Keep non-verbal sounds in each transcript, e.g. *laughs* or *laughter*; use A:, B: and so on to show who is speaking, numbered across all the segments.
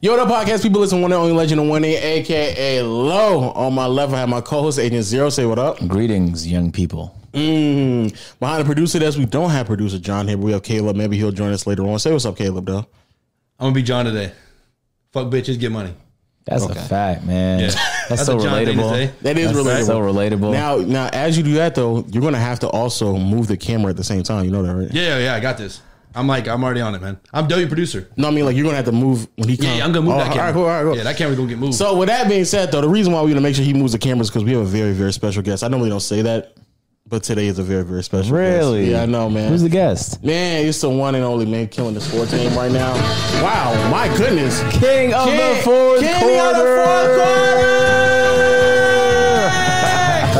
A: Yo, the podcast people listen one and only legend of one A, aka Low. On my left, I have my co-host Agent Zero. Say what up.
B: Greetings, young people.
A: Mm. Behind the producer desk, we don't have producer John here. but We have Caleb. Maybe he'll join us later on. Say what's up, Caleb. Though.
C: I'm gonna be John today. Fuck bitches, get money.
B: That's a fact,
A: *laughs*
B: man. That's, so
C: a John thing to
B: relatable.
C: say.
A: That is
B: That's
A: relatable.
B: so relatable.
A: Now, now, as you do that though, you're gonna have to also move the camera at the same time. You know that, right?
C: Yeah, yeah, yeah, I got this. I'm like, I'm already on it, man. I'm W producer.
A: No, I mean like you're gonna have to move when he comes.
C: Yeah, yeah, I'm gonna move
A: Oh,
C: that camera.
A: All right, cool, all right, cool.
C: Yeah, that camera gonna get moved.
A: So with that being said, though, the reason why we want to make sure he moves the cameras because we have a very, very special guest. I normally don't say that, but today is a very, very special. guest.
B: really?
A: Yeah, I know, man.
B: Who's the guest?
A: man, it's the one and only man killing the sports team right now. Wow, my goodness.
B: King of
A: King-
B: the fourth
A: King of the fourth
B: quarter.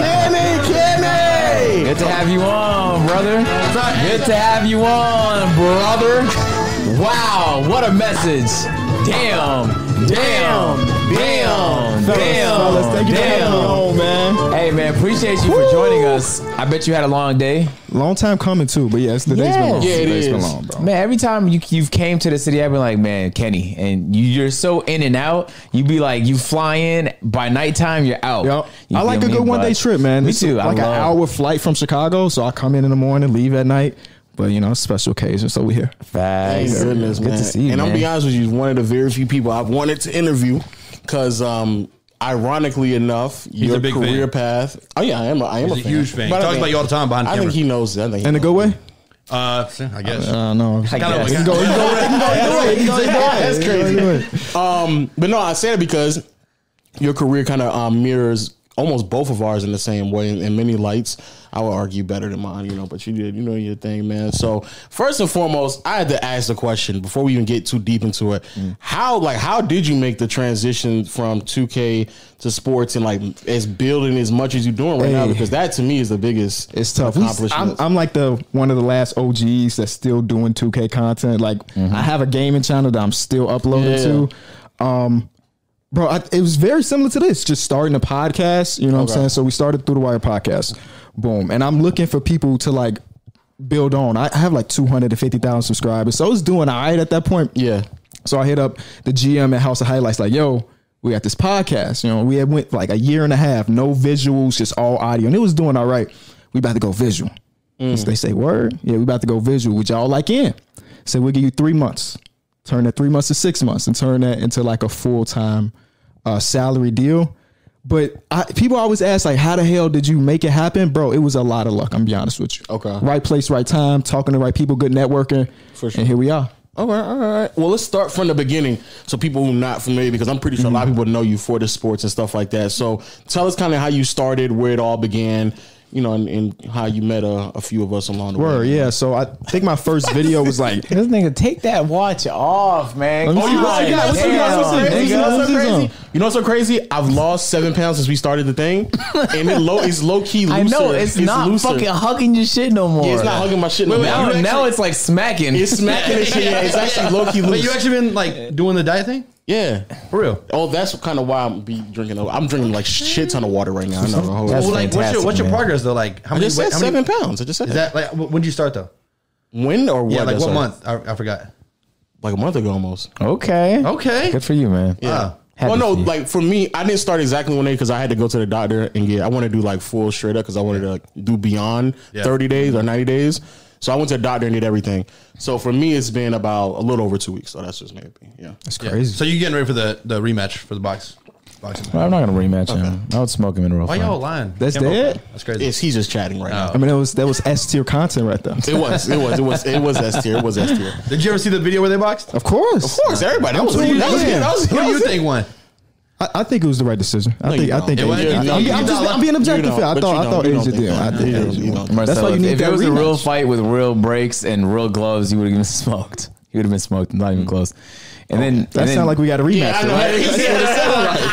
A: Kenny, Kenny.
B: Good to have you on, brother. Good to have you on, brother. Wow, what a message. Damn. Damn. Damn. Damn.
A: fellas, thank you for having me
B: Damn.
D: man.
B: Hey, man, appreciate you for joining us. I bet you had a long day.
D: Long time coming too, but yes, the day's
B: Yeah.
D: been long.
A: Yeah, it
D: the day's been
A: is.
D: long, bro.
B: Man, every time you you've came to the city, I've been like, man, Kenny, and you, you're so in and out. You be like, you fly in by nighttime, you're out.
D: Yup.
B: You
D: I like a
B: feel me?
D: good one
B: But-
D: day trip, man.
B: Me
D: It's
B: too. I
D: Like an
B: love-
D: hour flight from Chicago, so I come in in the morning, leave at night. But you know, it's a special occasion, so we're here.
B: Facts.
A: Thank goodness,
B: Good
A: man.
B: to see you,
A: And I'm
B: man.
A: be honest with you, he's one of the very few people I've wanted to interview because, um, ironically enough, your
C: a big
A: career
C: fan.
A: path. Oh yeah, I am. A, I am
C: He's a
A: fan.
C: huge fan. He
A: I
C: talks
A: think-
C: about you all the time behind the
A: I think
C: camera.
A: he knows that. I think he
D: In a
A: knows
D: good way?
C: uh, I guess.
D: Uh, no.
B: I guess.
C: Kinda like-
D: Go, you can go, you can go, you can go, you can go.
A: That's crazy. Um, but no, I said it because your career kind of um, mirrors almost both of ours in the same way. In, in many lights, I would argue better than mine, you know. But you did, you know, your thing, man. So first and foremost, I had to ask the question before we even get too deep into it.
D: Mm.
A: How, like, how did you make the transition from 2K to sports and like as building as much as you're doing right now?
D: Hey.
A: Because that to me is the biggest.
D: It's tough. We- I'm,
A: accomplishment.
D: I'm like the one of the last OGs that's still doing 2K content. Like I have a gaming channel that I'm still uploading
A: Yeah.
D: to. Um, bro, I, it was very similar to this. Just starting a podcast. You know what I'm saying? So we started through the wire podcast. Boom. And I'm looking for people to like build on. I I have like 250,000 subscribers, so I was doing all right at that point.
A: yeah.
D: So I hit up the GM at House of Highlights, like, yo, we got this podcast. You know, we had went like a year and a half, no visuals, just all audio. And it was doing all right. We about to go visual.
A: Mm.
D: They say, word? Yeah, we about to go visual. Would y'all like in? So we'll give you three months. Turn that three months to six months and turn that into like a full time uh, salary deal. But I, people always ask, like, how the hell did you make it happen? Bro, it was a lot of luck. I'm be honest with you.
A: Okay.
D: Right place, right time, talking to the right people, good networking. For
A: sure.
D: And here we are.
A: All right, all right. Well, let's start from the beginning. So people who are not familiar, because I'm pretty sure a lot of people know you for the sports and stuff like that. So tell us kind of how you started, where it all began, you know, and, and how you met a, a few of us along the
D: Word,
A: way.
D: yeah. So I think my first video was *laughs* like,
B: This nigga, take that watch off, man.
D: Let me
A: Oh, you
D: see
A: know
D: what
A: what's
D: you
A: so-
D: got?
A: what's so-
D: Damn,
A: you know what's so crazy? You know what's so
D: nigga.
A: crazy? You know what's so crazy? I've lost seven pounds since we started the thing, and it low, it's low key. Looser.
B: I know it's, not
A: looser.
B: fucking hugging your shit no more.
A: Yeah, it's not hugging my shit. no
C: wait,
A: more.
B: Now,
C: you actually-
B: now it's like smacking.
A: it's smacking the shit. Yeah, it's actually low key
C: Wait, you
A: loose.
C: actually been like doing the diet thing
A: Yeah.
C: for real?
A: Oh, that's kind of why I'm be drinking. I'm drinking like shit ton of water right now. I know.
B: That's
C: Well, like, what's your
B: fantastic,
C: what's your
B: man.
C: progress though? Like, how
A: I
C: many?
A: just said
C: wait, how many-
A: seven pounds. I just said
C: Is that like wh- when did you start though?
A: when or what?
C: Yeah, like
A: That's
C: what
A: all.
C: month? I, I forgot.
A: Like a month ago almost.
B: okay.
C: Okay.
B: Good for you, man.
C: Yeah.
B: Happy
A: well, no,
B: for you.
A: like for me, I didn't start exactly when they because I had to go to the doctor and get. I want to do like full straight up because I wanted to like, do beyond
C: Yeah.
A: thirty days or ninety days. So I went to the doctor and did everything. So for me, it's been about a little over two weeks. So that's just maybe yeah.
D: It's
C: Yeah.
D: crazy.
C: So you getting ready for the the rematch for the box? Boxing.
B: I'm not gonna rematch him. I would smoke him in real
C: Why
B: fun.
C: y'all lying?
D: That's
C: Can't vote.
D: dead?
C: That's crazy.
A: It's, he's just chatting right now.
D: I mean, it was that was S tier content right there.
A: It was, it was, it was, it was S tier. It was S tier.
C: Did you ever see the video where they
D: *laughs*
C: boxed?
D: Of course, of
A: Of course, everybody. That was,
D: Who
A: that
D: do
A: was,
D: you
A: that was,
D: think?
A: that was,
C: Who do you think won?
D: I, I think it was the right decision. I think.
A: you
D: I
A: don't.
D: think.
A: It
C: wasn't-
D: Asia-
C: you
D: I'm,
C: don't-
D: I'm
C: you
D: just,
C: don't.
D: I'm being objective.
A: You
D: I
A: don't.
D: thought.
A: But
D: I
A: you
D: thought
A: don't. You
D: Asia
A: don't
D: did. I
A: think that.
D: did.
A: You don't.
D: That's
B: Marcelo,
D: why you need
B: if
D: that
B: it was a real
D: rematch.
B: fight with real breaks and real gloves, you would have been *laughs* smoked. You would have been smoked, not even close. And then and
D: Mm. That
B: then,
D: sound like we got a
A: Yeah, I
D: rematch.
A: know.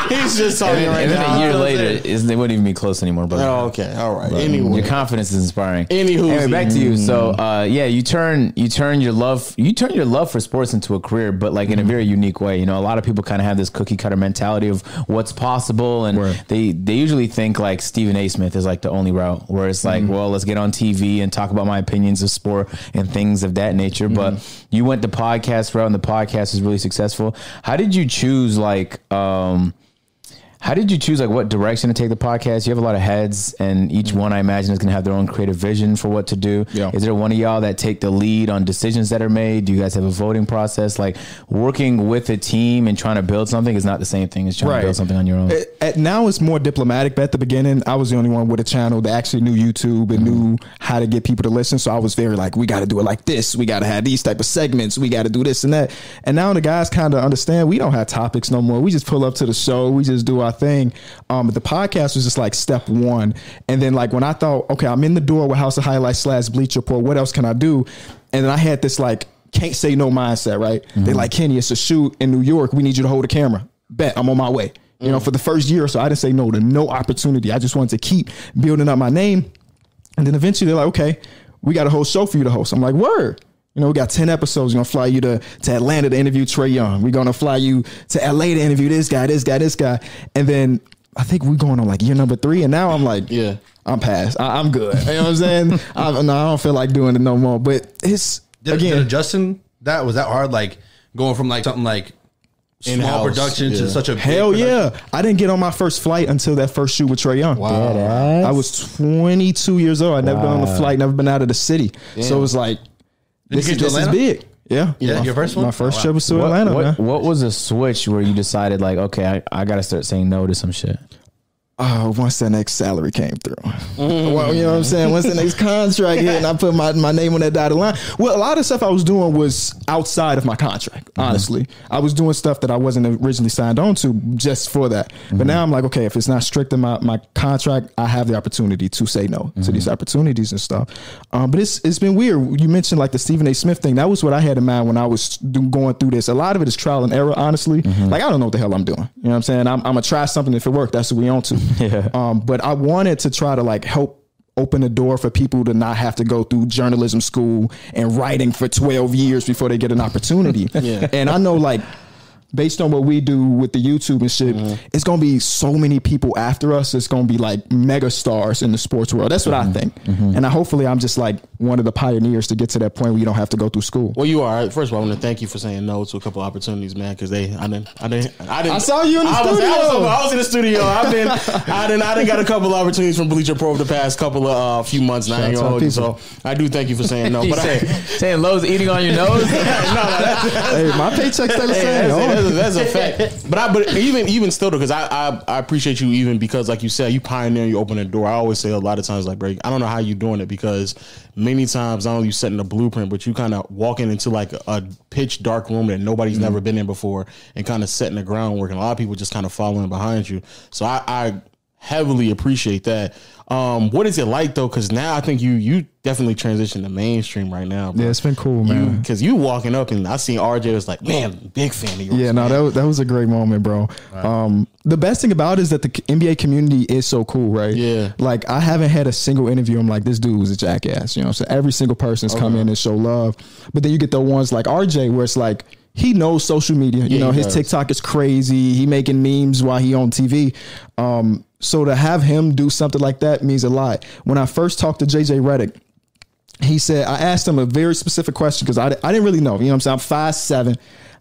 A: *laughs*
D: right?
A: He's just
B: And
A: talking
B: then,
A: right
B: and then
A: now.
B: a year later, it's, they wouldn't even be close anymore. But
A: Oh, okay. All right. Anyway.
B: your confidence is inspiring.
A: Anywho.
B: anyway, back to you. So, uh, yeah, you turn you turn your love you turn your love for sports into a career, but like in a very unique way. You know, a lot of people kind of have this cookie cutter mentality of what's possible, and
D: Right.
B: they they usually think like Stephen A. Smith is like the only route, where it's like, well, let's get on TV and talk Mm-hmm. about my opinions of sport and things of that nature. But you went the podcast route, and the podcast is really successful. How did you choose like um how did you choose like what direction to take the podcast? You have a lot of heads and each one I imagine is going to have their own creative vision for what to do.
D: Yeah.
B: Is there one of y'all that take the lead on decisions that are made? Do you guys have a voting process? Like working with a team and trying to build something is not the same thing as trying
D: Right.
B: to build something on your own.
D: At, at now it's more diplomatic, but at the beginning, I was the only one with a channel that actually knew YouTube and knew how to get people to listen. So I was very like, we got to do it like this. We got to have these type of segments. We got to do this and that. And now the guys kind of understand we don't have topics no more. We just pull up to the show. We just do our thing. Um, but the podcast was just like step one. And then like when I thought, okay, I'm in the door with House of Highlights slash Bleach Report. What else can I do? And then I had this like can't say no mindset, right? They like Kenny, it's a shoot in New York. We need you to hold a camera. Bet I'm on my way. You know, for the first year or so, I didn't say no to no opportunity. I just wanted to keep building up my name. And then eventually they're like, okay, we got a whole show for you to host. I'm like, word. You know, we got 10 episodes. We're going to fly you to, to Atlanta to interview Trey Young. We're going to fly you to LA to interview this guy, this guy, this guy. And then I think we're going on like year number three. And now I'm like,
A: Yeah.
D: I'm past. I, I'm good. You know what I'm saying? *laughs* I, no, I don't feel like doing it no more. But it's,
C: Did,
D: again,
C: did Justin that was that hard? Like going from like something like small
A: In-house,
C: production
A: yeah.
C: to such a big
D: Hell
C: production?
D: yeah! I didn't get on my first flight until that first shoot with Trey Young. I was 22 years old. I'd never been on a flight, never been out of the city. So it was like, this,
C: you get
D: is,
C: to
D: this is
C: Atlanta?
D: big. Yeah.
C: Yeah,
D: my,
C: your first one?
D: My
C: Oh,
D: first
C: wow.
D: trip was to
B: What-
D: Atlanta,
B: what,
D: man.
B: what was the switch where you decided like, okay, I, I gotta start saying no to some shit?
D: Oh, once that next salary came through. Well, you know what I'm saying? Once the next contract hit and I put my, my name on that dotted line. Well, a lot of stuff I was doing was outside of my contract, honestly. I was doing stuff that I wasn't originally signed on to just for that. But now I'm like, okay, if it's not strict in my, my contract, I have the opportunity to say no to these opportunities and stuff. Um, but it's it's been weird. You mentioned like the Stephen A. Smith thing. That was what I had in mind when I was do, going through this. A lot of it is trial and error, honestly. Like I don't know what the hell I'm doing. You know what I'm saying? I'm, I'm gonna try something. If it works, that's what we on to. Um, but I wanted to try to like help open the door for people to not have to go through journalism school and writing for 12 years before they get an opportunity. And I know like based on what we do with the YouTube and shit,
A: Mm-hmm.
D: it's gonna be so many people after us. It's gonna be like mega stars in the sports world. That's what
A: Mm-hmm.
D: I think. And I hopefully I'm just like one of the pioneers to get to that point where you don't have to go through school.
A: Well, you are. First of all, I want to thank you for saying no to a couple opportunities, man. Because they, I didn't, I didn't, I didn't.
D: I saw you in the
A: I was- I was, I
D: studio.
A: was, in the studio. I've been, I didn't, I didn't got a couple opportunities from Bleacher Pro over the past couple of uh, few months. Now,
D: Shout out to
A: you
D: people.
A: so I do thank you for saying
B: *laughs*
A: no. But hey,
B: saying Lowe's eating on
A: *laughs*
B: your nose?
D: hey, my paycheck's still the
A: Hey,
D: same.
A: that's,
D: Oh.
A: a, that's, a, that's a fact. But I, but even even still, because I, I I appreciate you even because like you said, you pioneer, you open the door. I always say a lot of times like, bro, I don't know how you doing it because many times not only you setting a blueprint, but you kind of walking into like a pitch dark room that nobody's never been in before and kind of setting the groundwork. And a lot of people just kind of following behind you. So I. I heavily appreciate that um what is it like though because now i think you you definitely transitioned to mainstream right now bro
D: Yeah, it's been cool, man.
A: because you walking up and I seen RJ was like, man, big fan of yours.
D: Yeah, no, that was, that was a great moment, bro. Um, the best thing about it is that the NBA community is so cool, right?
A: Yeah.
D: Like I haven't had a single interview. I'm like, this dude was a jackass, you know. So every single person's
A: Oh,
D: come in and show love, but then you get the ones like RJ where it's like. He knows social media. you know
A: he
D: his
A: does.
D: TikTok is crazy. He making memes while he on TV. Um, so to have him do something like that means a lot. When I first talked to JJ Reddick, he said i asked him a very specific question because I, I didn't really know you know what i'm saying i'm five seven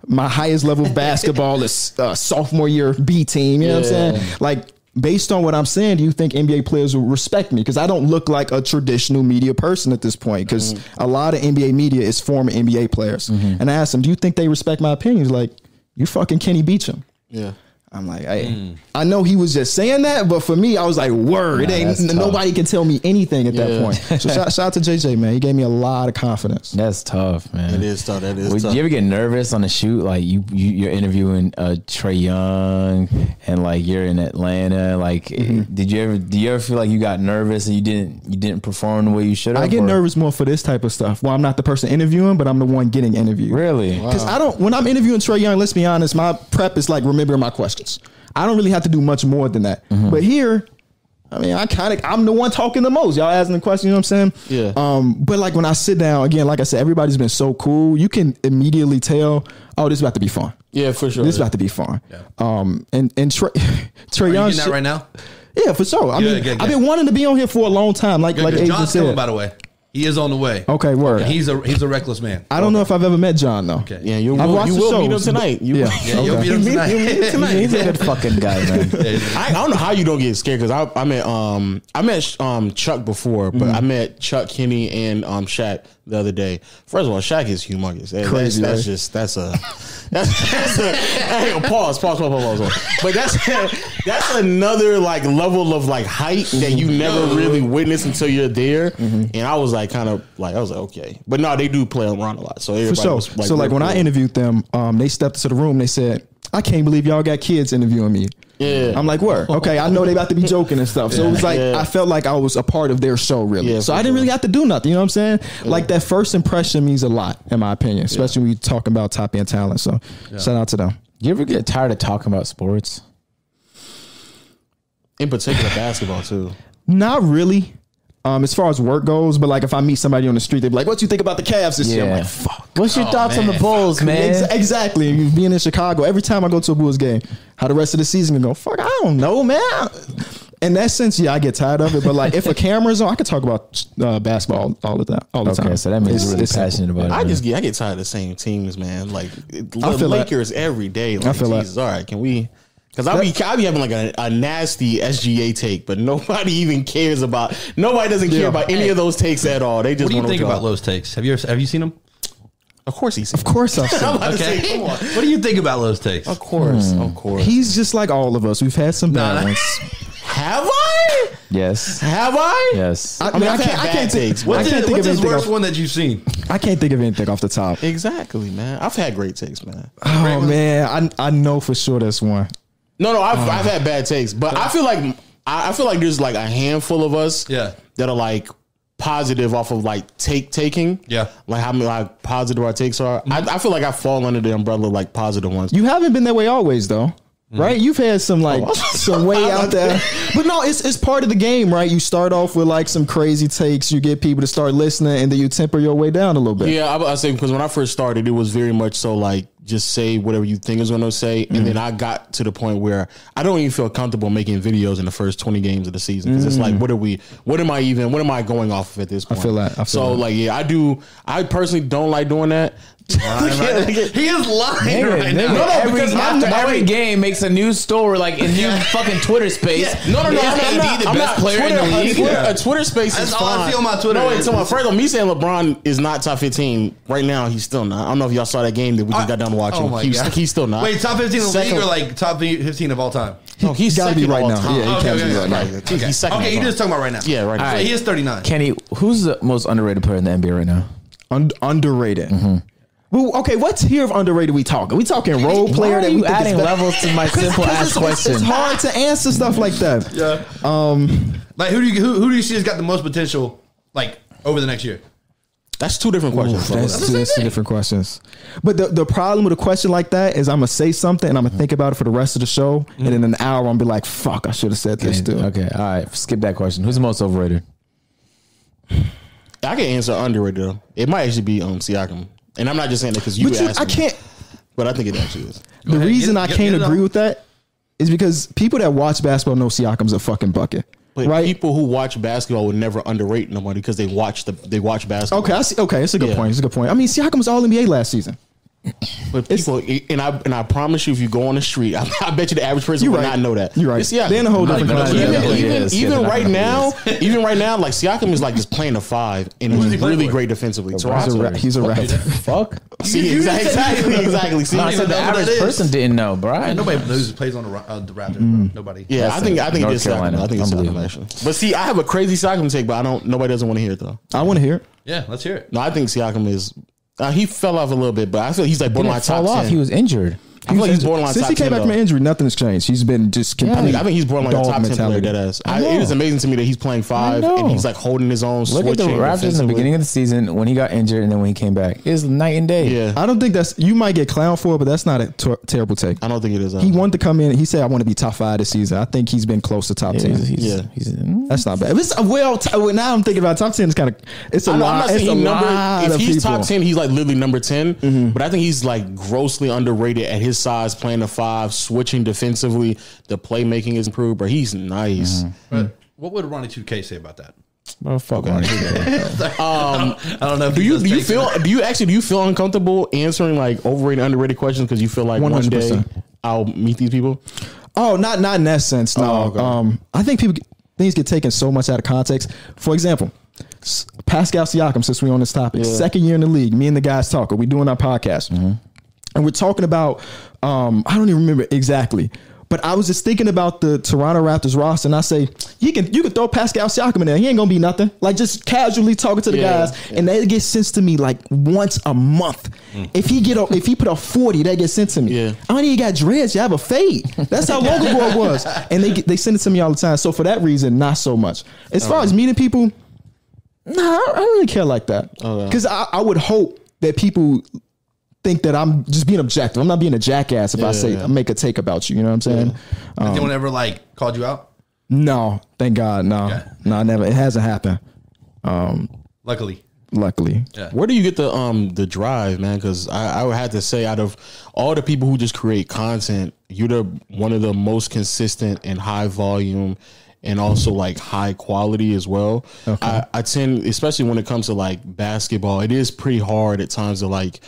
D: my highest level of basketball is uh, sophomore year b team you know what i'm saying like based on what i'm saying do you think nba players will respect me because i don't look like a traditional media person at this point because a lot of nba media is former nba players and i asked him do you think they respect my opinions like you fucking kenny beecham
A: Yeah.
D: I'm like, hey,
B: Mm.
D: I know he was just saying that, but for me, I was like, word, it ain't
B: that's tough.
D: nobody can tell me anything at that
A: Yeah.
D: point. So shout, shout out to JJ, man. He gave me a lot of confidence.
B: That's tough, man.
A: It is tough. That is
B: Would
A: tough.
B: you ever get nervous on a shoot? Like you, you you're interviewing uh, Trey Young, and like you're in Atlanta. Like, eh,
D: Mm-hmm.
B: did you ever? Do you ever feel like you got nervous and you didn't you didn't perform the way you should?
D: I
B: have,
D: get
B: or-
D: nervous more for this type of stuff. Well, I'm not the person interviewing, but I'm the one getting interviewed.
B: Really?
D: Because I don't, when I'm interviewing Trey Young, let's be honest, my prep is like remembering my questions. I don't really have to do much more than that.
C: Mm-hmm.
D: But here, I mean, I kind of, I'm the one talking the most. Y'all asking the question, you know what I'm saying?
A: Yeah.
D: Um, but like when I sit down, again, like I said, everybody's been so cool. You can immediately tell, oh, this is about to be fun.
A: yeah, for sure.
D: This is about to be fun. Um, and and *laughs* Trey, Trey
C: Are
D: Young,
C: you getting that right now?
D: yeah, for sure. I
C: Good,
D: mean,
C: good,
D: I've
C: good.
D: been wanting to be on here for a long time. Like
C: Good,
D: like
C: good.
D: Aiden
C: John's coming,
D: said,
C: by the way. He is on the way.
D: Okay, word.
C: He's a he's a reckless man.
D: I don't know if I've ever met John though.
C: Okay.
A: Yeah, you
D: I've
A: will,
D: watched
A: you
D: the
A: will
D: shows,
A: meet him tonight. You,
D: Yeah. *laughs*
C: Yeah, you'll
D: Okay.
C: meet him
A: you meet,
C: tonight.
A: you meet him tonight. *laughs*
B: He's a good fucking guy,
D: *laughs*
B: man.
A: I, I don't know how you don't get scared because I, I met um I met um Chuck before, but
D: Mm-hmm.
A: I met Chuck Kenny and um Shaq the other day. First of all, Shaq is humongous. That-
D: Crazy,
A: That's, that's
D: right?
A: just that's a *laughs* that's, that's a hang on, pause, pause, pause, pause, pause, pause. But that's *laughs* that's another like level of like height that
D: Mm-hmm.
A: you never really witness until you're there. And I was like kind of like I was like okay, but no, they do play around a lot. So
D: For
A: everybody
D: sure.
A: was,
D: so like
A: real
D: when I
A: cool.
D: interviewed them, um, they stepped into the room. They said, "I can't believe y'all got kids interviewing me."
A: Yeah.
D: I'm
C: *laughs*
D: like, "Word, okay." I know they about to be joking and stuff. So it was like
A: Yeah.
D: I felt like I was a part of their show, really.
A: Yeah,
D: so
A: for
D: I didn't really have to do nothing. You know what I'm saying? Like that first impression means a lot, in my opinion, especially when you talk about top end talent. So shout out to them.
B: You ever get tired of talking about sports?
A: in particular basketball too.
D: Not really. Um, as far as work goes, but like if I meet somebody on the street, they'd be like, "What you think about the Cavs this year?" I'm like, "Fuck." Oh,
B: What's
C: Oh,
B: your thoughts on the Bulls, man?
D: Ex- exactly. You Being in Chicago, every time I go to a Bulls game, how the rest of the season gonna go? Fuck, I don't know, man. In that sense, yeah, I get tired of it. But like, if a camera's on, I could talk about uh, basketball all the time. All the
B: Okay,
D: time.
B: so that means
D: It's-
B: you're really
D: it's simple.
B: passionate about it.
A: I
B: man.
A: just get I get tired of the same teams, man. Mm-hmm. Like the
D: feel that.
A: Lakers every day. Like,
D: feel that.
A: Jesus, all right, can we? Because I'll be I'll be having like a, a nasty SGA take, but *laughs* nobody even cares about. Nobody doesn't care
D: Yeah.
A: about any of those takes at all. They just
C: What do you
A: wanna
C: think
A: go.
C: about Lowe's takes? Have you ever, have you seen them?
A: Of course he's
D: Of course, I've seen.
A: I'm
B: *laughs*
D: it.
A: about
C: *laughs* Okay. Hmm.
A: to say, come on.
C: *laughs* What do you think about Lowe's takes?
A: Of course, of course.
D: He's just like all of us. We've had some bad
B: *laughs*
C: Nah, nah.
D: ones.
A: Have I?
B: yes,
A: Have I?
B: yes.
D: I,
A: I mean, I can't. I can't
D: think.
A: takes.
D: I
A: What's
D: can't
A: it-
D: think
C: What's
D: of
C: his
D: anything.
C: worst
D: Off,
C: one that you've
D: *laughs*
C: seen?
D: I can't think of anything off the top.
A: Exactly, man. I've had great takes, man.
D: Oh man, I I know for sure that's one.
A: No, no,
C: Uh.
A: I've, I've had bad takes, but I feel like I, I feel like there's like a handful of us,
C: Yeah.
A: that are like positive off of like take taking,
C: Yeah.
A: like how many like positive our takes are. I, I feel like I fall under the umbrella of like positive ones.
D: You haven't been that way always though.
A: Mm-hmm.
D: Right? You've had some like
A: Oh, *laughs*
D: some way out there. But no, it's it's part of the game, right? You start off with like some crazy takes, you get people to start listening and then you temper your way down a little bit.
A: yeah, I, I say because when I first started, it was very much so like just say whatever you think is going to say, and then I got to the point where I don't even feel comfortable making videos in the first twenty games of the season because it's like, what are we? What am I even? What am I going off of at this point?
D: feel that, I feel
A: so
D: that.
A: like, yeah, I do. I personally don't like doing that. *laughs*
C: He is lying
B: Nigga, nigga,
C: right now.
A: No, no,
B: every,
A: because my-
B: after
A: my-
B: every game makes a new story, like a new fucking *laughs* Twitter space.
A: No, no, no.
B: Is
A: I'm not-
B: AD
A: I'm not-
B: the
A: I'm
B: best
A: not-
B: player
A: Twitter,
B: in
A: a
B: the league?
A: Twitter,
C: Yeah.
A: a Twitter space
C: That's
A: is
C: all I
A: fine.
C: feel my Twitter
A: No, wait,
C: is.
A: so my first, me saying LeBron is not top 15 right now. He's still not. I don't know if y'all saw that game that we just got done watching.
C: Oh my
A: he's,
C: God.
A: he's still not.
C: Wait, top 15 in the league
A: Second-
C: or like top 15 of all time?
A: no, he's
D: gotta be
A: second
D: right
A: all
D: now.
A: time.
D: Yeah, he
A: okay,
D: can't be
A: okay,
D: right now.
A: okay. He's- He's second.
C: Okay,
A: all
C: you
A: time.
C: just talking about right now.
A: Yeah, right now.
C: So he is 39.
B: Kenny, who's the most underrated player in the NBA right now?
D: Un- underrated.
A: Mm-hmm.
D: Well, okay, what tier of underrated we talking? We talking role player
B: Why
D: that
B: are
D: we
B: you
D: think is
B: adding
D: bad?
B: levels to my simple
D: *laughs*
B: ass
D: 'Cause it's- it's-
B: question?
D: It's hard to answer stuff like that.
C: Yeah.
D: Um
C: Like who do you who, who do you see has got the most potential like over the next year?
A: Oh, That's two different questions. bro.
D: That's,
C: That's
D: two,
C: the
D: that's two
C: thing.
D: different questions. But the, the problem with a question like that is I'm gonna say something and I'm
A: Mm-hmm.
D: gonna think about it for the rest of the show, and then in an hour I'm gonna be like, "Fuck, I should have said this." Dude,
B: Okay, all right. Skip that question. Who's the most overrated?
A: I can answer underrated though. It might actually be um Siakam, and I'm not just saying that because you
D: but you,
A: asked.
D: I
A: me,
D: can't.
A: But I think it actually is.
D: The
C: ahead,
D: reason
C: get it-
D: I
C: get-
D: can't
C: get it
D: agree
C: out.
D: with that is because people that watch basketball know Siakam's a fucking bucket,
A: But
D: right?
A: people who watch basketball would never underrate nobody because they watch the they watch basketball.
D: okay, I see, okay, it's a good
A: Yeah.
D: point. It's a good point. I mean, Siakam was All NBA last season.
A: But people, and I and I promise you, if you go on the street, *laughs* I, I bet you the average person
D: You're
A: would
D: right.
A: not know that.
D: You're right.
A: It's Siakam.
D: Then a whole
A: Not
D: different
A: even-
D: question.
B: Yeah,
A: Even,
B: yeah,
A: even,
B: yeah, yeah,
A: even
B: yeah.
A: right now, even right now, like Siakam is like just playing a five, and
C: he
A: he's
C: playing
A: really
C: for?
A: great defensively.
D: He's a
A: Toronto.
D: ra- he's a rat.
B: Fuck.
A: *laughs* See,
C: You- you
A: exactly,
C: just said-
A: exactly, exactly. See,
B: No, I
C: even
B: said the
C: know what that
B: average
C: is.
B: person didn't know, Brian.
C: Nobody knows who plays on the, Ra- uh, the Raptors. Bro. Nobody.
A: Mm. yeah, I
B: That's
A: think
B: it.
A: I think
B: North
A: it's Siakam.
B: Carolina.
A: I think it's
B: Unbelievable.
A: Siakam actually. But see, I have a crazy Siakam take, but I don't. Nobody doesn't want to hear it though.
D: I want to hear. it.
C: Yeah, let's hear it.
A: No, I think Siakam is. Uh, he fell off a little bit, but I feel he's like
B: He
A: borderline
B: didn't fall
A: top
B: off.
A: ten.
B: He was injured.
A: I feel like he's borderline
D: Since
A: top
D: he came
A: 10,
D: back
A: though.
D: from injury, nothing's changed. He's been just
A: I
D: complete.
A: think, I think he's born like a
D: dog
A: top ten player. uh,
D: mentality.
A: Dead ass. I, it
B: know.
A: is amazing to me that he's playing five
B: I know.
A: and he's like holding his own.
B: Look at the
A: switching
B: Raptors in the
A: defensively.
B: beginning of the season when he got injured and then when he came back. It's night and day.
A: Yeah,
D: I don't think that's you might get clown for it, but that's not a ter- terrible take.
A: I don't think it is. uh,
D: He wanted to come in. He said, "I want to be top five this season." I think he's been close to top
B: He's,
D: ten.
B: he's, he's,
A: Yeah.
B: mm.
D: That's not bad. If It's well, t- well, now I'm thinking about it, top ten is kind of it's a
A: I know, I'm
D: lot.
A: not
D: It's
A: saying
D: a
A: he
D: lot
A: number. If
D: of
A: he's
D: people.
A: top ten, he's like literally number 10 But I think he's like grossly underrated at his size, playing the five, switching
B: Mm-hmm.
A: defensively. The playmaking is improved, but he's nice.
C: But what would Ronnie 2K say about that?
D: Well, fuck Arnie.
C: I don't know. If
A: Do
C: he
A: you
C: does
A: do you
C: take
A: feel
C: that.
A: do you actually do you feel uncomfortable answering like overrated underrated questions because you feel like one day
D: 100%.
A: I'll meet these people?
D: Oh, not not in that sense. No.
A: Oh, okay.
D: Um, I think people get- things get taken so much out of context. For example, S- Pascal Siakam. Since we on this topic, second year in the league, me and the guys talk. Are we doing our podcast?
A: Mm-hmm.
D: And we're talking about. Um, I don't even remember exactly. But I was just thinking about the Toronto Raptors roster, and I say you can you can throw Pascal Siakam in there. He ain't gonna be nothing. Like just casually talking to the
A: Yeah.
D: guys, and that gets sense to me like once a month. If he get a, if he put up forty, that gets sent to me.
A: Mm. Yeah.
D: I don't even got dreads. You have a fade. That's how long ago
A: *laughs*
D: it was. And they get- they send it to me all the time. So for that reason, not so much. As far as
A: Uh-huh.
D: meeting people, nah, I don't- I don't really care like that.
A: Okay.
D: Because I, I would hope that people think that I'm just being objective. I'm not being a jackass if I
A: Yeah,
D: say
A: yeah.
D: make a take about you. You know what I'm saying?
A: Um,
C: Has anyone ever like called you out?
D: No, thank God, no,
C: Yeah.
D: no, I never. It hasn't happened.
C: Luckily,
D: Luckily,
C: Yeah.
A: Where do you get the um the drive, man? Because I, I would have to say, out of all the people who just create content, you're the one of the most consistent and high volume, and also like high quality as well. I, I tend, especially when it comes to like basketball, it is pretty hard at times to like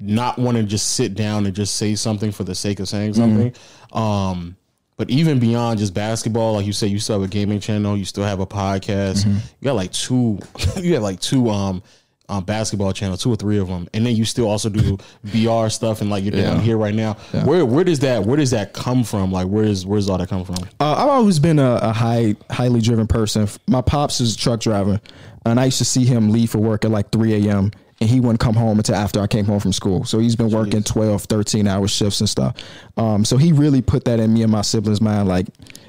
A: not want to just sit down and just say something for the sake of
C: Mm-hmm.
A: saying something. Um, but even beyond just basketball, like you said, you still have a gaming channel, you still have a podcast.
D: Mm-hmm.
A: You got like two, *laughs* you got like two um, um basketball channel, two or three of them, and then you still also do *laughs* VR stuff and like you're down here right now. Where where does that where does that come from? Like where is where does all that come from?
D: Uh, I've always been a, a high, highly driven person. My pops is a truck driver, and I used to see him leave for work at like 3 a.m. and he wouldn't come home until after I came home from school. So he's been working 12, 13 hour shifts and stuff. Um, so he really put that in me and my siblings' mind. Like,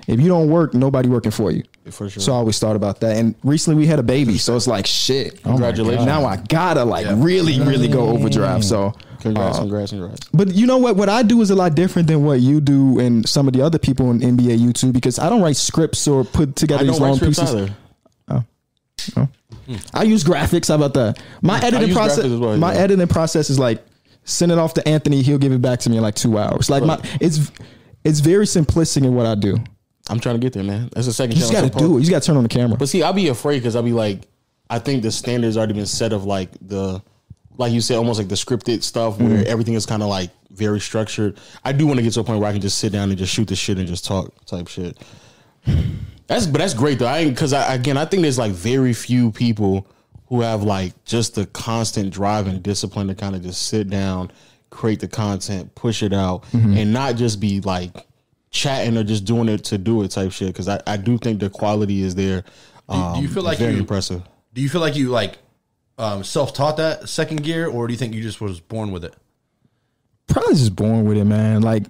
D: if you don't work, nobody working for you.
A: For sure.
D: So I always thought about that. And recently we had a baby, so it's like shit. oh my God.
A: Congratulations.
D: now I gotta like really, really go overdrive. So Uh,
A: Congrats, congrats, congrats.
D: but you know what? What I do is a lot different than what you do and some of the other people on NBA YouTube because I don't write scripts or put together
A: I
D: these
A: don't like
D: long
A: scripts
D: pieces.
A: either.
D: I use graphics. How about that? My editing
A: use
D: process.
A: graphics as well,
D: my
A: yeah.
D: editing process is like send it off to Anthony. He'll give it back to me in like two hours. Like my it's it's very simplistic in what I do.
A: I'm trying to get there, man. That's the second.
D: You just got
A: channel
D: to
A: I'm part-
D: do it. You just got to turn on the camera.
A: But see, I'll be afraid because I'll be like, I think the standards already been set of like the, like you said, almost like the scripted stuff where everything is kind of like very structured. I do want to get to a point where I can just sit down and just shoot the shit and just talk type shit. That's but that's great though. I ain't because I again I think there's like very few people who have like just the constant drive and discipline to kind of just sit down, create the content, push it out, and not just be like chatting or just doing it to do it type shit. Because I, I do think the quality is there. Um,
C: do you feel like
A: very
C: you-
A: impressive?
C: do you feel like you like um, self-taught that second gear, or do you think you just was born with it?
D: probably just born with it, man. Like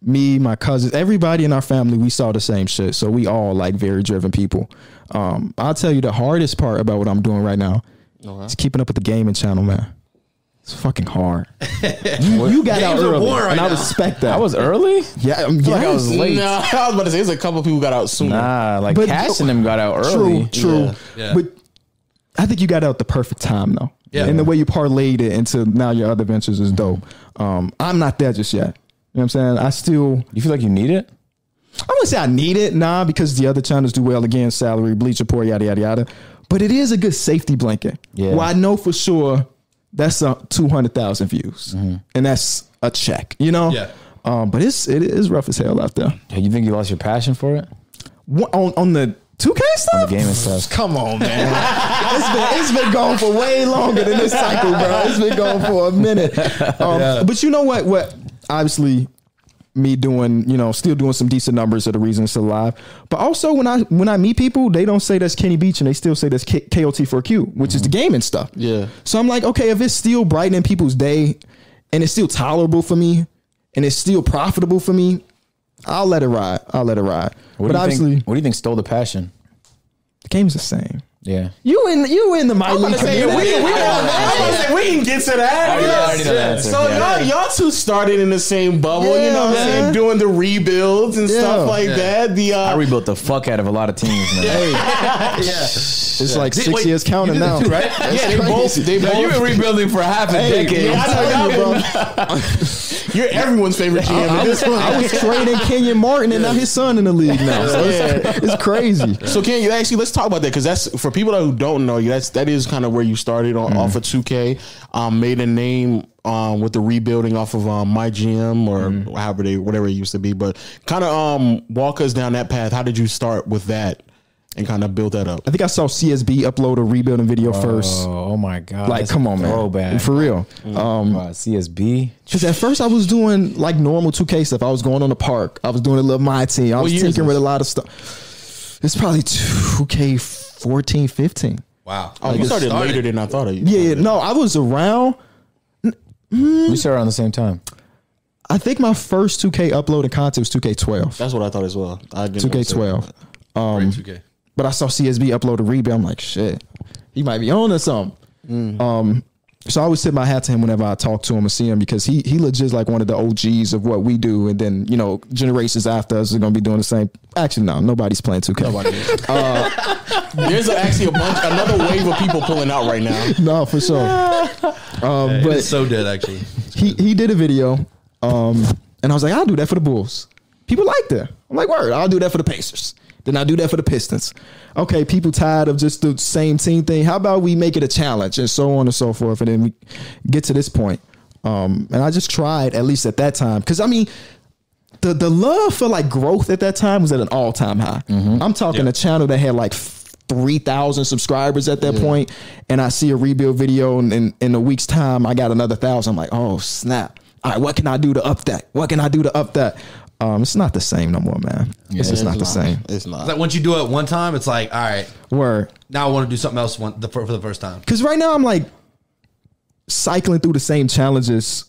D: me, my cousins, everybody in our family, we saw the same shit. So we all like very driven people. Um, I'll tell you the hardest part about what I'm doing right now is keeping up with the gaming channel, man. It's fucking
C: *laughs*
D: hard. you, you got out
C: Games are
D: early,
C: born right
D: and I
C: now.
D: respect that.
B: I was early.
D: yeah, um, yes.
A: *laughs*
B: I was late.
A: No, I was about to say there's a couple people got out sooner.
B: Nah, like
D: But-
B: Cash and them got out early.
D: True, true.
C: Yeah.
D: But I think you got out the perfect time though.
C: Yeah.
D: And the way you parlayed it into now your other ventures is dope. Um, I'm not there just yet. You know what I'm saying? I still
B: You feel like you need it?
D: I wouldn't say I need it, nah, because the other channels do well again, salary, bleach report, yada yada yada. But it is a good safety blanket.
B: Yeah.
D: Well, I know for sure that's uh, two hundred thousand views,
B: Mm-hmm.
D: and that's a check. You know.
C: Yeah.
D: Um, but it's it is rough as hell out there.
B: Hey, You think you lost your passion for it?
D: What, on on the two K stuff,
B: The gaming stuff.
D: Come on, man. it's been it's been going for way longer than this cycle, bro. It's been going for
B: *laughs*
D: a minute. Um, But you know what? What obviously me doing, you know, still doing some decent numbers are the reason it's alive. But also when I when I meet people, they don't say that's Kenny Beach and they still say that's K- KOT4Q, which
B: Mm-hmm.
D: is the gaming stuff.
A: Yeah.
D: So I'm like, okay, if it's still brightening people's day and it's still tolerable for me and it's still profitable for me, I'll let it ride. I'll let it ride.
B: What
D: but
B: do you
D: obviously,
B: think, what do you think stole the passion?
D: the game's the same.
B: Yeah.
D: You in you in the my league. community. *laughs*
A: we didn't get to that.
B: I already know the answer.
A: So
B: Yeah.
A: y'all, y'all two started in the same bubble, you
D: Yeah,
A: know what I'm
D: man.
A: saying? doing the rebuilds and stuff
D: Yeah.
A: like
C: Yeah.
A: that. The
B: I
A: uh,
B: rebuilt the fuck out of a lot of teams, man.
C: yeah.
D: It's like six
C: wait,
D: years counting
C: you did
D: now.
C: that too, right?
D: That's
A: yeah, they
D: crazy.
A: both they
B: Yo, you've
A: both.
B: been rebuilding for half a decade.
A: yeah, I know
D: I'm telling you, bro.
A: You're everyone's
B: *laughs*
A: favorite GM.
D: I
A: at
D: was,
A: this point.
D: I was trading Kenyon Martin and now his son in the league now. So it's, *laughs* it's crazy.
A: So can you actually let's talk about that because that's for people who don't know you. That's that is kind of where you started on
D: Mm-hmm.
A: off of two K. Um, made a name um, with the rebuilding off of um, my GM or
D: Mm-hmm.
A: however they whatever it used to be. But kind of um, walk us down that path. How did you start with that and kind of build that up?
D: I think I saw CSB upload a rebuilding video first.
B: Oh, oh my god!
D: Like,
B: that's
D: come
B: a
D: on, man.
B: Throwback.
D: For real. Um,
B: Uh, CSB.
D: Because at first I was doing like normal 2K stuff. I was going on the park. I was doing a little my team. I was
A: year is
D: tinkering with
A: this?
D: a lot of stuff. It's probably 2K 14, 15.
C: Wow.
A: Oh, you started, later than I thought. You
D: Yeah, yeah, no, I was around.
B: We started around the same time.
D: I think my first 2K upload and content was 2K12.
A: that's what I thought as well. I didn't wanna say that.
D: 2K12.
A: um,
C: Right, 2K.
D: But I saw CSB upload a rebound. I'm like, shit, he might be on or something. Um, so I always tip my hat to him whenever I talk to him and see him because he he legit like one of the OGs of what we do, and then you know generations after us are gonna be doing the same. Actually, no, nobody's playing 2K.
A: There's actually a bunch, another wave of people pulling out right now.
D: *laughs* no, for sure. Um, but
C: It's so dead, actually.
D: he he did a video, um, and I was like, I'll do that for the Bulls. People liked that. I'm like, word, I'll do that for the Pacers. Then I'll do that for the Pistons. Okay, people tired of just the same team thing. How about we make it a challenge and so on and so forth, and then we get to this point. Um, and I just tried at least at that time because I mean. The, the love for like growth at that time was at an all time high. I'm talking a channel that had like three thousand subscribers at that point, and I see a rebuild video, and in, in a week's time, I got another thousand. I'm like, oh snap! All right, what can I do to up that? What can I do to up that? Um, it's not the same no more, man. it's just not the same.
A: It's not.
C: It's like once you do it one time, it's like, all right,
D: Word.
C: now I want to do something else one, the, for, for the first time.
D: Because right now I'm like cycling through the same challenges,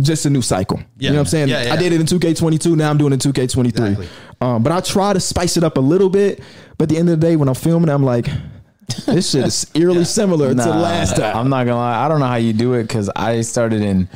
D: just a new cycle.
C: Yeah.
D: You know what I'm saying?
C: Yeah, yeah.
D: I did it in 2K22. Now I'm doing it in 2K23.
C: Exactly.
D: Um, but I try to spice it up a little bit. But at the end of the day, when I'm filming, I'm like, this shit is
C: *laughs*
D: eerily similar to last time.
B: I'm not gonna lie. I don't know how you do it because I started in,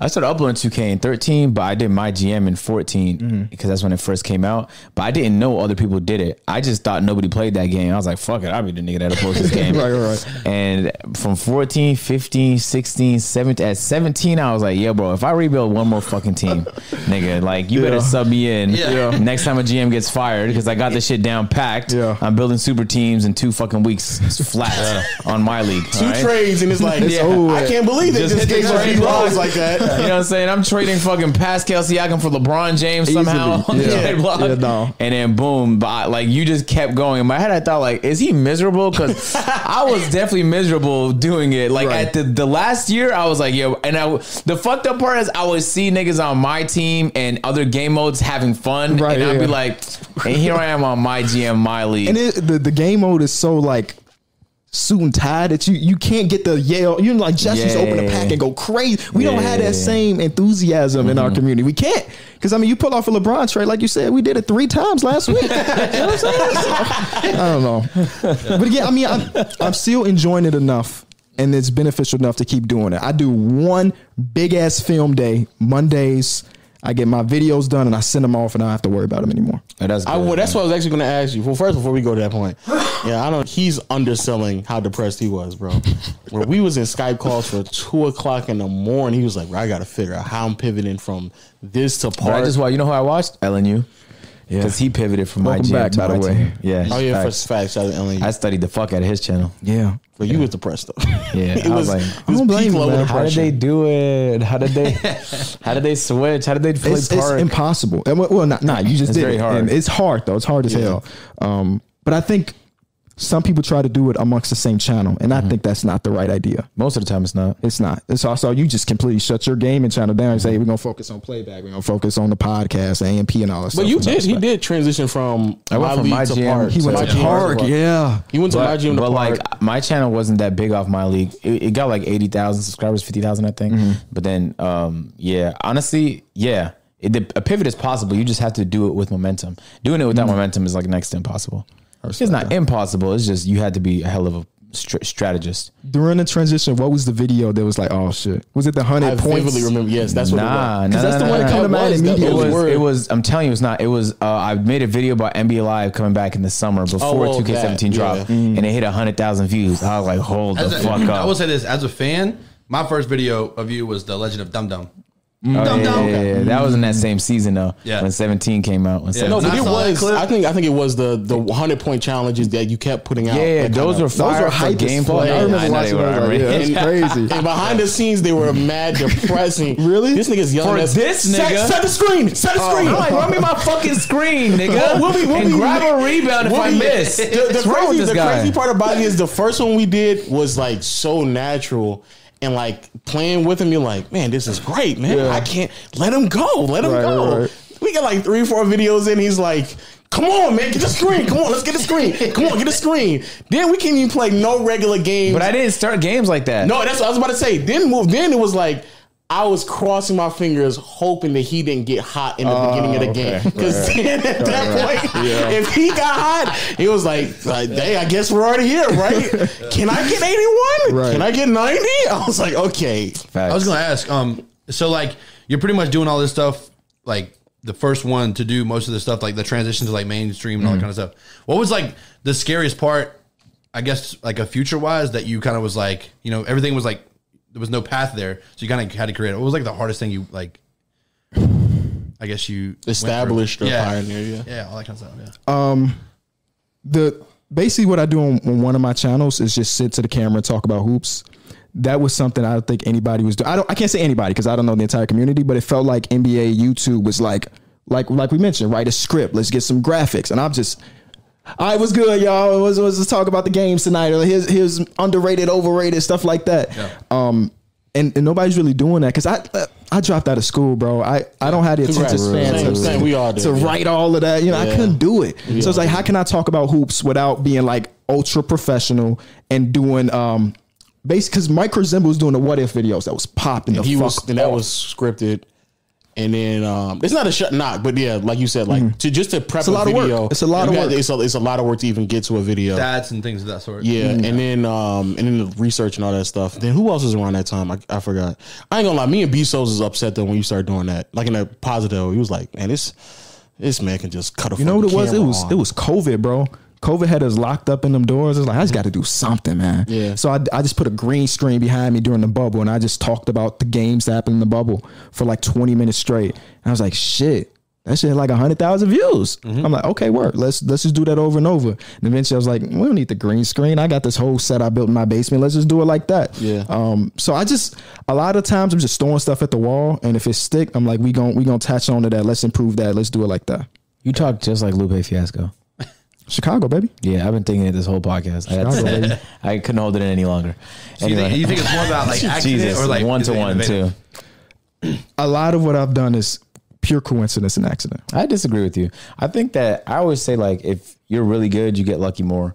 B: I started uploading 2K in 13, but I did my GM in 14
D: Mm-hmm.
B: because that's when it first came out. But I didn't know other people did it. I just thought nobody played that game. I was like, fuck it, I'll be the nigga that uploads
D: *laughs*
B: this game.
D: Right, right, right.
B: And from 14, 15, 16, 17, at 17, I was like, yeah, bro, if I rebuild one more fucking
D: *laughs*
B: team, nigga, like you better sub me in.
C: Yeah.
B: Next time a GM gets fired because I got this shit down packed.
D: Yeah.
B: I'm building super teams in two fucking
D: *laughs*
B: weeks flat on my league.
A: Two
B: all right?
A: trades and it's like
D: It's over
A: I
D: with.
A: can't believe they
B: Just
A: just,
B: hit
A: gave
B: the
A: us
B: trade
A: these
B: block.
A: laws like that.
B: You know what I'm saying? I'm trading fucking Pascal Siakam for LeBron James somehow. on the
D: Yeah.
B: trade block.
D: Yeah, no.
B: And then boom, but I- like you just kept going. In my head, I thought like, is he miserable?
D: *laughs*
B: Because I was definitely miserable doing it. Like
D: Right.
B: at the, the last year, I was like, yo. And I the fucked up part is I would see niggas on my team and other game modes having fun,
D: Right,
B: and
D: yeah,
B: I'd be
D: yeah.
B: like, and here I am on my GM, my league.
D: and it, the the game mode is so like suit and tie that you you can't get the yell. You know, like just just open a
B: Yeah.
D: pack and go crazy. We don't have
B: Yeah. Mm-hmm.
D: that same enthusiasm in our community. We can't because I mean you pull off a LeBron trade like you said. We did it three times last week. *laughs* you know what I'm saying? So, I don't know, but again, I mean I'm, I'm still enjoying it enough. And it's beneficial enough to keep doing it. I do one big ass film day Mondays. I get my videos done and I send them off, and I don't have to worry about them anymore.
B: Oh, that's
A: I,
B: good,
A: well, that's
B: man.
A: what I was actually going to ask you. Well, first, before we go to that point, yeah, I don't. He's underselling how depressed he was, bro. Where we was in Skype calls for two o'clock in the morning, he was like, "Bro, "I got to figure out how I'm pivoting from this to
B: But I
A: part."
B: just watched. You know who I watched? LNU. Because he pivoted from
D: Welcome
B: my GM
D: back,
B: to
D: by
B: my
D: the way.
B: team. Yeah.
A: oh yeah, for
B: facts.
A: facts, I, Ellen,
B: I studied the fuck out of his channel.
D: Yeah,
A: but you was depressed though. *laughs*
B: Yeah,
A: it
B: I
A: was,
B: was like,
A: it
D: I
A: was
D: don't blame
A: peak
D: you,
A: level
D: man.
B: How did
A: depression.
B: they do it? How did *laughs* they? how did they switch? How did they play
D: it's, it's
B: park?
D: impossible. And, Well, well, not, not you just
B: It's
D: did
B: very
D: it.
B: hard.
D: And it's hard though. It's hard as hell. Um, but I think some people try to do it amongst the same channel, and I think that's not the right idea.
B: Most of the time, it's not.
D: It's not. And so I saw you just completely shut your game and channel down and say we're gonna focus on playback. We're gonna focus on the podcast, AMP, and all that.
A: But
D: stuff.
A: you did. He did transition from
B: I went
A: my
B: from
A: league
B: my
A: to
B: GM
A: part.
D: He went
B: So-
D: to park. Yeah.
A: He went to my
B: But,
A: gym to
B: but,
A: park.
B: like my channel wasn't that big off my league. It, it got like eighty thousand subscribers, fifty thousand, I think. But then, um, yeah, honestly, yeah, it, the, a pivot is possible. You just have to do it with momentum. Doing it without momentum is like next to impossible. It's not impossible. It's just you had to be a hell of a str- strategist.
D: During the transition, what was the video that was like, oh shit? Was it the
A: I
D: hundred points?
A: vividly remember. Yes, that's what.
B: Nah,
A: it was.
B: nah,
D: that's
B: nah,
D: the one
B: nah,
D: that come to
B: nah.
D: mind
A: It was, that
D: immediately.
B: It
A: was
B: was,
A: word.
B: it was. I'm telling you, it's not. It was. Uh, I made a video about NBA Live coming back in the summer before
A: well,
B: 2K17
A: that, Oh, yeah. Mm.
B: dropped, and it hit hundred thousand views. I was like, hold
C: As
B: the
C: a-
B: fuck up.
C: *clears throat* I will say this as a fan, my first video of you was the Legend of Dum Dum.
B: Oh,
C: Dum
B: yeah,
C: Dum.
B: yeah, yeah. That was in that same season though.
C: Yeah.
B: When 17 came out. When 17
A: No, but
C: I
A: it
C: saw that
A: was.
C: clip.
A: I think. I think it was the the hundred point challenges that you kept putting out.
B: Yeah,
A: that
B: those
A: kinda-
B: were fire
D: were
B: for
D: hype as fuck.
B: gameplay.
D: I remember
B: know
D: watching
B: they were
D: those, like,
B: outrageous.
D: yeah. That's crazy.
A: And behind the scenes, they were
B: *laughs*
A: mad depressing.
D: Really?
A: This nigga's yelling
B: For
A: at us,
B: this
A: set,
B: nigga?
A: Set the screen. Set the screen.
B: *laughs* I'm like, run me my
A: *laughs*
B: fucking screen, nigga.
A: We'll be- we'll
B: and
A: be-
B: grab a rebound if
A: Well,
B: I
A: yeah. *laughs*
B: miss.
A: The, the
B: What's wrong with
A: crazy,
B: this
A: the
B: guy?
A: crazy part about it is the first one we did was like so natural. And like playing with him, you're like, man, this is great, man. I can't let him go. Let him
D: Right,
A: go.
D: right, right.
A: We got like three, four videos in. He's like, come on, man, get the screen. Come on, let's get the screen. Come on, get the screen. Then we can't even play no regular games.
B: But I didn't start games like that.
A: No, that's what I was about to say. Then move. Then it was like I was crossing my fingers, hoping that he didn't get hot in the
D: Oh,
A: beginning of the game. Because then at that point, if he got hot, it was like, like, "Hey, I guess we're already here, right? Can I get eighty-one?
D: Right.
A: Can I get 90? I was like, "Okay."
B: Facts.
C: I was gonna ask. Um, so like you're pretty much doing all this stuff, like the first one to do most of the stuff, like the transition to like mainstream and
B: Mm-hmm.
C: all that kind of stuff. What was like the scariest part? I guess like a future wise that you kind of was like, you know, everything was like there was no path there, so you kind of had to create. it. What was like the hardest thing you like? I guess you went through?
A: Established or pioneer, yeah.
C: yeah, all that kind of stuff. Yeah,
D: the basically what I do on, on one of my channels is just sit to the camera and talk about hoops. That was something I don't think anybody was doing. I don't. I can't say anybody because I don't know the entire community, but it felt like NBA YouTube was like, like, like we mentioned, write a script. Let's get some graphics, and I'm just. All right, what's good, y'all? What's, what's, let's talk about the games tonight. Or here's, here's underrated, overrated stuff like that. Um, and, and nobody's really doing that because I uh, I dropped out of school, bro. I, I don't have the attention
A: Congrats.
D: span
A: Same,
D: to,
A: same. We all did,
D: to
A: yeah.
D: write all of that. You know, I
A: Yeah.
D: couldn't do it. So it's like, how can I talk about hoops without being like ultra professional and doing um basically because Mike Krasimba was doing the what if videos that was popping the
A: He
D: fuck
A: was, and that
D: off.
A: was scripted. And then um, it's not a shut knock, but yeah, like you said, like to just to prep
D: a lot of work.
A: video,
D: Mm-hmm. It's a lot of
A: you got-
D: work.
A: It's a, it's a lot of work to even get to a video.
C: stats and things of that sort.
A: Yeah, and then um, and then the research and all that stuff. Then who else was around that time? I, I forgot. I ain't gonna lie. Me and B Souls is upset though when you start doing that. Like in a positive, he was like, "Man, this this man can just cut a."
D: You know what it was? It was it was COVID, bro. COVID had us locked up in them doors. It's like I just got to do something, man.
A: Yeah.
D: So I, I just put a green screen behind me during the bubble, and I just talked about the games that happened in the bubble for like 20 minutes straight. And I was like, shit, that shit had like 100,000 views.
A: Mm-hmm.
D: I'm like, okay, work. Let's let's just do that over and over. And eventually, I was like, we don't need the green screen. I got this whole set I built in my basement. Let's just do it like that.
A: Yeah.
D: Um. So I just a lot of times I'm just throwing stuff at the wall, and if it stick, I'm like, we gon' we gonna attach on to that. Let's improve that. Let's do it like that.
B: You talk just like Lupe Fiasco.
D: Chicago, baby.
B: Yeah, I've been thinking it this whole podcast. I, had to
D: Chicago,
B: say
D: baby.
B: it. *laughs* I couldn't hold it in any longer.
C: Do you,
B: Anyway,
C: think, you think it's more about like accident
B: *laughs* Jesus,
C: or like
B: one
C: is
B: to
C: it
B: one
C: innovative?
B: too.
D: A lot of what I've done is pure coincidence and accident.
B: I disagree with you. I think that I always say like if you're really good, you get lucky more.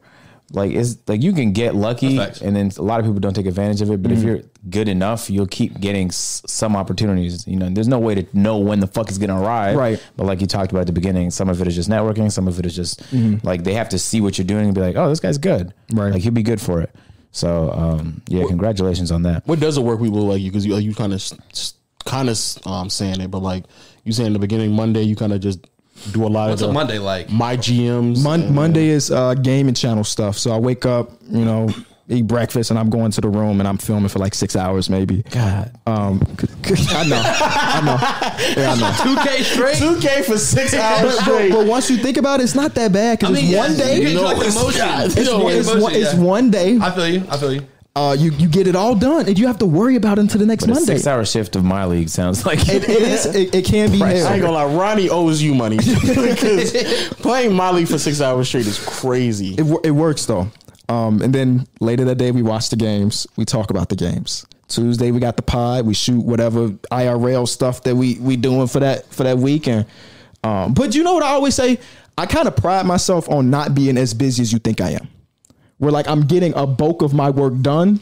B: Like it's like you can get lucky,
C: That's facts.
B: and then a lot of people don't take advantage of it. But if
D: Mm-hmm.
B: you're good enough, you'll keep getting s- some opportunities. You know, and there's no way to know when the fuck is gonna arrive.
D: Right.
B: But like you talked about at the beginning, some of it is just networking. Some of it is just like they have to see what you're doing and be like, oh, this guy's good.
D: Mm-hmm. Right.
B: Like he'll be good for it. So um, yeah, congratulations on that.
A: What does a work week look like you? Because you you kind of kind of um saying it, but like you saying in the beginning, Monday you kind of just do a lot
C: What's
A: of
C: a
A: the-
C: Monday like?
A: My GMs
D: Mon-
A: and-
D: Monday is uh, gaming channel stuff. So I wake up, you know, eat breakfast, and I'm going to the room and I'm filming for like six hours, maybe.
B: God.
D: Um, I
A: *laughs*
D: know, I know, yeah, I know.
C: 2K straight.
A: 2K for six hours
D: But,
A: straight.
D: but, but once you think about it, it's not that bad because it's one day.
C: You
A: No,
C: like
A: it's
C: emotion.
A: not.
C: It's,
A: It's
C: one-
A: one-
D: It's,
C: emotion,
D: one, it's
C: yeah.
D: one day.
C: I feel you. I feel you.
D: Uh, you you get it all done, and you have to worry about it until the next
B: But a
D: Monday.
B: six hour shift of my league sounds *laughs* like
D: It, it is. It, it can be.
A: I ain't
D: hell.
A: gonna lie, Ronnie owes you money *laughs* because
C: *laughs*
A: playing Molly for six hours straight is crazy.
D: It, wor- it works though. Um, and then later that day, we watch the games. We talk about the games. Tuesday, we got the pod. We shoot whatever IRL stuff that we we doing for that for that week. And um, but you know what I always say? I kind of pride myself on not being as busy as you think I am. Where like I'm getting a bulk of my work done.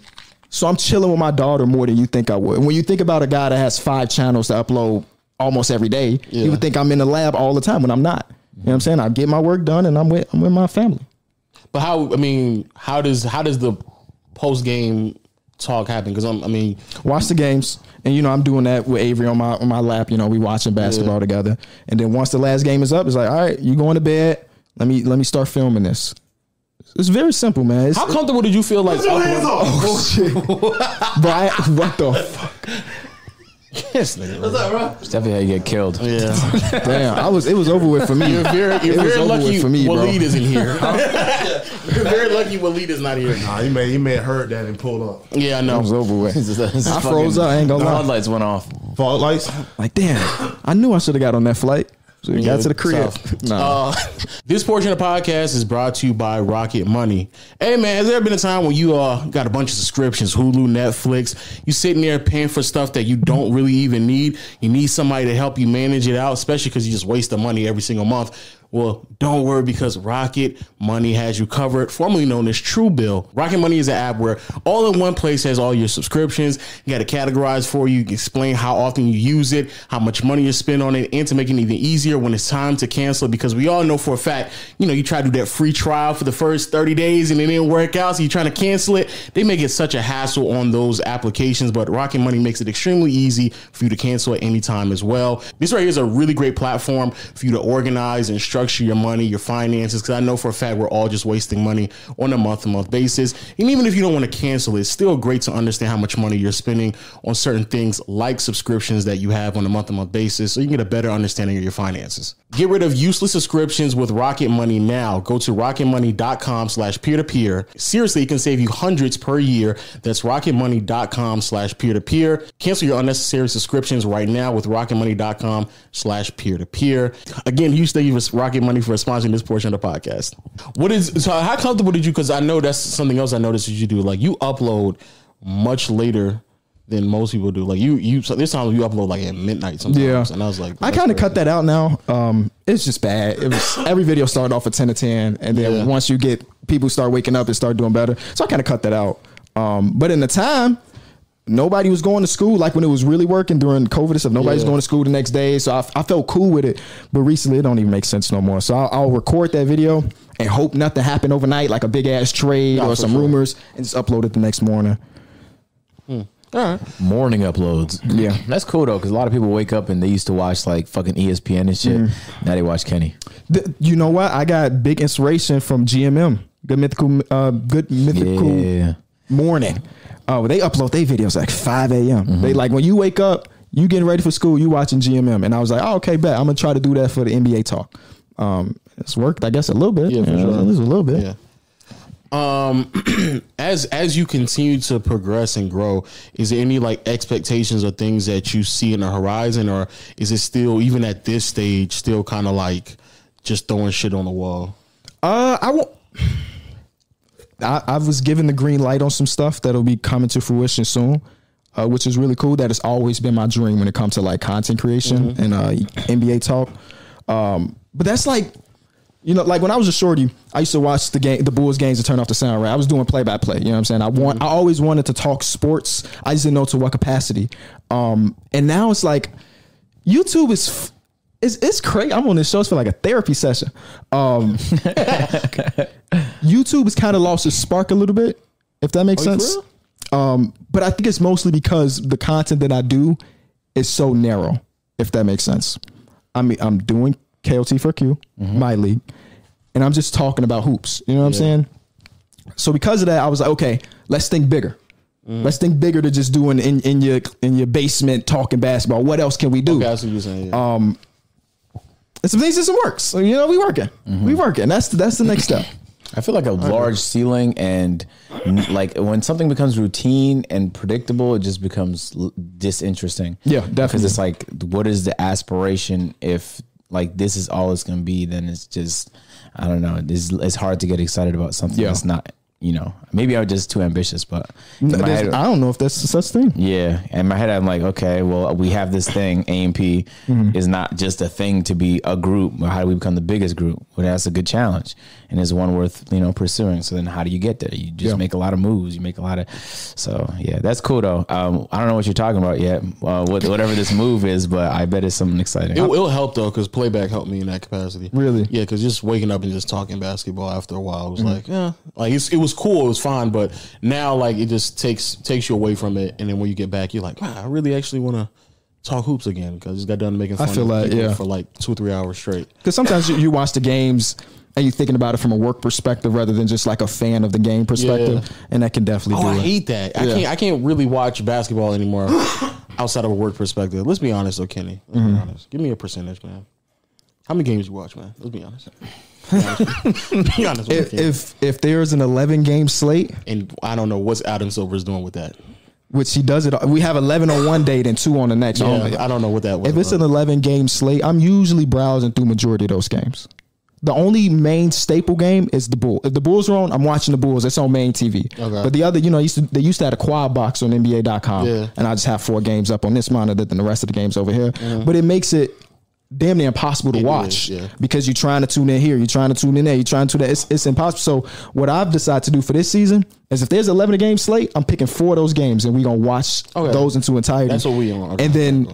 D: So I'm chilling with my daughter more than you think I would. And when you think about a guy that has five channels to upload almost every day, you would think I'm in the lab all the time when I'm not. You know what I'm saying? I get my work done and I'm with I'm with my family.
A: But how? I mean, how does how does the post game talk happen? Because I mean,
D: watch the games, and you know I'm doing that with Avery on my on my lap. You know we watching basketball together, and then once the last game is up, it's like, all right, you going to bed? Let me let me start filming this. It's very simple,
A: *laughs*
D: man. It's,
A: how comfortable did you feel like?
D: oh shit, bro! I, what the fuck?
A: Yes, nigga.
B: It's definitely how you get *laughs* killed.
A: Yeah.
D: Damn, I was it was over with for me.
A: You're *laughs* very, you're
D: It was
A: very
D: over
A: lucky
D: with for me, bro.
A: Waleed isn't
D: *laughs*
A: here. *laughs* you're very lucky Waleed is not here.
E: Nah, he may he may have heard that and pulled up.
A: Yeah, I
D: It was
A: know.
D: over
A: *laughs*
D: with.
B: I
D: froze up, I ain't gonna
B: The
D: lie.
B: floodlights went off.
E: Fog lights.
D: Like, damn, I knew I should have got on that flight. So we
A: Yeah,
D: got to the crib.
A: tough.
D: Nah.
A: Uh, *laughs* this portion of the podcast is brought to you by Rocket Money. Hey man, has there been a time when you uh, got a bunch of subscriptions, Hulu, Netflix, you sitting there paying for stuff that you don't really even need? You need somebody to help you manage it out, especially because you just waste the money every single month. Well, don't worry because Rocket Money has you covered, formerly known as Truebill. Rocket Money is an app where all in one place has all your subscriptions. You got to categorize for you, explain how often you use it, how much money you spend on it, and to make it even easier when it's time to cancel it. Because we all know for a fact, you know, you try to do that free trial for the first 30 days and it didn't work out, so you're trying to cancel it. They make it such a hassle on those applications, but Rocket Money makes it extremely easy for you to cancel at any time as well. This right here is a really great platform for you to organize and structure your money, your finances, because I know for a fact we're all just wasting money on a month to month basis. And even if you don't want to cancel, it's still great to understand how much money you're spending on certain things like subscriptions that you have on a month to month basis so you can get a better understanding of your finances. Get rid of useless subscriptions with Rocket Money now. Go to rocketmoney.com slash peer to peer. Seriously, it can save you hundreds per year. That's rocketmoney.com slash peer to peer. Cancel your unnecessary subscriptions right now with rocketmoney.com slash peer to peer. Again, huge thank you for Rocket Money for sponsoring this portion of the podcast. What is so how comfortable did you because I know that's something else I noticed that you do. Like you upload much later than most people do. Like you you so this time you upload like at midnight sometimes.
D: Yeah.
A: And I was like,
D: I
A: that's
D: kind of
A: crazy.
D: cut that out now. Um, it's just bad.
A: *laughs*
D: It was every video started off at ten to ten, and then
A: Yeah.
D: once you get people start waking up and start doing better, so I kind of cut that out. Um, but in the time, nobody was going to school. Like when it was really working during COVID, and stuff nobody's
A: Yeah.
D: going to school the next day, so I, I felt cool with it. But recently, it don't even make sense no more. So I'll, I'll record that video and hope nothing happened overnight, like a big ass trade
A: Nah,
D: or
A: for
D: some
A: sure.
D: rumors, and just upload it the next morning.
B: Morning uploads.
D: Yeah.
B: That's cool though, because a lot of people wake up and they used to watch like fucking E ESPN and shit.
D: Mm.
B: Now they watch Kenny.
D: Th- you know what? I got big inspiration from GMM. Good mythical, uh, good mythical
B: Yeah.
D: morning. Oh, they upload their videos like 5 a.m.
A: Mm-hmm.
D: They like when you wake up, you getting ready for school, you watching GMM, and I was like, oh, okay, bet I'm gonna try to do that for the NBA talk. Um, it's worked, I guess, a little bit.
A: Yeah, for
D: You know,
A: sure.
D: At least a little bit.
A: Yeah. Um, *clears throat* as as you continue to progress and grow, is there any like expectations or things that you see in the horizon, or is it still even at this stage still kind of like just throwing shit on the wall?
D: Uh, I won't. I, I was given the green light on some stuff that'll be coming to fruition soon, uh, which is really cool. That has always been my dream when it comes to like content creation and uh, NBA talk. Um, but that's like, you know, like when I was a shorty, I used to watch the game, the Bulls games, and turn off the sound. Right, I was doing play by play. You know what I'm saying? I want, I always wanted to talk sports. I just didn't know to what capacity. Um, and now it's like, YouTube is. F- it's, it's crazy. I'm on this show. It's for like a therapy session. Um, *laughs* YouTube has kind of lost its spark a little bit, if that makes
A: Oh, you
D: sense. Um, but I think it's mostly because the content that I do is so narrow, if that makes sense. I mean, I'm doing KOT for Q,
A: Mm-hmm.
D: my league, and I'm just talking about hoops. You know what I'm saying? So because of that, I was like, okay, let's think bigger.
A: Mm.
D: Let's think bigger to just doing in, in your in your basement talking basketball. What else can we do?
A: Okay, that's what you're saying. yeah.
D: And some things doesn't work. So you know, we working,
A: Mm-hmm.
D: we working. That's that's the next
A: *laughs*
D: step.
B: I feel like a large ceiling and n- like when something becomes routine and predictable, it just becomes l- disinteresting.
D: Yeah,
B: Because
D: definitely.
B: it's like, what is the aspiration if like this is all it's going to be? Then it's just, I don't know. It's, it's hard to get excited about something
D: Yeah.
B: that's not, you know, maybe I'm just too ambitious, but in my
D: There's-
B: head-
D: I don't know if that's such thing.
B: yeah, in my head, I'm like, okay, well, we have this thing. AMP is not just a thing to be a group. But how do we become the biggest group? Well, that's a good challenge, and it's one worth you know pursuing. So then, how do you get there? You just
D: Yeah.
B: make a lot of moves. You make a lot of, so yeah, that's cool though. Um, I don't know what you're talking about yet. Uh, what, whatever this move is, but I bet it's something exciting.
A: It, it'll help though, because playback helped me in that capacity.
D: Really?
A: Mm-hmm. Yeah, because just waking up and just talking basketball after a while was eh. like, yeah, like it's, it was was cool, it was fine, but now like it just takes takes you away from it, and then when you get back, you're like, wow, I really actually want to talk hoops again because just got done making fun
D: feel
A: of
D: like,
A: people
D: yeah.
A: for like two three hours straight.
D: Because sometimes you, you watch the games and you're thinking about it from a work perspective rather than just like a fan of the game perspective, and that can definitely
A: Oh, I
D: do it.
A: hate that. I can't. I can't really watch basketball *sighs* anymore outside of a work perspective. Let's be honest, though, Kenny. Let's be honest. Give me a percentage, man. How many games you watch, man? Let's be *laughs* honest. be honest. with me,
D: if,
A: Kenny.
D: if if there's an 11 game slate,
A: and I don't know what's Adam Silver's doing with that.
D: which he does it, we have 11 on one date and two on the next.
A: Yeah,
D: Oh,
A: Um, I don't know what that was.
D: if it's an
A: about.
D: 11 game slate, I'm usually browsing through majority of those games. The only main staple game is the Bull. If the Bulls are on, I'm watching the Bulls. It's on main TV.
A: Okay.
D: But the other, you know, used to, they used to have a quad box on NBA.com,
A: Yeah.
D: and I just have four games up on this monitor, then the rest of the games over here. But it makes it damn near impossible to watch
A: yeah.
D: because you're trying to tune in here, you're trying to tune in there, you're trying to. It's, it's impossible. So what I've decided to do for this season is if there's 11 game slate, I'm picking four of those games, and we are gonna watch
A: Okay.
D: those into entirety.
A: That's what we on. Okay.
D: And then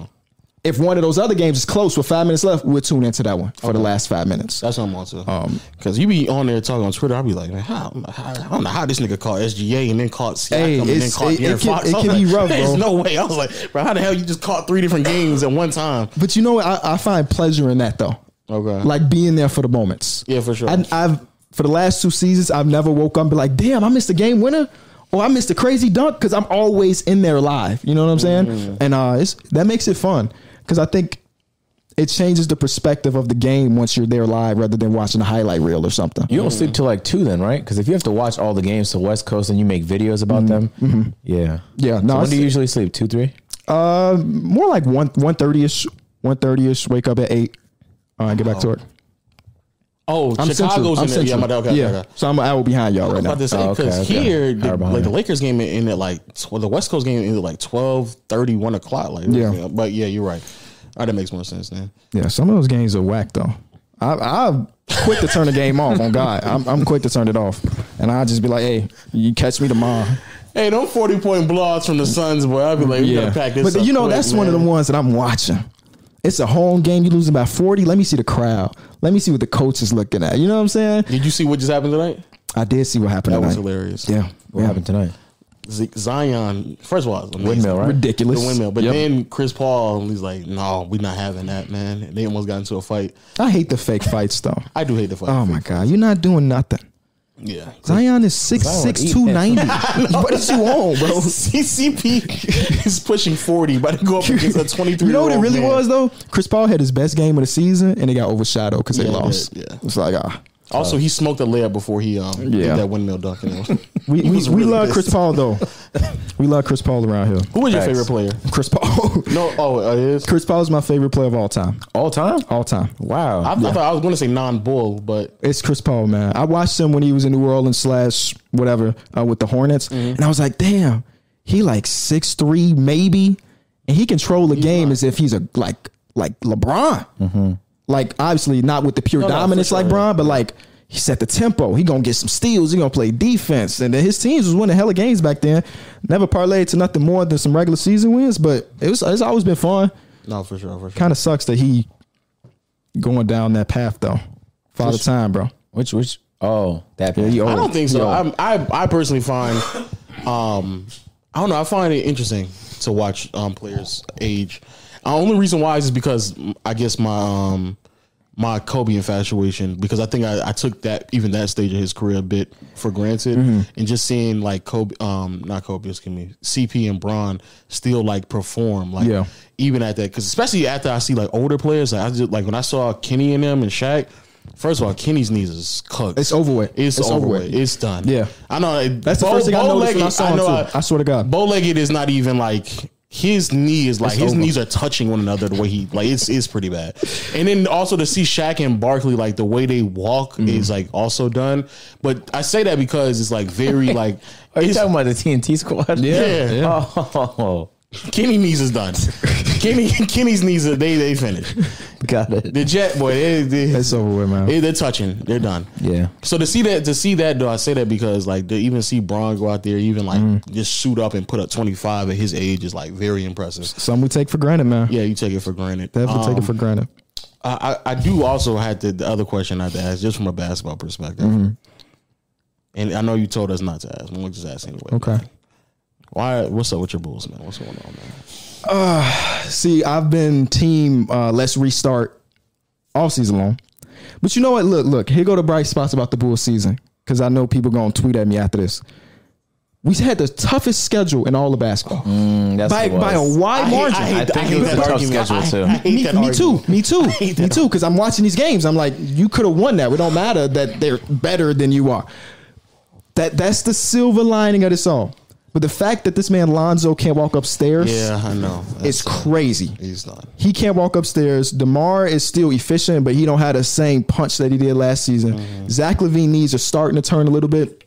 D: if one of those other games is close with five minutes left, we'll tune into that one for the last five minutes.
A: That's what I'm on to.
D: Um,
A: Because you be on there talking on Twitter, I'll be like, man, how, how, I don't know how this nigga caught SGA and then caught Siakam
D: Hey,
A: and then
D: it's-
A: caught
D: it- it
A: De'Aaron
D: can-
A: Fox.
D: it
A: I was
D: can
A: like,
D: be rough,
A: There's
D: bro.
A: no way. I was like, bro, how the hell you just caught three different games at one time?
D: But you know what? I, I find pleasure in that though.
A: Okay.
D: Like being there for the moments.
A: Yeah, for sure.
D: I, I've for the last two seasons, I've never woke up and be like, damn, I missed the game winner. Or I missed a crazy dunk because I'm always in there live. You know what I'm saying?
A: Mm-hmm.
D: And uh, it's, that makes it fun because I think it changes the perspective of the game once you're there live rather than watching a highlight reel or something.
B: You don't sleep till like two then, right? Because if you have to watch all the games to West Coast and you make videos about them, Mm-hmm. yeah,
D: Yeah, no,
B: No, so when
D: it's-
B: do you usually sleep? Two, three.
D: Uh, more like one one thirty ish, one thirty ish. Wake up at eight, uh, and get back to work.
A: Oh,
D: I'm central.
A: Chicago's
D: I'm
A: in there. Yeah,
D: central.
A: my dad, okay,
D: yeah.
A: okay, okay.
D: so I'm an hour behind y'all right
A: I'm
D: now.
A: about to say
B: Oh, okay,
A: because
B: okay.
A: here,
B: Hour
A: the,
B: behind
A: like the
B: you.
A: Lakers game ended at like tw- the West Coast game ended at like 12, 1 o'clock. Like,
D: Yeah.
A: but yeah, you're right. All right, that makes more sense then.
D: yeah, some of those games are whack though. I I quick to turn the game off. On God, I'm I'm quick to turn it off, and I just be like, hey, you catch me tomorrow.
A: Hey, don't forty point blowouts from the Suns, boy. I'd be like, we gotta pack this.
D: but
A: up
D: you know
A: quick,
D: that's one of the
A: man.
D: ones that I'm watching. It's a home game. You losing by forty. Let me see the crowd. Let me see what the coach is looking at. You know what I'm saying?
A: Did you see what just happened tonight?
D: I did see what happened.
A: That was
D: tonight.
A: hilarious.
D: Yeah,
B: What happened tonight?
A: Z- Zion, first of all, it was amazing.
B: Windmill, right?
D: ridiculous.
A: The windmill. But
D: Yep.
A: then Chris Paul, he's like, no, we're not having that, man. And they almost got into a fight.
D: I hate the fake fights though.
A: I do hate the fight.
D: Oh my god, you're not doing nothing.
A: Yeah. *laughs*
D: Zion is six six
B: eat
D: two ninety. What is you on, bro?
A: CCP *laughs* is pushing 40, but to go
D: *laughs*
A: up against a 23
D: You know what it really
A: man.
D: was though? Chris Paul had his best game of the season and they got overshadowed because they
A: Yeah, he
D: lost.
A: did, yeah.
D: It's like ah.
A: Also, he smoked a layup before he um,
D: Yeah.
A: did that windmill dunk.
D: *laughs*
A: And it was-
D: We,
A: he
D: we,
A: was
D: we
A: really
D: love
A: pissed.
D: Chris
A: *laughs*
D: Paul though. we love Chris Paul around here.
A: Who was your
B: Facts.
A: favorite player?
D: Chris Paul. *laughs*
A: No, oh, uh, it is?
D: Chris Paul is my favorite player of all time.
B: All time?
D: All time.
B: Wow.
A: I, I thought I was going to say non-bull, but
D: It's Chris Paul, man. I watched him when he was in New Orleans slash whatever uh, with the Hornets,
A: Mm-hmm.
D: and I was like, damn, he like six three maybe, and he control the game as if he's a like like LeBron. Like obviously not with the pure
A: no, for
D: dominance like
A: sure, yeah.
D: Bron, but like he set the tempo. He gonna get some steals. He gonna play defense, and then his teams was winning hella games back then. Never parlayed to nothing more than some regular season wins, but it was it's always been fun.
A: no, for sure, for sure.
D: Kind of sucks that he going down that path though. Father time, bro.
B: which which? Oh, that.
D: Yeah, he
B: bad.
D: old.
A: I don't think so.
D: Yo.
A: I'm, I I personally find, um, I don't know. I find it interesting to watch um, players age. The only reason why is because mm, I guess my um my Kobe infatuation because I think I, I took that even that stage of his career a bit for granted
D: Mm-hmm.
A: and just seeing like Kobe um not Kobe excuse me CP and Braun still like perform like
D: Yeah.
A: even at that because especially after I see like older players like I just like when I saw Kenny and them and Shaq. First of all, Kenny's knees is cooked.
D: It's over with.
A: It's,
D: It's
A: over
D: over
A: with.
D: with.
A: It's done.
D: Yeah.
A: I know. like,
D: That's the first thing I noticed when I saw him, too. I swear to God.
A: uh, bow-legged is not even like his knee is like his
D: over.
A: knees are touching one another the way he like it's it's pretty bad. And then also to see Shaq and Barkley like the way they walk
D: Mm-hmm.
A: is like also done. But I say that because it's like
D: *laughs*
A: very like
B: Are you
A: it's-
B: talking about the TNT squad? *laughs*
A: Yeah. Yeah.
B: Oh,
A: *laughs* Kenny knees is
D: *laughs*
A: done. Kenny Kenny's knees are they they finished.
B: got it.
A: The Jet boy they, they
D: It's over with, man.
A: They, they're touching. They're done.
B: Yeah.
A: So to see that, to see that though, I say that because like to even see Braun go out there, even like just shoot up and put up twenty five at his age is like very impressive.
D: Some we take for granted, man.
A: Yeah, you take it for granted. Um,
D: Definitely take it for granted.
A: I, I I do also have to the other question I have to ask, just from a basketball perspective. And I know you told us not to ask. I'm gonna just ask anyway.
D: Okay.
A: Why? What's up with your Bulls, man? What's going on, man?
D: See, I've been team uh, let's restart all season long. But you know what? Look, look, here go the bright spots about the Bulls season. Cause I know people gonna tweet at me after this. We had the toughest schedule in all of basketball.
B: Mm. That's
D: by,
B: what it
D: by a
B: was.
D: wide margin.
B: I think it was a tough schedule, too.
D: me, me too.
A: *laughs*
D: Me too.
A: hate
D: Me
A: that
D: too. Because I'm watching these games. I'm like, you could have won that. It don't matter that they're better than you are. That that's the silver lining of this all. But the fact that this man Lonzo can't walk upstairs
A: Yeah, I know.
D: is crazy.
A: He's not.
D: He can't walk upstairs. Demar is still efficient, but he don't have the same punch that he did last season.
A: Mm-hmm.
D: Zach Levine knees are starting to turn a little bit,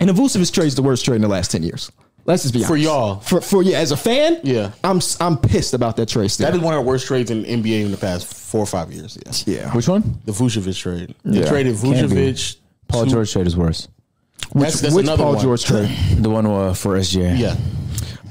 D: and the Vucevic trade is the worst trade in the last ten years. Let's just be honest.
A: For y'all.
D: for, for yeah, as a fan,
A: Yeah.
D: I'm s- I'm pissed about that trade. Still.
A: That is one of the worst trades in NBA in the past four or five years. Yeah,
D: yeah,
B: Which one?
A: the Vucevic trade. They
D: Yeah.
A: traded
B: Can't be.
A: Vucevic.
B: Paul
A: to-
B: George trade is worse.
A: That's, that's
D: which
A: another
D: Paul
A: one.
D: George trade?
B: The one uh, for SGA.
A: Yeah.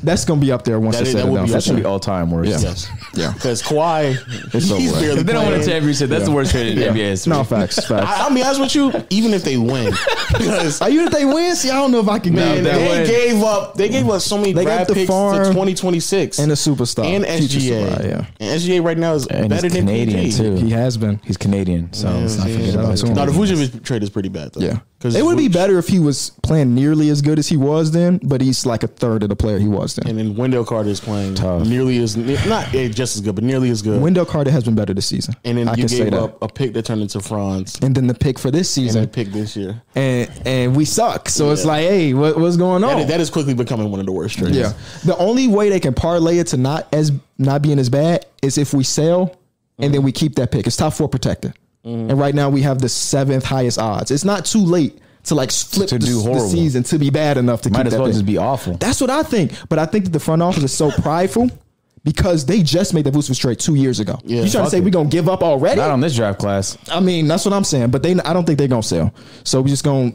D: That's gonna be up there once
A: That
D: it's
A: is-
D: said
A: that
D: and
A: would
D: done.
A: be
D: That's
A: up
B: Should
D: gonna
B: be all time worst.
D: *laughs*
A: Yes. Yeah. Because Kawhi, he's
D: over.
A: barely
B: They don't win a
A: playing.
B: championship. That's the worst trade in NBA
D: be-
B: history.
D: No facts,
A: *laughs*
D: facts.
A: I, I'll be honest with you. Even if they
D: *laughs*
A: win, because
D: Are you that they win? See, I don't know if I can
A: man,
D: get
A: they
D: that one.
A: gave up. They gave up so many
D: They
A: draft
D: got the
A: picks to
D: farm
A: 2026
D: and a superstar.
A: and
D: Future
A: SGA.
D: superstar, yeah.
A: and SGA right now is
B: And
A: better
B: he's
A: than
B: Canadian
A: PG.
B: too.
D: He has been.
B: *laughs* He's Canadian, so let's not forget
D: yeah.
B: about
D: Shout out
B: him.
D: to
A: No, the Vucevic trade is pretty bad though.
D: Yeah.
A: because
D: It would be better if he was playing nearly as good as he was then, but he's like a third of the player he was then.
A: And then Wendell Carter is playing
B: Tough.
A: nearly as ne- not eh, just as good, but nearly as good.
D: Wendell Carter has been better this season.
A: and then
D: I
A: you
D: can say
A: gave
D: that.
A: up a pick that turned into Franz
D: And then the pick for this
A: and a
D: season,
A: pick this year.
D: and and, we suck. So it's
A: Yeah.
D: like, hey, what, what's going on?
A: That, is, that is quickly becoming one of the worst trades.
D: Oh. yeah. The only way they can parlay it to not as not being as bad is if we sell and then we keep that pick. It's top four protected,
B: Mm-hmm.
D: and right now we have the seventh highest odds. It's not too late to like flip
B: To
D: the,
B: do
D: the
B: horrible.
D: season to be bad enough to keep
B: Might as
D: that
B: well
D: pick.
B: just be awful.
D: That's what I think. But I think that the front office is so prideful because they just made the Vucevic trade two years ago. you trying to say we're gonna give up already?
B: Not on this draft class.
D: I mean, that's what I'm saying. But they, I don't think they're gonna sell. So we're just gonna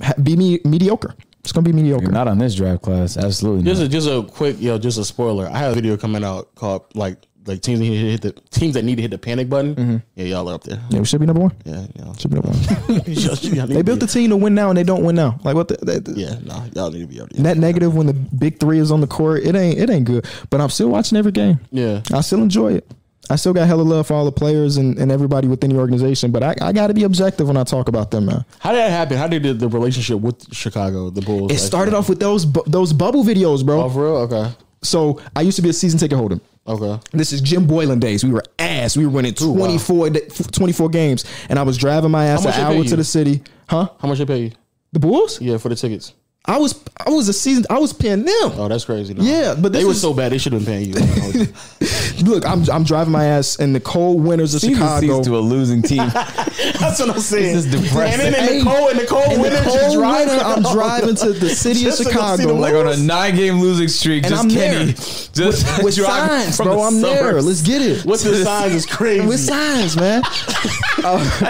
D: ha- be me- mediocre. It's gonna be mediocre.
B: Not on this draft class. Absolutely.
A: Just
B: Not.
A: a, just a quick yo, just a spoiler. I have a video coming out called like like teams that need to hit the teams that need to hit the panic button. Yeah, y'all are up there.
D: yeah, we should be number one.
A: Yeah, *laughs* y'all.
D: Mm-hmm. Should be number one.
A: they
D: They built the team to win now, and they don't win now. Like what? The, that-
A: Yeah, no, y'all need to be up there.
D: Net negative when the big three is on the court, it ain't it ain't good. But I'm still watching every game.
A: Yeah.
D: I still enjoy it. I still got hella love for all the players and, and everybody within the organization. But I, I got to be objective when I talk about them, man.
A: How did that happen? How did the, the relationship with Chicago, the Bulls?
D: It started off with those bu- those bubble videos, bro.
A: Oh, for real? Okay.
D: So I used to be a season ticket holder.
A: Okay.
D: This is Jim Boylan days. We were ass. We were winning 24, da- f- 24 games, and I was driving my ass an
A: much they pay
D: hour
A: you?
D: to the city, huh?
A: How much they pay you?
D: The Bulls?
A: Yeah, for the tickets.
D: I was I was a season. I was paying them.
A: Oh, that's crazy. No.
D: Yeah, but
A: they
D: this
A: were
D: is-
A: so bad they should have been paying
D: *laughs*
A: you.
D: Look, I'm I'm driving my ass in the cold winters of
B: Chicago
D: Chicago.
B: to a losing team.
A: that's what I'm saying.
B: This is depressing.
A: And then in
D: Hey,
A: the cold, in the cold
D: in the
A: winter,
D: cold
A: just driving.
D: winter, I'm driving to the city of
A: Just to go see the
D: Chicago.
A: Bulls.
B: like on a nine game losing streak.
D: And
B: just *laughs*
D: I'm
B: Kenny.
D: there.
B: Just
D: with
B: driving
D: signs,
B: from
D: bro.
B: the
D: I'm there.
B: suburbs.
D: Let's get it.
A: What's the signs is
B: *laughs*
A: crazy. Uh,
D: with
A: *laughs*
D: signs, man?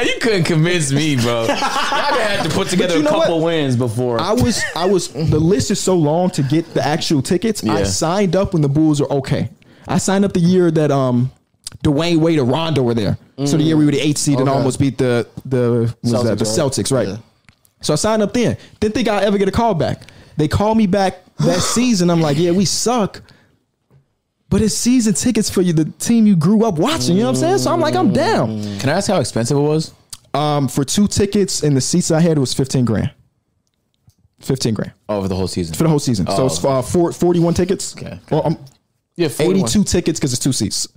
B: you couldn't convince me, bro. Y'all gonna have to put together
D: you
B: a
D: know
B: couple wins before.
D: I was I was the list is so long to get the actual tickets. I
B: Yeah.
D: signed up when the Bulls were okay. I signed up the year that um Dwayne Wade and Rondo were there. So the year we were the eighth seed and
A: Okay.
D: almost beat the the was
A: Celtics,
D: that the
A: right?
D: Celtics, right?
A: Yeah.
D: So I signed up then. Didn't think I'd ever get a call back. They called me back
A: *gasps*
D: that season. I'm like, yeah, we suck. But it's season tickets for you, the team you grew up watching. You know what I'm saying? So I'm like, I'm
A: Mm.
D: down.
B: Can I ask how expensive it was?
D: Um, for two tickets and the seats I had it was 15 grand. 15 grand
B: Over the whole season.
D: for the whole season. So
A: Oh,
D: it's uh, four, 41 tickets.
B: Okay.
D: Well, um,
A: yeah, 41.
D: 82 tickets because it's two seats.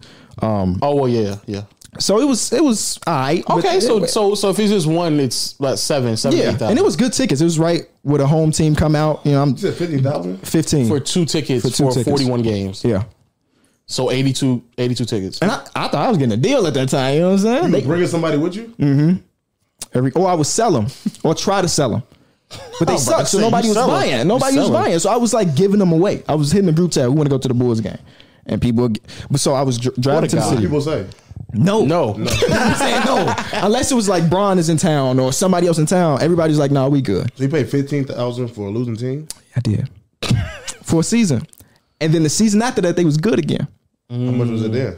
A: Oh well, yeah, yeah.
D: So it was it was all right. but
A: Okay,
D: it-
A: so so so if it's just one, it's like seven, seven,
D: yeah,
A: eight thousand.
D: and it was good tickets. It was right with a home team come out. You know, I'm
E: Is it 50,000?
D: 15.
A: for two tickets for,
D: two tickets.
A: 41 games.
D: yeah,
A: So 82, 82 tickets.
D: and I, I thought I was getting a deal at that time. You know what
A: Mm-hmm.
D: I'm saying?
E: You
D: They-
E: bringing somebody with you?
D: every or I would sell them or try to sell them. But they sucked, so
A: say,
D: nobody
A: you
D: was
A: sell 'em. You
D: buying. Nobody was
A: sell 'em.
D: buying. So I was like giving them away. I was hitting the group chat. We want to go to the Bulls game, and people. would get- But so I was dr- driving to the
A: guy.
D: city.
E: People say.
D: No, *laughs*
A: No.
D: I'm saying no. Unless it was like Braun is in town or somebody else in town, everybody's like, "Nah, we good."
E: So you pay 15000 for a losing team?
D: I did for a season, and then the season after that, they was good again.
E: How much was it then?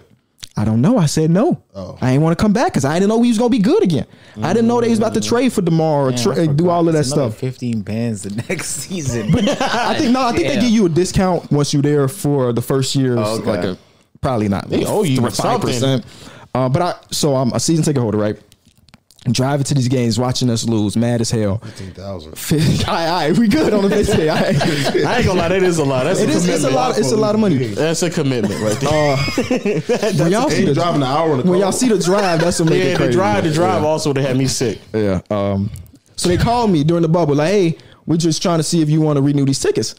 D: I don't know. I said no. I didn't want to come back because I didn't know he was gonna be good again. I didn't know they was about to trade for Demar or tra- do all of that stuff.
B: Fifteen bands the next season. I
D: I think no. I think they give you a discount once you're there for the first year.
B: Oh, okay.
D: Like a probably not. They
A: owe you
D: five percent. Uh, but I so I'm a season ticket holder, right? Driving to these games, watching us lose, mad as hell. *laughs*
E: Fifteen thousand.
D: all right, all right, we good on the fifth
A: *laughs*
D: day. All right.
A: I ain't gonna lie, that is a lot. That's
D: It
A: a
D: is. It's a
A: commitment.
D: lot. It's a lot of money. Uh,
A: That's a commitment right
D: *laughs*
A: there.
D: When y'all see
E: And you
D: the
E: driving an hour in the
D: when
E: cold.
D: y'all see the drive, that's what make
A: yeah,
D: it
A: the
D: crazy.
A: drive, the drive also they had me sick.
D: Yeah. Um, so they called me during the bubble, like, hey, we're just trying to see if you want to renew these tickets.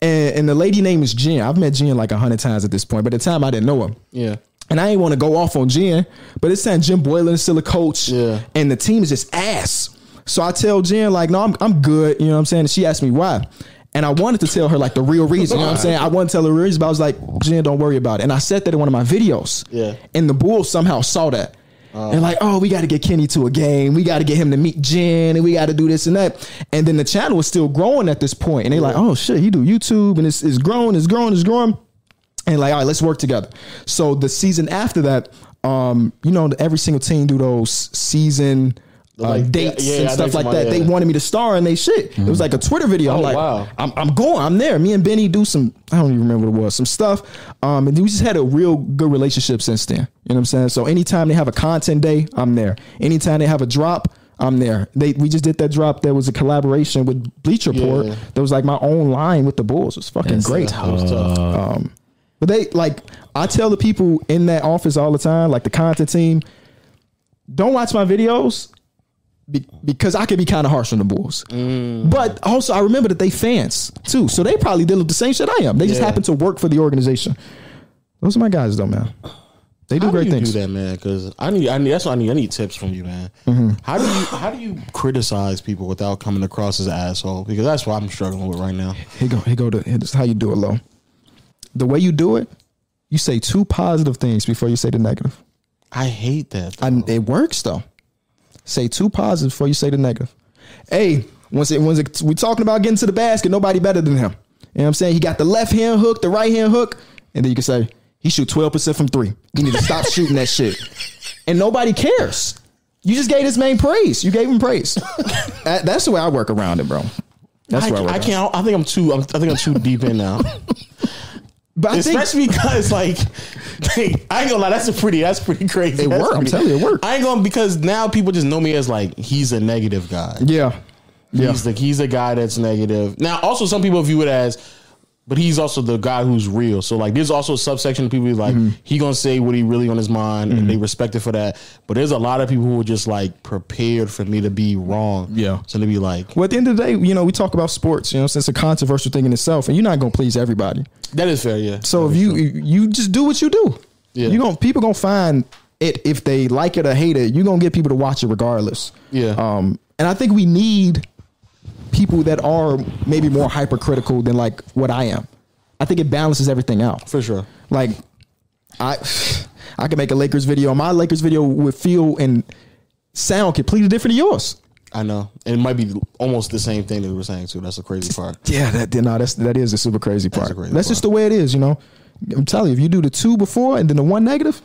D: And, and the lady name is Jen. I've met Jen like a hundred times at this point, but at the time I didn't know him.
A: Yeah.
D: And I ain't want to go off on Jen, but it's time Jim Boylan's still a coach.
A: Yeah.
D: And the team is just ass. So I tell Jen, like, no, I'm, I'm good. You know what I'm saying? And she asked me why. And I wanted to tell her like the real reason. You know what I'm saying? I wanted to tell her the reason, but I was like, Jen, don't worry about it. And I said that in one of my videos.
A: Yeah.
D: And the Bulls somehow saw that.
A: Uh-huh.
D: They're like, oh, we got to get Kenny to a game. We got to get him to meet Jen, and we got to do this and that. And then the channel was still growing at this point, and they're like, oh shit, he do YouTube, and it's, it's growing, it's growing, it's growing and like, all right, let's work together. So the season after that, um, you know, every single team do those season uh,
A: Like,
D: dates
A: yeah, yeah,
D: and
A: I
D: stuff
A: think
D: like
A: my-
D: that. They
A: yeah.
D: wanted me to star in they shit. It was like a Twitter video. I'm
A: Oh,
D: like,
A: wow.
D: I'm, I'm going, I'm there. Me and Benny do some, I don't even remember what it was, some stuff. Um, and we just had a real good relationship since then. You know what I'm saying? So anytime they have a content day, I'm there. Anytime they have a drop, I'm there. They we just did that drop that was a collaboration with Bleach Report.
A: Yeah.
D: That was like my own line with the Bulls. It was fucking great. Uh, But they like I tell the people in that office all the time, like the content team, don't watch my videos be- because I could be kind of harsh on the Bulls.
A: Mm.
D: But also I remember that they fans too, so they probably deal with the same shit I am. They just
A: Yeah.
D: happen to work for the organization. Those are my guys though, man. They do
A: How do
D: great
A: you
D: things.
A: do that, man? Because I need, I need. That's what I need. I need tips from you, man.
D: Mm-hmm.
A: How do you, how do you criticize people without coming across as an asshole? Because that's what I'm struggling with right now.
D: Here go, here go. To, this is how you do it, low. The way you do it, you say two positive things before you say the negative.
A: I hate that. though.
D: I, it works though. Say two positives before you say the negative. Hey, once it, once it, we talking about getting to the basket, nobody better than him. You know what I'm saying? He got the left hand hook, the right hand hook, and then you can say he shoot 12% from 3. You need
A: *laughs*
D: to stop shooting that shit. And nobody cares. You just gave this man praise. You gave
A: *laughs*
D: him praise. That- that's the way I work around it, bro. That's
A: I,
D: where I work.
A: I
D: around it.
A: can't. I think I'm too. I'm, I think I'm too deep in now.
D: But I think
A: Especially because, like, like, I ain't gonna lie, that's a pretty, that's pretty crazy.
D: It
A: That's
D: worked. I'm
A: pretty-
D: telling you, it worked.
A: I ain't gonna because now people just know me as like he's a negative guy.
D: yeah. Yeah.
A: He's like he's a guy that's negative. Now, also some people view it as, but he's also the guy who's real. So like, there's also a subsection of people who's like
D: Mm-hmm.
A: he gonna say what he really on his mind, and they respect it for that. But there's a lot of people who are just like prepared for me to be wrong.
D: Yeah.
A: So they be like,
D: Well, at the end of the day, you know, we talk about sports, you know, since it's a controversial thing in itself, and you're not going to please everybody.
A: that is fair. Yeah.
D: So if you you just do what you do,
A: Yeah.
D: you gonna people gonna find it if they like it or hate it. You are gonna get people to watch it regardless.
A: Yeah.
D: Um, and I think we need people that are maybe more hypercritical than like what I am. I think it balances everything out.
A: for sure.
D: Like I *sighs* I could make a Lakers video. My Lakers video would feel and sound completely different to yours.
A: I know, and it might be almost the same thing that we were saying too. That's the crazy part.
D: Yeah, that no, that's that is the super crazy part.
A: the
D: That's,
A: crazy part.
D: just the way it is, you know. I'm telling you, if you do the two before and then the one negative,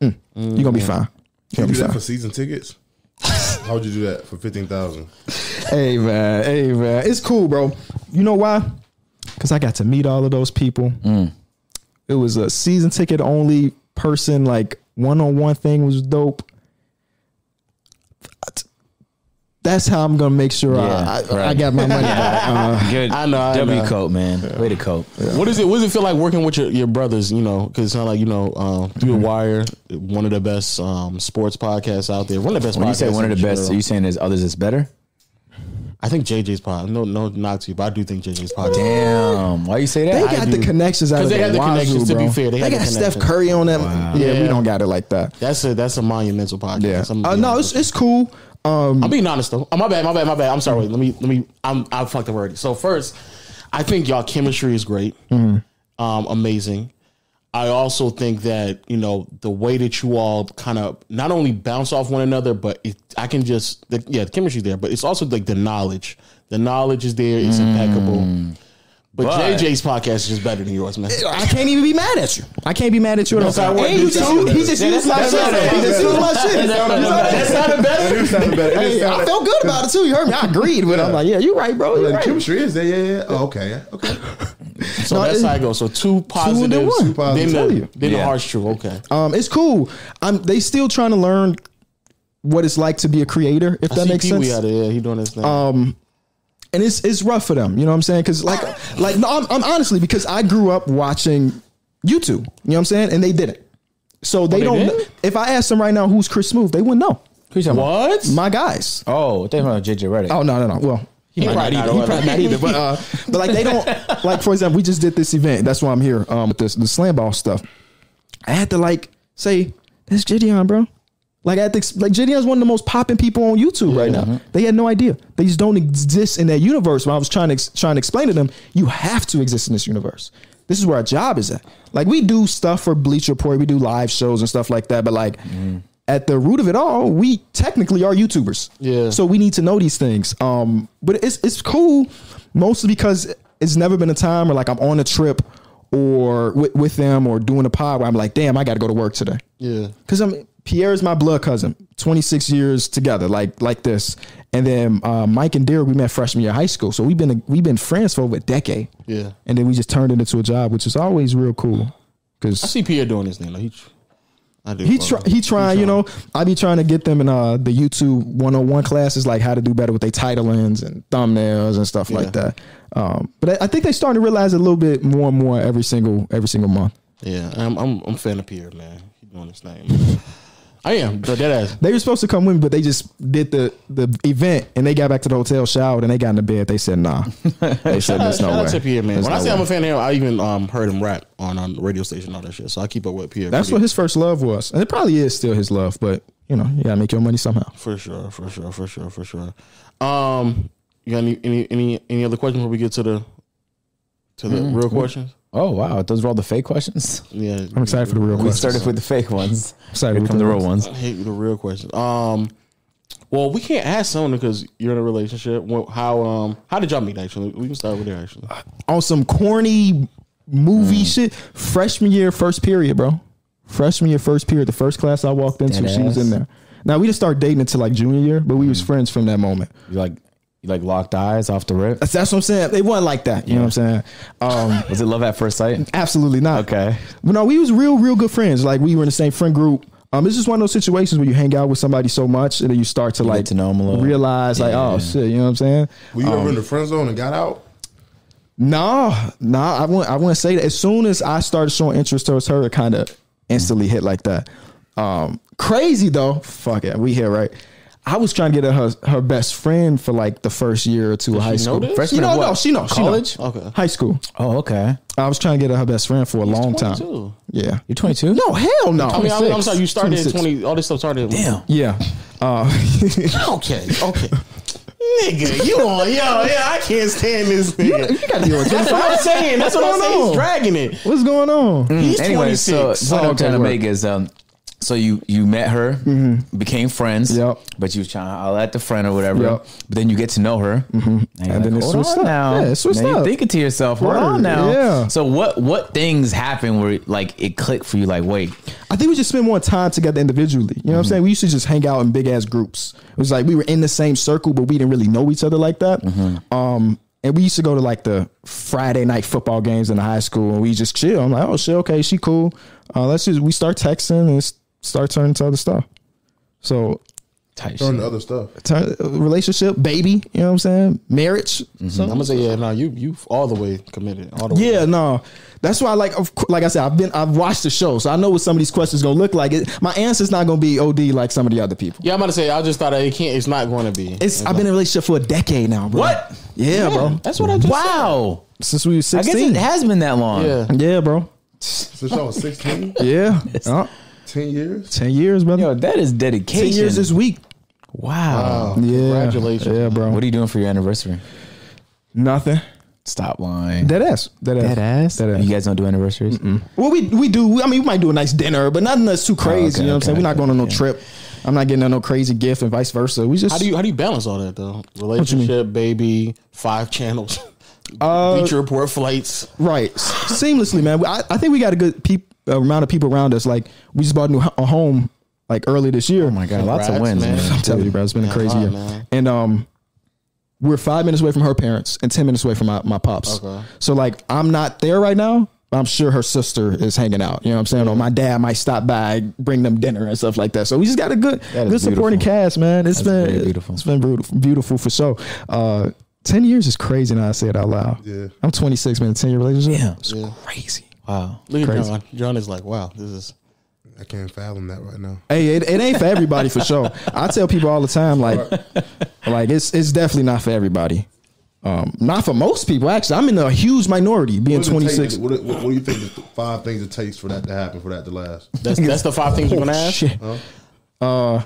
D: mm, you're
B: Mm-hmm.
D: gonna be fine. You're
E: You
D: gonna
E: do
D: be
E: that for
D: fine.
E: season tickets? How would you do that for fifteen thousand?
D: Hey man, hey man, it's cool, bro. You know why? Because I got to meet all of those people.
B: Mm.
D: It was a season ticket only person, like one on one thing was dope. That's how I'm gonna make sure
B: Yeah,
D: I, I, I
B: right.
D: got my money. back.
B: *laughs* Good.
A: I know, I
B: W
A: know.
B: coat, man. Way to cope.
A: What is it? What does it feel like working with your, your brothers? You know, because it's not like you know uh, through
B: Mm-hmm.
A: the wire, one of the best um, sports podcasts out there. One of the best.
B: When you
A: podcasts
B: say one of
A: in
B: the best, are
A: general.
B: you saying there's others that's better?
A: I think JJ's pod. No, no, not to you, but I do think JJ's pod.
B: Damn. Why you say that?
D: They
B: I
D: got
B: do.
D: the connections out
A: 'Cause
D: of
A: they
D: the
A: had the
D: wazoo,
A: connections, to be
D: bro.
A: fair. They
D: They,
A: had the
D: got Steph
A: connections.
D: Curry on them. Yeah, we
A: Yeah.
D: don't got it like that.
A: That's a that's a monumental podcast.
D: Yeah.
A: I'm
D: Uh,
A: being
D: no, it's
A: honest.
D: it's cool. Um,
A: I'm being honest though. Oh, my bad, my bad, my bad. I'm sorry. Wait, let me let me. I'm I fucked up already. So first, I think y'all chemistry is great, um, amazing. I also think that you know the way that you all kind of not only bounce off one another, but it, I can just the, yeah, the chemistry's there, but it's also like the knowledge. The knowledge is there. It's impeccable. But, JJ's podcast is just better than yours, *laughs* man.
D: I can't even be mad at you. I can't be mad at you. at all.
A: That's not what
D: And
A: you
D: you just,
A: sound
D: he
A: better.
D: just
A: Yeah, that's
D: used my
A: not
D: shit.
A: better.
D: He just used my shit.
A: That's not a better.
E: It sounded better. It
D: Hey, I
E: sounded-
D: felt good about it too. You heard me. I agreed with. it. I'm like, yeah, you're right, bro. You're *laughs*
E: Like,
D: right.
E: chemistry is there, yeah, yeah. yeah. Oh, okay, okay.
A: So that's how it goes. So two positives,
D: one.
A: then
E: Tell
A: the
E: you.
A: then the
B: Yeah.
A: harsh truth. Okay,
D: Um, it's cool. I'm. They still trying to learn what it's like to be a creator. If
A: I
D: that
A: see
D: makes
A: Pee-wee
D: sense.
A: Out of, yeah, he doing his thing.
D: Um, and it's it's rough for them. You know what I'm saying? Because like like no, I'm, I'm honestly because I grew up watching YouTube. You know what I'm saying? And they didn't. So they,
A: they
D: don't.
A: didn't?
D: If I asked them right now who's Chris Smooth, they wouldn't know.
A: what?
D: My guys.
B: Oh, they about JJ Reddick.
D: Oh no no no. Well. He,
A: might
D: might not
A: not
D: either.
A: know
D: He
A: it.
D: probably not
A: *laughs*
D: either. But uh, but like they don't like. For example, we just did this event. That's why I'm here. Um, with this the slam ball stuff. I had to like say that's Gideon, bro. Like I had to ex- like Gideon's one of the most popping people on YouTube right now. They had no idea. They just don't exist in that universe. When I was trying to ex- trying to explain to them, you have to exist in this universe. This is where our job is at. Like we do stuff for Bleach Report, we do live shows and stuff like that. But like at the root of it all, we technically are YouTubers.
A: Yeah.
D: So we need to know these things. Um, but it's it's cool mostly because it's never been a time where like I'm on a trip or with, with them or doing a pod where I'm like, damn, I got to go to work today.
A: yeah,
D: Cause I'm Pierre is my blood cousin, 26 years together, like like this. And then uh, Mike and Derek, we met freshman year of high school, so we've been we've been friends for over a decade.
A: Yeah.
D: And then we just turned it into a job, which is always real cool.
A: I
D: Cause
A: see Pierre doing his thing. Though. He, tr- I do.
D: he
A: bro.
D: try, he trying, you know, I be trying to get them in uh, the YouTube 101 classes, like how to do better with their title ends and thumbnails and stuff like that. Um, but I, I think they starting to realize it a little bit more and more every single every single month.
A: Yeah, I'm I'm I'm a fan of Pierre, man. He doing his thing. man. *laughs* I am, but that ass.
D: They were supposed to come with me, but they just did the the event and they got back to the hotel, showered, and they got in the bed. They said, nah. They said, there's
A: Shout
D: no
A: out to
D: way.
A: Pierre, man.
D: There's
A: when I
D: no
A: say
D: way.
A: I'm a fan of him, I even um heard him rap on on the radio station and all that shit. So I keep up with Pierre.
D: That's
A: pretty-
D: what his first love was. And it probably is still his love, but you know, you gotta make your money somehow.
A: for sure, for sure, for sure, for sure. Um, you got any any any, any other questions before we get to the to the
D: Mm-hmm.
A: real questions?
B: Oh wow, those were all the fake questions.
A: Yeah,
D: I'm excited for the real
B: We
D: questions.
B: started with the fake ones.
D: Excited
B: Here
D: with
B: come the real ones.
A: I hate the real questions. Um, well, we can't ask someone because you're in a relationship. Well, How um how did y'all meet? Actually, we can start with there. Actually,
D: on some corny movie shit. Freshman year, first period, bro. Freshman year, first period. The first class I walked into, she was
B: Deadass.
D: in there. Now we didn't start dating until like junior year, but we was friends from that moment.
B: You like you like locked eyes off the rip.
D: That's, that's what I'm saying. It wasn't like that. You know what I'm saying? Um,
B: Was it love at first sight?
D: Absolutely not.
B: Okay.
D: But no, we was real, real good friends. Like we were in the same friend group. Um, it's just one of those situations where you hang out with somebody so much and then you start to like
B: to know 'em a little.
D: realize like, oh shit, you know what I'm saying? Um,
E: Were you ever in the friend zone and got out?
D: Nah, nah, I wouldn't I wouldn't say that. As soon as I started showing interest towards her, it kind of instantly hit like that. Um, crazy though. Fuck it, we here, right? I was trying to get her her best friend for like the first year or two of high school.
A: this?
D: Freshman,
B: Freshman
D: you
B: of
D: know,
B: what?
D: no, she knows.
B: College?
D: she know.
A: Okay.
D: high school.
B: Oh, okay.
D: I was trying to get her her best friend for a long time.
A: 22.
D: Yeah,
B: You're 22.
D: No, hell no.
A: I mean, I'm, I'm sorry, you started at
D: 26.
A: 20. All this stuff started.
B: Damn.
D: Yeah. Uh,
A: Okay, okay. Nigga, you on? Yo, yeah, I can't stand this nigga.
D: you gotta be on
A: That's
D: 25.
A: what I'm saying. That's what I'm saying. He's dragging it.
D: What's going on?
A: He's
B: Mm. Anyway, so
A: 26.
B: what
D: Oh,
B: I'm
D: okay,
B: trying to
D: word.
B: make is um, so you you met her,
D: Mm-hmm.
B: became friends.
D: Yep.
B: But you was trying to holler at the friend or whatever.
D: Yep.
B: But then you get to know her, and,
D: Mm-hmm. then it
B: hold
D: switched
B: on
D: up.
B: now.
D: Yeah, it switched
B: now
D: up.
B: you thinking to yourself, hold
D: Word,
B: on now.
D: yeah.
B: So what what things happen where like it clicked for you? Like wait,
D: I think we just spend more time together individually. You know what I'm saying? We used to just hang out in big ass groups. It was like we were in the same circle, but we didn't really know each other like that. Um, and we used to go to like the Friday night football games in the high school, and we just chill. I'm like, oh shit, okay, she cool. Uh, let's just we start texting and s- start turning to other stuff. So
B: type
E: Turn
B: shit.
E: to other stuff.
D: turn, relationship, baby. You know what I'm saying? Marriage.
A: I'm gonna say, yeah, no, you you all the way committed. All the way.
D: Yeah, no. That's why, like, of, cou- like I said, I've been, I've watched the show, so I know what some of these questions gonna look like. It, my answer's not gonna be OD like some of the other people.
A: Yeah, I'm about to say. I just thought it can't. It's not going to be.
D: It's, I've been in a relationship for a decade now, bro.
B: What?
D: Yeah, bro.
A: That's what I just.
B: Wow.
D: Since we were
B: I guess
D: sixteen.
B: it has been that long.
A: Yeah.
D: yeah, bro.
E: Since I was 16,
D: Yeah, Uh,
E: 10 years.
D: ten years, brother.
B: Yo, that is
D: ten
B: dedication.
D: years this week.
E: Oh,
B: wow.
D: Yeah,
A: Congratulations.
D: Yeah, bro.
B: What are you doing for your anniversary?
D: Nothing.
B: Stop lying.
D: Dead ass. Dead ass.
B: Dead ass.
D: Dead ass.
B: You guys don't do anniversaries.
D: Well, we we do. I mean, we might do a nice dinner, but nothing that's too crazy.
B: okay,
D: you know what I'm
B: okay,
D: saying? We're not
B: okay,
D: going on no
B: yeah.
D: trip. I'm not getting her no crazy gift and vice versa. We just
A: How do you how do you balance all that though? Relationship, baby, five channels.
D: Uh,
A: Bleacher Report flights.
D: Right, S- seamlessly, man. I, I think we got a good peop, uh, amount of people around us. Like we just bought a new ho- a home like early this year. Oh my
B: Got lots of
A: Congrats,
B: wins,
A: man.
B: man.
D: I'm telling you, bro, it's been a crazy
A: fine,
D: year.
A: man.
D: And um, we're five minutes away from her parents and ten minutes away from my, my pops. So like, I'm not there right now. But I'm sure her sister is hanging out. You know what I'm saying? Or my dad might stop by, bring them dinner and stuff like that. So we just got a good,
B: That
D: good
B: is
D: supporting
B: beautiful.
D: cast, man. It's
B: That's
D: been
B: very beautiful.
D: It's been beautiful, beautiful for sure. Uh, ten years is crazy. Now I say it out loud.
E: Yeah.
D: I'm 26, man. Ten year relationship.
B: Damn.
D: it's crazy.
B: Wow.
A: Look at
D: Crazy.
A: John. John is like, wow, this
D: *laughs*
A: is.
E: I can't fathom that right now.
D: Hey, it, it ain't for everybody for sure. I tell people all the time, like, like it's it's definitely not for everybody. Um, not for most people, actually. I'm in a huge minority being
E: What does it take
D: 26.
E: to- What, what, what do you think the th- five things it takes for that to happen, for that to last?
A: That's, that's the five things you're gonna
D: *laughs*
A: ask.
D: Shit. Uh,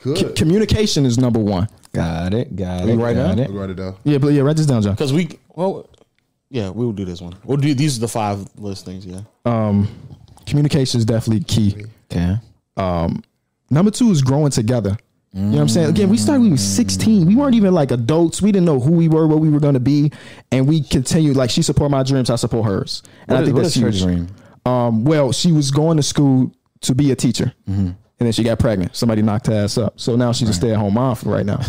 E: Good.
D: C- communication is number one.
B: Got it. Got it.
D: right
B: got
D: now?
B: it.
E: I'll write it down.
D: Yeah, but yeah, write this down, John.
A: Because we, well, yeah, we will do this one. We'll do these are the five list things. Yeah,
D: Communication is definitely key.
B: Okay.
D: Number two is growing together. You know what I'm saying? Again, we started when we were 16. We weren't even like adults. We didn't know who we were, what we were going to be, and we continued. Like she support my dreams, I support hers. And I
B: What is- what is her
D: huge.
B: dream?
D: Um, well, she was going to school to be a teacher, and then she got pregnant. Somebody knocked her ass up, so now she's a stay at home mom for right now.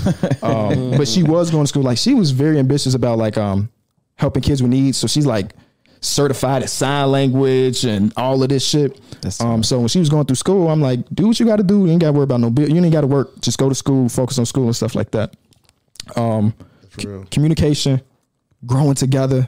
D: Um, but she was going to school. Like she was very ambitious about like um, helping kids with needs. So she's like certified at sign language and all of this shit.
B: That's
D: um, so when she was going through school, I'm like, do what you got to do. You ain't got to worry about no bill. You ain't got to work. Just go to school, focus on school and stuff like that. Um,
E: For real.
D: communication, growing together,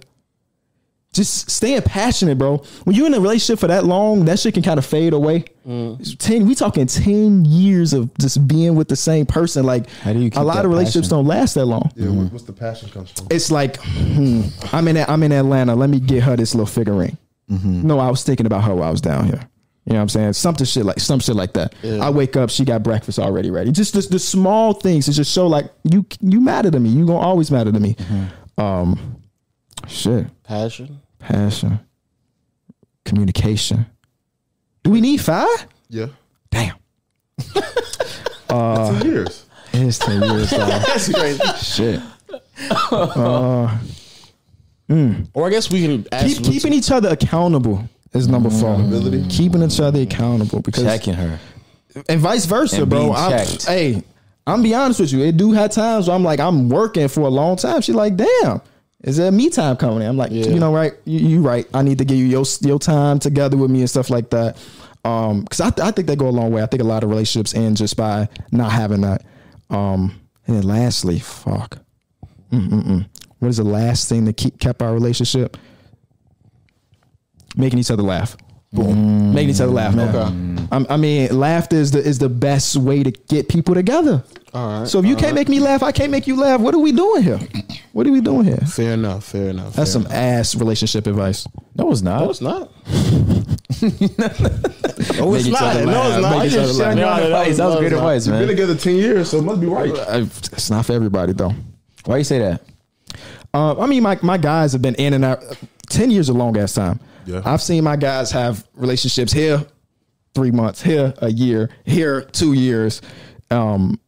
D: just staying passionate, bro. When you're in a relationship for that long, that shit can kind of fade away.
B: Mm.
D: Ten, we talking ten years of just being with the same person. Like,
B: How do you keep
D: a lot
B: that
D: of relationships
B: passion?
D: don't last that long.
E: Yeah, what- what's the passion comes from?
D: It's like, hmm, I'm in, I'm in Atlanta. Let me get her this little figurine. No, I was thinking about her while I was down here. You know what I'm saying? Something shit like some shit like that. I wake up, she got breakfast already ready. Just the, the small things to just show like you you matter to me. You gonna always matter to me. Um, shit
A: passion.
D: passion, communication. Do we need five?
E: Yeah.
D: Damn.
E: That's in years.
D: It's 10 years, dog.
A: That's crazy.
D: Shit.
A: Or I guess we can ask
D: Keep, e- keeping each other accountable is number four. Keeping each other accountable because
B: Checking her.
D: and vice versa,
B: And
D: bro.
B: being
D: I'm,
B: checked.
D: hey, I'm be honest with you. It do have times where I'm like, I'm working for a long time. She's like, damn, is that me time coming? I'm like, you know, right? You, you right. I need to give you your your time together with me and stuff like that. Um, because I, th- I think they go a long way. I think a lot of relationships end just by not having that. Um, and then lastly, fuck. Mm-mm-mm. What is the last thing that keep kept our relationship? Making each other laugh. Boom. Making each other laugh, man. I'm- I mean, laughter is the is the best way to get people together.
A: All right.
D: So if you can't make me laugh, I can't make you laugh. What are we doing here? What are we doing here?
A: fair enough. Fair enough.
D: That's some ass relationship advice.
B: No, it's not.
A: No, it's not. no, it's
D: Make each
A: not.
D: other
A: No, it's
D: laugh.
A: not.
D: Make each other
A: No,
D: laugh.
A: no, no,
B: That was
A: no,
B: great
A: it's not.
B: advice,
E: Been
B: man.
E: together 10 years, so it must be right.
D: I, it's not for everybody though.
B: Why you say that?
D: Uh, I mean, my my guys have been in and out. Ten years a long ass time.
E: Yeah.
D: I've seen my guys have relationships here, three months here, a year here, two years, um,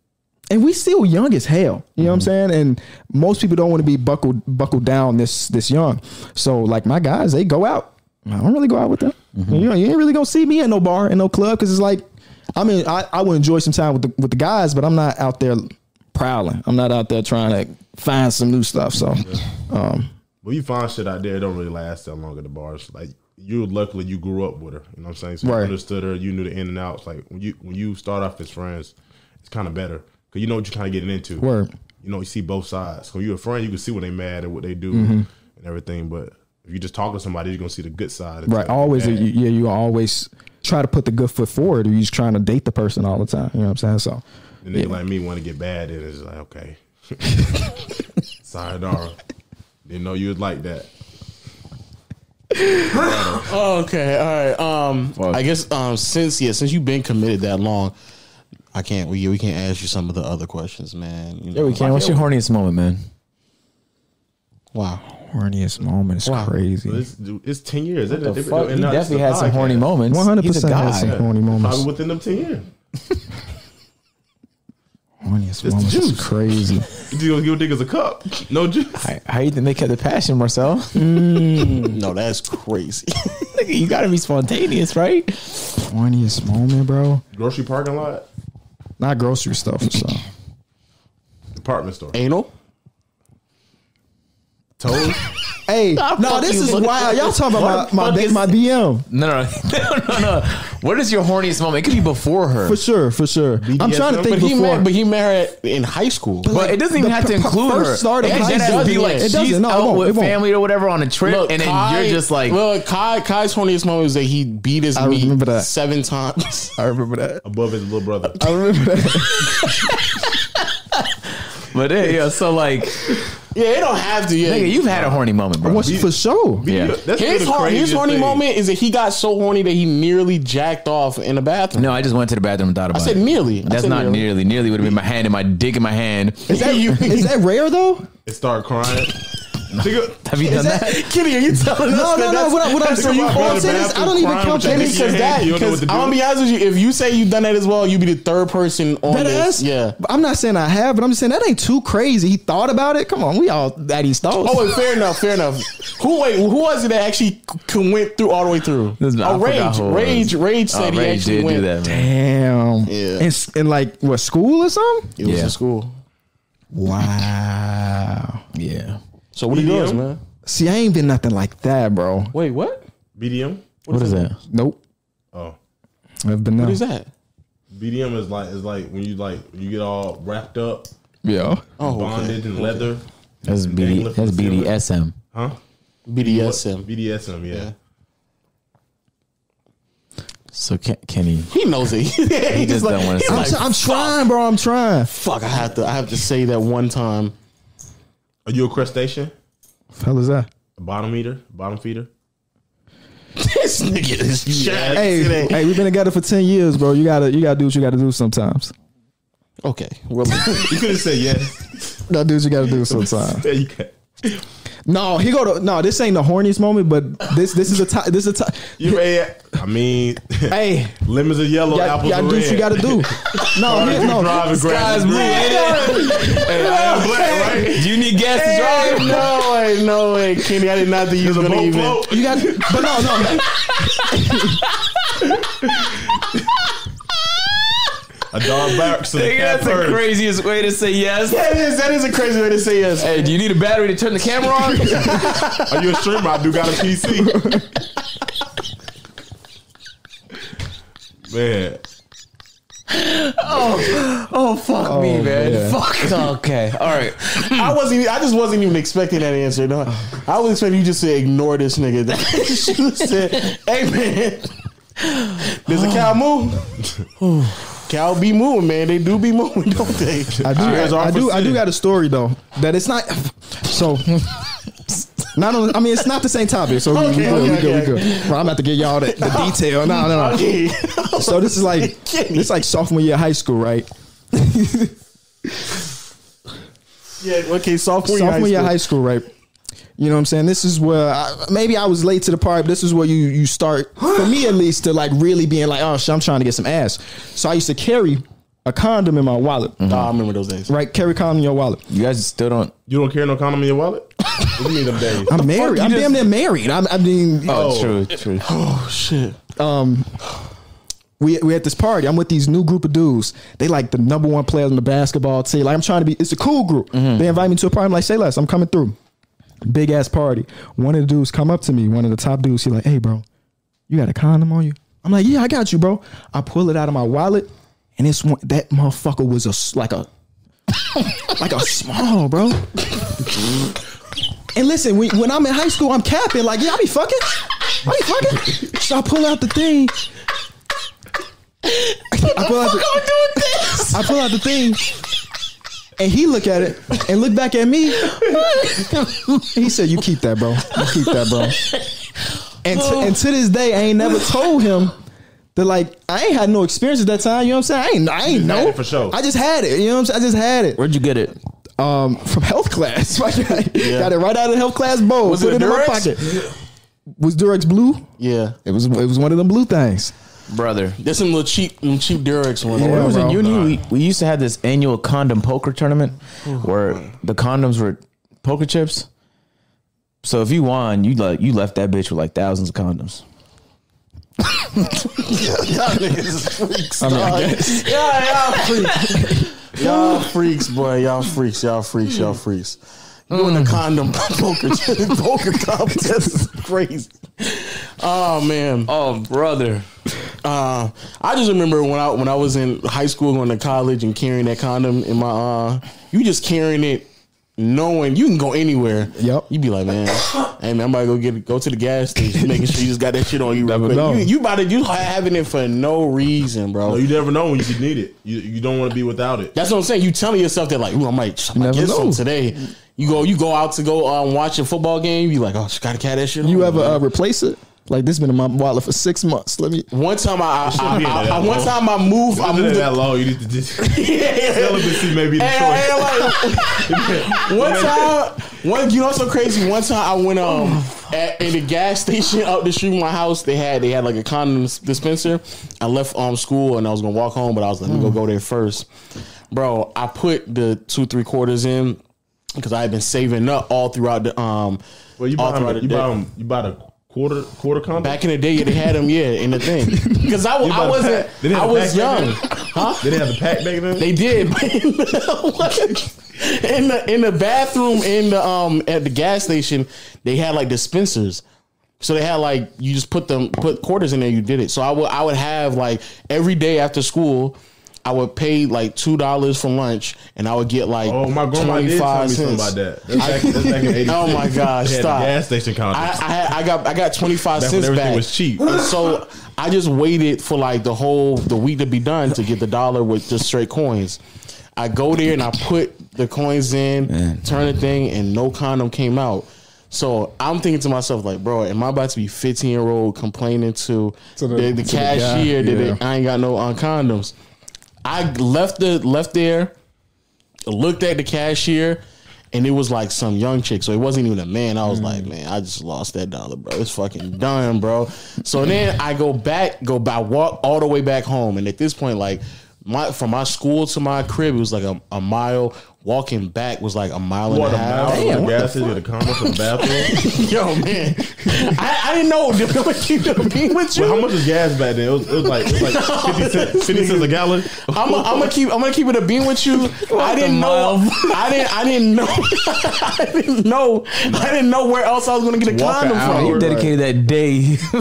D: and we still young as hell. You know what I'm saying? And most people don't want to be buckled buckled down this this young. So like my guys, they go out. I don't really go out with them. You know, you ain't really gonna see me in no bar in no club because it's like, I mean, I, I would enjoy some time with the with the guys, but I'm not out there prowling. I'm not out there trying to find some new stuff. So. um,
E: Well, you find shit out there, it don't really last that long at the bars. Like you, luckily, you grew up with her. You know what I'm saying? So
D: Right.
E: you understood her. You knew the in and outs. Like when you when you start off as friends, it's kind of better because you know what you're kind of getting into.
D: Word.
E: You know, you see both sides. When you're a friend, you can see when they mad and what they do and everything. But if you just talk to somebody, you're gonna see the good side.
D: Right. Always, you, yeah, you always try to put the good foot forward, or you're just trying to date the person all the time. You know what I'm saying? So,
E: The nigga like me want to get bad, and it's
B: *laughs*
E: like okay, sorry, Dara. Didn't know you was like that.
A: Oh, Okay, all right. Um, I guess um, since yeah, since you've been committed that long, I can't. We we can't ask you some of the other questions, man. You
B: Yeah,
A: know.
B: we can. What's your horniest moment, man?
A: Wow.
D: horniest moment is
A: Wow.
E: But
D: crazy.
E: it's, dude, it's ten years. That-
B: The
E: that-
B: fuck?
E: and
B: He
E: now it's
B: definitely
E: the
B: had some horny
E: podcast.
B: moments.
D: 100%
B: He's a
D: has some
B: guy.
D: horny moments.
E: Probably within them ten years.
D: Horniest woman. That's
E: juice.
D: crazy. *laughs*
E: You just gonna give niggas a cup. No juice.
B: How, how you think they kept the passion, Marcel? *laughs*
A: No, that's
D: *laughs*
A: crazy.
B: Nigga, you gotta be spontaneous, right?
D: Horniest moment, bro.
E: Grocery parking lot.
D: Not grocery stuff. *laughs* So
E: Department store.
A: Anal.
E: Toes.
D: hey, no,
B: fuck
D: this
B: you
D: is
B: looking-
D: wild. Y'all talking
B: What
D: about my
B: the
D: my,
B: fuck
D: ba- my
B: *laughs*
D: BM
B: No, no, no, no, no. What is your horniest moment? It could be before her,
D: for sure, for sure. I'm trying to
E: BDSM?
D: think
A: But he,
D: before.
A: mar- but he married in high school.
B: but it doesn't even
D: The
B: have to
D: p- p-
B: include
D: first
B: her.
D: start of
B: it
D: high
B: just has to be
A: school.
B: like
A: It
B: she's
D: doesn't. No, it
B: out
D: won't. It
B: with
D: won't.
B: family or whatever on a trip, and then
A: Kai-
B: you're just like,
A: look, Kai, Kai's horniest moment was that he beat his
D: I
A: meat
D: remember that.
A: seven times.
D: I remember that.
E: Above his little brother.
D: I remember that.
B: but it, yeah. So like,
A: *laughs* yeah, it don't have to. Yeah,
B: *laughs* nigga, you've had a horny moment, bro.
D: Once- for sure.
B: Yeah.
E: That's
A: his,
E: the
A: hor- his
E: craziest
A: horny
E: thing.
A: moment is that he got so horny that he nearly jacked off in the bathroom.
B: No, I just went to the bathroom and thought about it.
A: said nearly. I
B: That's
A: said
B: not
A: nearly.
B: nearly. Nearly, would have been my hand and my dick in my hand.
D: Is
A: *laughs*
D: that,
A: You-
D: *laughs* is that
A: *laughs*
D: rare though?
E: It started crying. Nigga,
B: Have you done that?
A: Kitty, are you telling
D: No, no, no. What, I, what I'm
A: that's where
D: saying,
A: you
D: what
A: go
D: I'm
A: to
D: saying is, I don't even
E: bathroom,
D: count
E: crying
D: that
E: with
D: as
E: your
A: Because
E: hand,
A: that,
E: you don't know
A: because
E: what to
A: I'm
E: do.
A: gonna be honest with you, if you say you've done that as well, you be the third person on
D: That
A: this.
D: ass?
A: Yeah.
D: But I'm not saying I have, but I'm just saying that ain't too crazy. He thought about it. Come on, we all that he's thought.
A: Oh wait, fair enough, fair enough. Who wait? Who was it that actually c- went through all the way through?
B: This is- I
A: oh,
B: forgot
A: rage,
B: who it was.
A: rage, rage *laughs*
B: Oh,
A: said he
B: Rage
A: actually
B: did
A: went.
B: do that. Man.
D: damn.
A: Yeah.
D: In, s- in like what school or something?
A: It was
B: Yeah.
A: in school.
D: Wow.
B: Yeah.
A: So what he
E: EDM?
A: does, man?
D: See, I ain't been nothing like that, bro.
A: Wait, what?
E: BDM.
B: what is that?
D: Nope.
E: Oh,
D: I've been
A: What
D: nothing.
A: is that?
E: BDM is like is like when you like you get all wrapped up,
D: Yeah.
A: Oh,
E: bonded
A: okay.
E: and leather.
B: That's BD,
E: Dangling from
B: that's
E: the ceiling.
B: BDSM.
E: Huh?
A: BDSM.
E: BDSM. Yeah.
A: Yeah.
B: So Ken, Kenny,
A: He knows it. *laughs* he
B: just
A: just like,
B: don't wanna
A: he's
B: say
D: I'm,
A: like,
D: tr- I'm trying, bro. I'm trying.
A: fuck. I have to. I have to say that one time. *laughs*
E: Are you a crustacean?
D: Hell is that?
E: A bottom eater? Bottom feeder?
A: this nigga is jacked
D: Hey,
A: today.
D: hey, we've been together for ten years, bro. You gotta, you gotta do what you gotta do sometimes.
A: Okay. Well,
E: You could have said yes.
D: Gotta do what you gotta do *laughs* sometimes.
E: Yeah, you could.
D: No, he go to no. This ain't the horniest moment, but this this is a ti This is a ti
E: *laughs* You may. I mean, *laughs*
D: Hey,
E: lemons are yellow,
D: y'all,
E: apples
D: y'all
E: are
D: do
E: red.
D: what you gotta do. No,
E: If
D: he,
E: *laughs* you
D: no.
E: drive and grab
B: Sky's
E: the
B: blue.
E: green. Hey, I am black, right?
B: Do you need gas to
A: *laughs*
B: drive?
A: no way, no way, Kenny. I did not think you was
E: The
A: gonna
E: boat
A: even.
E: float.
D: You got, but no, no.
E: A dog barks and a cat purrs.
B: craziest way to say yes.
A: That is that is a crazy way to say yes.
B: Hey, do you need a battery to turn the camera on?
E: Are you a streamer? I do got a *laughs* PC. Man,
B: oh fuck me, man. Fuck. Okay. All right.
D: Hmm.
A: I wasn't. e, I just wasn't even expecting that answer. No,
D: Oh.
A: I was expecting you just to ignore this
D: *laughs*
A: nigga. *laughs* she said, "Hey man, there's a
D: Oh.
A: cow
D: *sighs*
A: move. cow be moving, man. They do be moving, *laughs* don't they?
D: I do,
E: guys are
D: I do, I
E: proceeding.
D: do got a story though that it's not. So, not on. I mean, it's not the same topic. So we- we,
A: Okay,
D: good, we
A: okay,
D: good, we
A: okay.
D: good. Bro, I'm about to get y'all the, the detail. No, no, no.
A: Okay.
D: *laughs* So this is
B: *laughs*
D: like it's like sophomore year of high school, right?
A: *laughs* yeah. Okay. Sophomore,
D: sophomore year
A: year.
D: of
A: High
D: high school, right? You know what I'm saying? This is where I, maybe I was late to the party, but this is where you
B: *gasps*
D: you start for me at least to like really being like, oh shit, I'm trying to get some ass. So I used to carry a condom in my wallet,
B: Mm-hmm.
A: school. Nah, I remember those days.
D: right? Carry condom in your wallet.
B: You guys still don't.
E: you don't carry no condom in your wallet? What do you mean them days?
D: I'm married.
B: you
D: I'm
B: just-
D: damn near married. I'm, I mean,
B: Oh, true, true.
A: Oh shit.
D: um, we we at this party. I'm with these new group of dudes. They like the number one players on the basketball team. Like I'm trying to be. It's a cool group. They invite me to a party. I'm like, say less. I'm coming through. Big ass party. One of the dudes come up to me. One of the top dudes. He like, hey bro, you got a condom on you? I'm like, yeah, I got you, bro. I pull it out of my wallet, and it's one that motherfucker was a s- like a *laughs* like a small, bro. and listen, when, when I'm in high school, I'm capping like, yeah, I be fucking, I be fucking. So I pull out the thing. I pull out the, *laughs* I pull out the thing, and he look at it and look back at me.
A: *laughs*
D: he said, "You keep that, bro. You keep that, bro." And to, and to this day, I ain't never told him. That like I ain't had no experience at that time. You know what I'm saying? I ain't, I ain't
E: had
D: know
E: it for sure.
D: I just had it. You know what I'm saying? I just had it
B: Where'd you get it?
D: um, from health class. *laughs* Like, I Got it right out of the health class bowl.
A: Was
D: put
A: it
D: it, in my
A: Durex?
D: pocket. Was Durex blue?
A: Yeah.
D: It was. It was one of them blue things.
B: brother.
A: There's some little cheap, them cheap Durex ones.
B: When I was in
D: bro.
B: uni, we, we used to have this annual condom poker tournament where the condoms were poker chips. So if you won, you like you left that bitch with like thousands of condoms.
A: Y'all niggas is freaks. I Yeah, *laughs* y'all freaks. *laughs* y'all freaks, boy. Y'all freaks. Y'all freaks. Y'all freaks. Doing the condom *laughs* poker poker contest is crazy. Oh man.
B: Oh brother.
A: Uh, I just remember when I when I was in high school going to college and carrying that condom in my uh you just carrying it knowing you can go anywhere.
D: Yep.
A: You'd be like, man, hey man, I'm about to go get go to the gas station, making sure you just got that shit on you real
D: *laughs* Never
A: quick.
D: know.
A: You, you about to you having it for no reason, bro.
E: Well, you never know when you could need it. You you don't want to be without it.
A: That's what I'm saying. You telling yourself that like, ooh, I might, I might
D: Never
A: get some
D: know.
A: today. You go, you go out to go um, watch a football game. You like, oh, she gotta cat that shit.
D: You
A: on,
D: ever
A: man.
D: uh, replace it? Like this been in my wallet for six months. Let me.
A: One time I, I,
E: shouldn't be
A: I-
E: that
A: I-
E: long.
A: one time I moved, I
E: I'm not
A: moved.
E: that
A: it-
E: low. You need to just
D: *laughs*
E: celibacy
A: Yeah.
E: may be the
A: And- and,
E: choice.
A: like,
E: *laughs*
A: one time, one you know what's so crazy. One time I went um
E: Oh.
A: at, in the gas *laughs* station up the street from my house. They had they had like a condom dispenser. I left um school and I was gonna walk home, but I was like, let
E: Mm.
A: me go go there first, bro. I put the two three quarters in because I had been saving up all throughout the um.
E: Well, you
A: all
E: bought
A: throughout the
E: him, you
A: day.
E: bought him, you bought a quarter quarter condom.
A: Back in the day, yeah, they had them, yeah, in the
E: *laughs*
A: thing. Because I,
E: You
A: I
E: bought a
A: wasn't,
E: pack. They didn't
A: I
E: have a
A: was
E: pack back
A: young,
E: then?
A: huh?
E: They didn't have the pack back then.
A: They did. but in the- *laughs* in the in the bathroom in the um at the gas station, they had like dispensers. So they had like you just put them put quarters in there. You did it. So I would I would have like every day after school. I would pay like two dollars for lunch, and I would get like
E: oh, my grandma did tell me
A: 25
E: something
A: cents.
E: about that. That's back, that's back in 86.
A: Oh my gosh,
E: They had
A: stop.
E: The gas station condoms.
A: I, I, had, I got I got twenty five
E: Back when
A: cents
E: everything
A: back.
E: was cheap.
A: And so I just waited for like the whole the week to be done to get the dollar with just straight coins. I go there and I put the coins in, turn the thing, and no condom came out. So I'm thinking to myself, like, bro, am I about to be 15 year old complaining to,
D: To
A: the,
D: the-
A: the,
D: to the guy,
A: cashier that
D: yeah.
A: they- I ain't got no uh, condoms? I left the left there looked at the cashier and it was like some young chick, so it wasn't even a man. I was like, man, I just lost that dollar, bro. It's fucking done, bro. So then I go back, go by walk all the way back home, and at this point, like my from my school to my crib, it was like a, a mile. Walking back was like a mile and
E: Bought
A: a
E: a
A: half.
E: mouth from the
D: what
E: gas station, get a condom from the bathroom.
A: *laughs* Yo, man, I, I didn't know what you to be with you.
E: well, how much was gas back then? It was, it was like,
A: *laughs*
E: it was like 50, cents, 50 cents a gallon.
A: I'm gonna keep. I'm gonna keep it a bean with you. I didn't know. I didn't. I didn't know. *laughs* I didn't know. I didn't know where else I was gonna get a
E: Walk
A: condom
E: an
A: from.
E: hour.
A: *laughs*
B: You dedicated that day *laughs*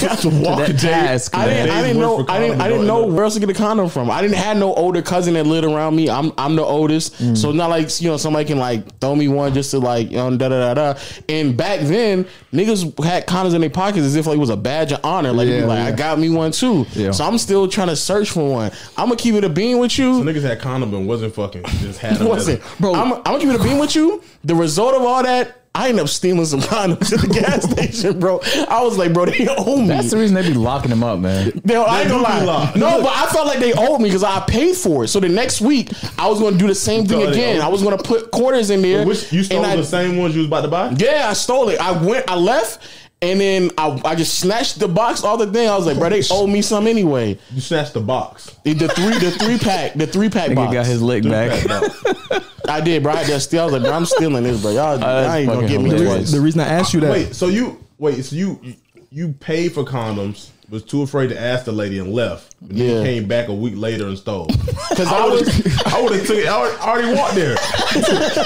E: Just to walk
B: that
E: a day.
B: task,
A: I
B: man.
A: didn't. I
E: Days
A: didn't
E: worth
A: know.
E: for
A: I didn't.
E: condom
A: I didn't
E: going
A: know
E: up.
A: where else to get a condom from. I didn't have no older cousin that lived around me. I'm. I'm the oldest, so it's not like you know somebody can like throw me one just to like you know da da da da. And back then, niggas had condoms in their pockets as if like it was a badge of honor. Like it'd be
D: Yeah,
A: like
D: yeah.
A: I got me one too.
D: Yeah.
A: So I'm still trying to search for one. I'm gonna keep it a bean with you.
E: So niggas had condom and wasn't fucking. Just had them.
A: Listen,
E: as a-
A: bro, I'm, I'm gonna keep it a bean with you. The result of all that, I ended up stealing some *laughs* condoms at the gas
E: *laughs*
A: station, bro. I was like, bro, they owe me.
B: That's the reason they be locking them up, man.
A: They- I ain't gonna
E: They do be
A: lie.
E: locked.
A: No, but I felt like they owed me because I paid for it. So the next week, I was gonna do the same thing
E: So they
A: again.
E: owe-
A: I was gonna put quarters in there.
E: Which you stole
A: and I-
E: the same ones you was about to buy?
A: Yeah, I stole it. I went, I left, and then I, I just snatched the box, all the thing. I was like, bro, they owe me some anyway.
E: You snatched the box.
A: The, the three, the three pack, the three pack
B: Nigga
A: box.
B: got his lick back.
E: Snatched the box.
A: I did, bro. I just steal. I was like, bro, I'm stealing this, bro. Y'all, y'all ain't gonna
B: fucking
A: get me twice.
B: hilarious.
D: The reason I asked you that.
E: Wait, so you wait, so you you- you paid for condoms, was too afraid to ask the lady and left. And then
A: Yeah.
E: you came back a week later and
A: *laughs*
E: stole.
A: Because
E: I
A: I
E: would
A: was,
E: have *laughs* I would have took it. I already- I already walked there. *laughs*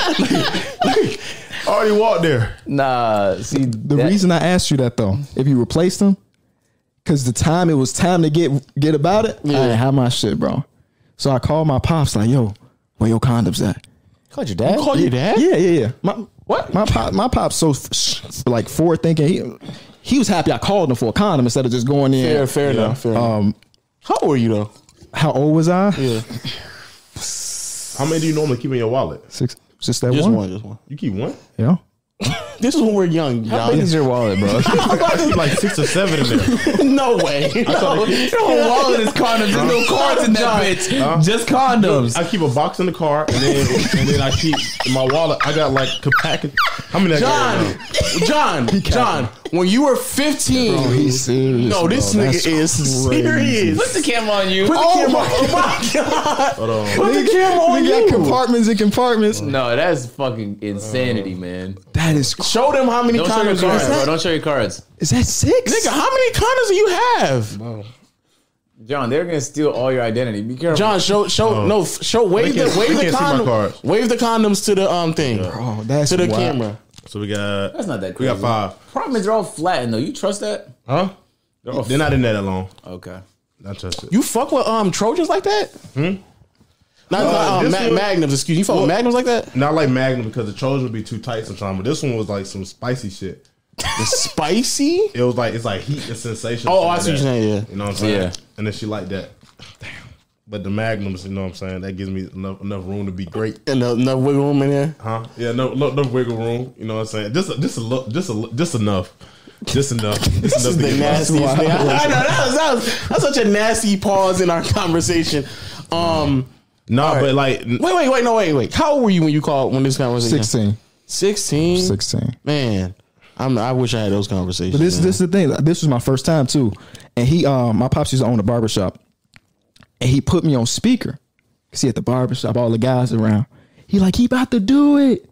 E: Like, I already walked there.
B: Nah, see
D: The reason I asked you that though, if you replaced them, because the time it was time to get get about it, I didn't have my shit, bro. So I called my pops like, "Yo, where your condoms at?"
B: called your dad.
A: call your dad.
D: Yeah, yeah, yeah. My
A: Oh, What?
D: My pop, my pop's so f- sh- like forward thinking. He, he was happy I called him for a condom instead of just going in.
A: Fair, fair enough. Fair enough.
D: Um,
A: How old were you though?
D: how old was I?
A: Yeah,
E: How many do you normally keep in your wallet?
D: Six, just that
A: just
D: one.
A: one, just one.
E: You keep one?
D: Yeah.
A: This is when we're young, y'all.
B: How big is your wallet,
D: *laughs*
B: bro?
E: like six or seven in
A: *laughs*
E: there.
A: no way. No.
B: *laughs* Your wallet is condoms. There's no cards in that bitch. Just condoms.
E: I keep a box in the car, and then and then I keep in my wallet. I got like a packet. How many? I got right
A: John, John, John. When you were fifteen,
D: He's serious.
A: no, this
D: bro.
A: nigga
D: That's
A: is serious.
B: Put the camera on you.
A: Put the
B: Oh,
A: camera. Oh my god.
E: now? Hold on.
A: Put the camera on
D: We got
A: you.
D: compartments and compartments.
B: No, that's fucking insanity, man.
D: That is. cr-
A: Show them how many
B: Don't show your
A: condoms you
B: cards, bro.
A: have.
B: Don't show your cards.
D: Is that six?
A: Nigga, how many condoms do you have?
B: John, they're gonna steal all your identity. Be careful.
A: John, show, show, no, f- show, wave
E: They
A: the,
E: can't-
A: wave
E: they
A: the
E: can't see my
A: condom,
E: cards.
A: wave the condoms to the um thing,
D: Oh, that's
A: to the
D: wild.
A: camera.
E: So we got.
B: that's not that
E: We
B: crazy.
E: got five.
B: Problem is, they're all flattened though. You trust that?
E: Huh?
A: Oh.
E: They're not in there that long.
B: Okay.
E: Not trust it.
A: You fuck with um Trojans like that? Hmm. Not, not, um,
E: this
A: ma-
E: one-
A: magnums. Excuse me. You fuck with magnums like that?
E: Not like Magnum because the Trojan would be too tight sometimes, but this one was like some spicy shit.
A: The spicy.
E: It was like it's like heat and sensation.
A: Oh, I
E: like
A: see what
E: that.
A: you're saying, yeah.
E: You know what I'm saying?
B: Yeah.
E: And then she liked that. But the Magnums, you know what I'm saying? That gives me enough, enough room to be great,
A: And the, the wiggle room in there.
E: huh? Yeah, no, no, no wiggle room. You know what I'm saying? Just, just a look, just a, li- just enough,
A: *laughs*
E: just enough. Just
A: This is
E: enough
A: the
E: to get
A: nastiest
D: wild.
A: thing. I, I know that was, that was that's such a nasty pause in our *laughs* conversation. Um,
E: by. Nah, but like, n-
A: wait, wait, wait, no, wait, wait. How old were you when you called when this conversation?
D: 16.
A: Sixteen.
D: 16.
A: Man, I'm. I wish I had those conversations.
D: But this
A: man.
D: this is the thing. This was my first time too, and he um my pops used to own a barber shop, and he put me on speaker. Cause he at the barber shop, all the guys around. He like he about to do it.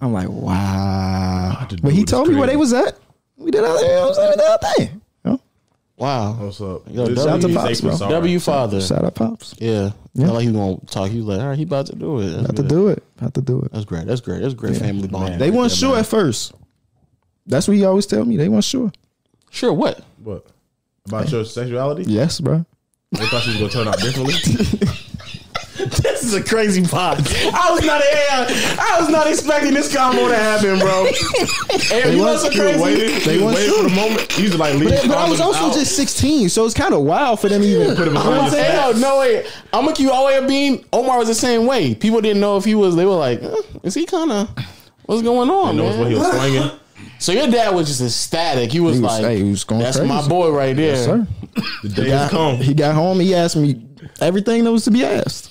D: I'm like wow.
E: to do
D: But he
E: it is
D: told me where they
E: crazy.
D: was at. We did our, you know what I'm saying, we did our thing. You know? Oh,
A: wow.
E: what's up?
A: Yo,
E: This
A: shout out to
E: is
D: Fox,
E: April
D: bro.
E: Sauer.
A: W father.
D: Shout out pops.
A: Yeah. Not like he gonna talk. He was like, all right, he about to do it. That's
D: About to
A: good.
D: do it. About to do it.
A: That's great. That's great. That's great family bond.
D: They weren't sure at first. That's what he always tell me. They weren't sure.
A: Sure.
D: *laughs*
A: What?
E: What about your sexuality?
D: Yes, bro.
E: They thought she was gonna turn out differently.
A: *laughs* This is a crazy pod. I was not yeah, I was not expecting this combo to happen, bro. And you know what's so
E: You were waiting.
A: crazy?
E: You were waiting for the moment. He was like, leave.
D: But, but I was also
E: out.
D: just 16, so it's kind of wild for them to even
E: put him
A: I'm
E: behind
A: gonna
E: your
A: say,
E: back.
A: yo, no way. I'm gonna keep all way up being Omar was the same way. People didn't know if he was. They were like, eh, is he kind of? What's going on,
E: Knows what
A: man?
E: he was slinging.
A: So your dad was just ecstatic. He was,
D: He was-
A: like,
D: hey, he was going
A: "That's
D: crazy.
A: my boy right there."
D: Sir.
E: The day has come.
D: He got home. He asked me everything that was to be asked. Mm-hmm.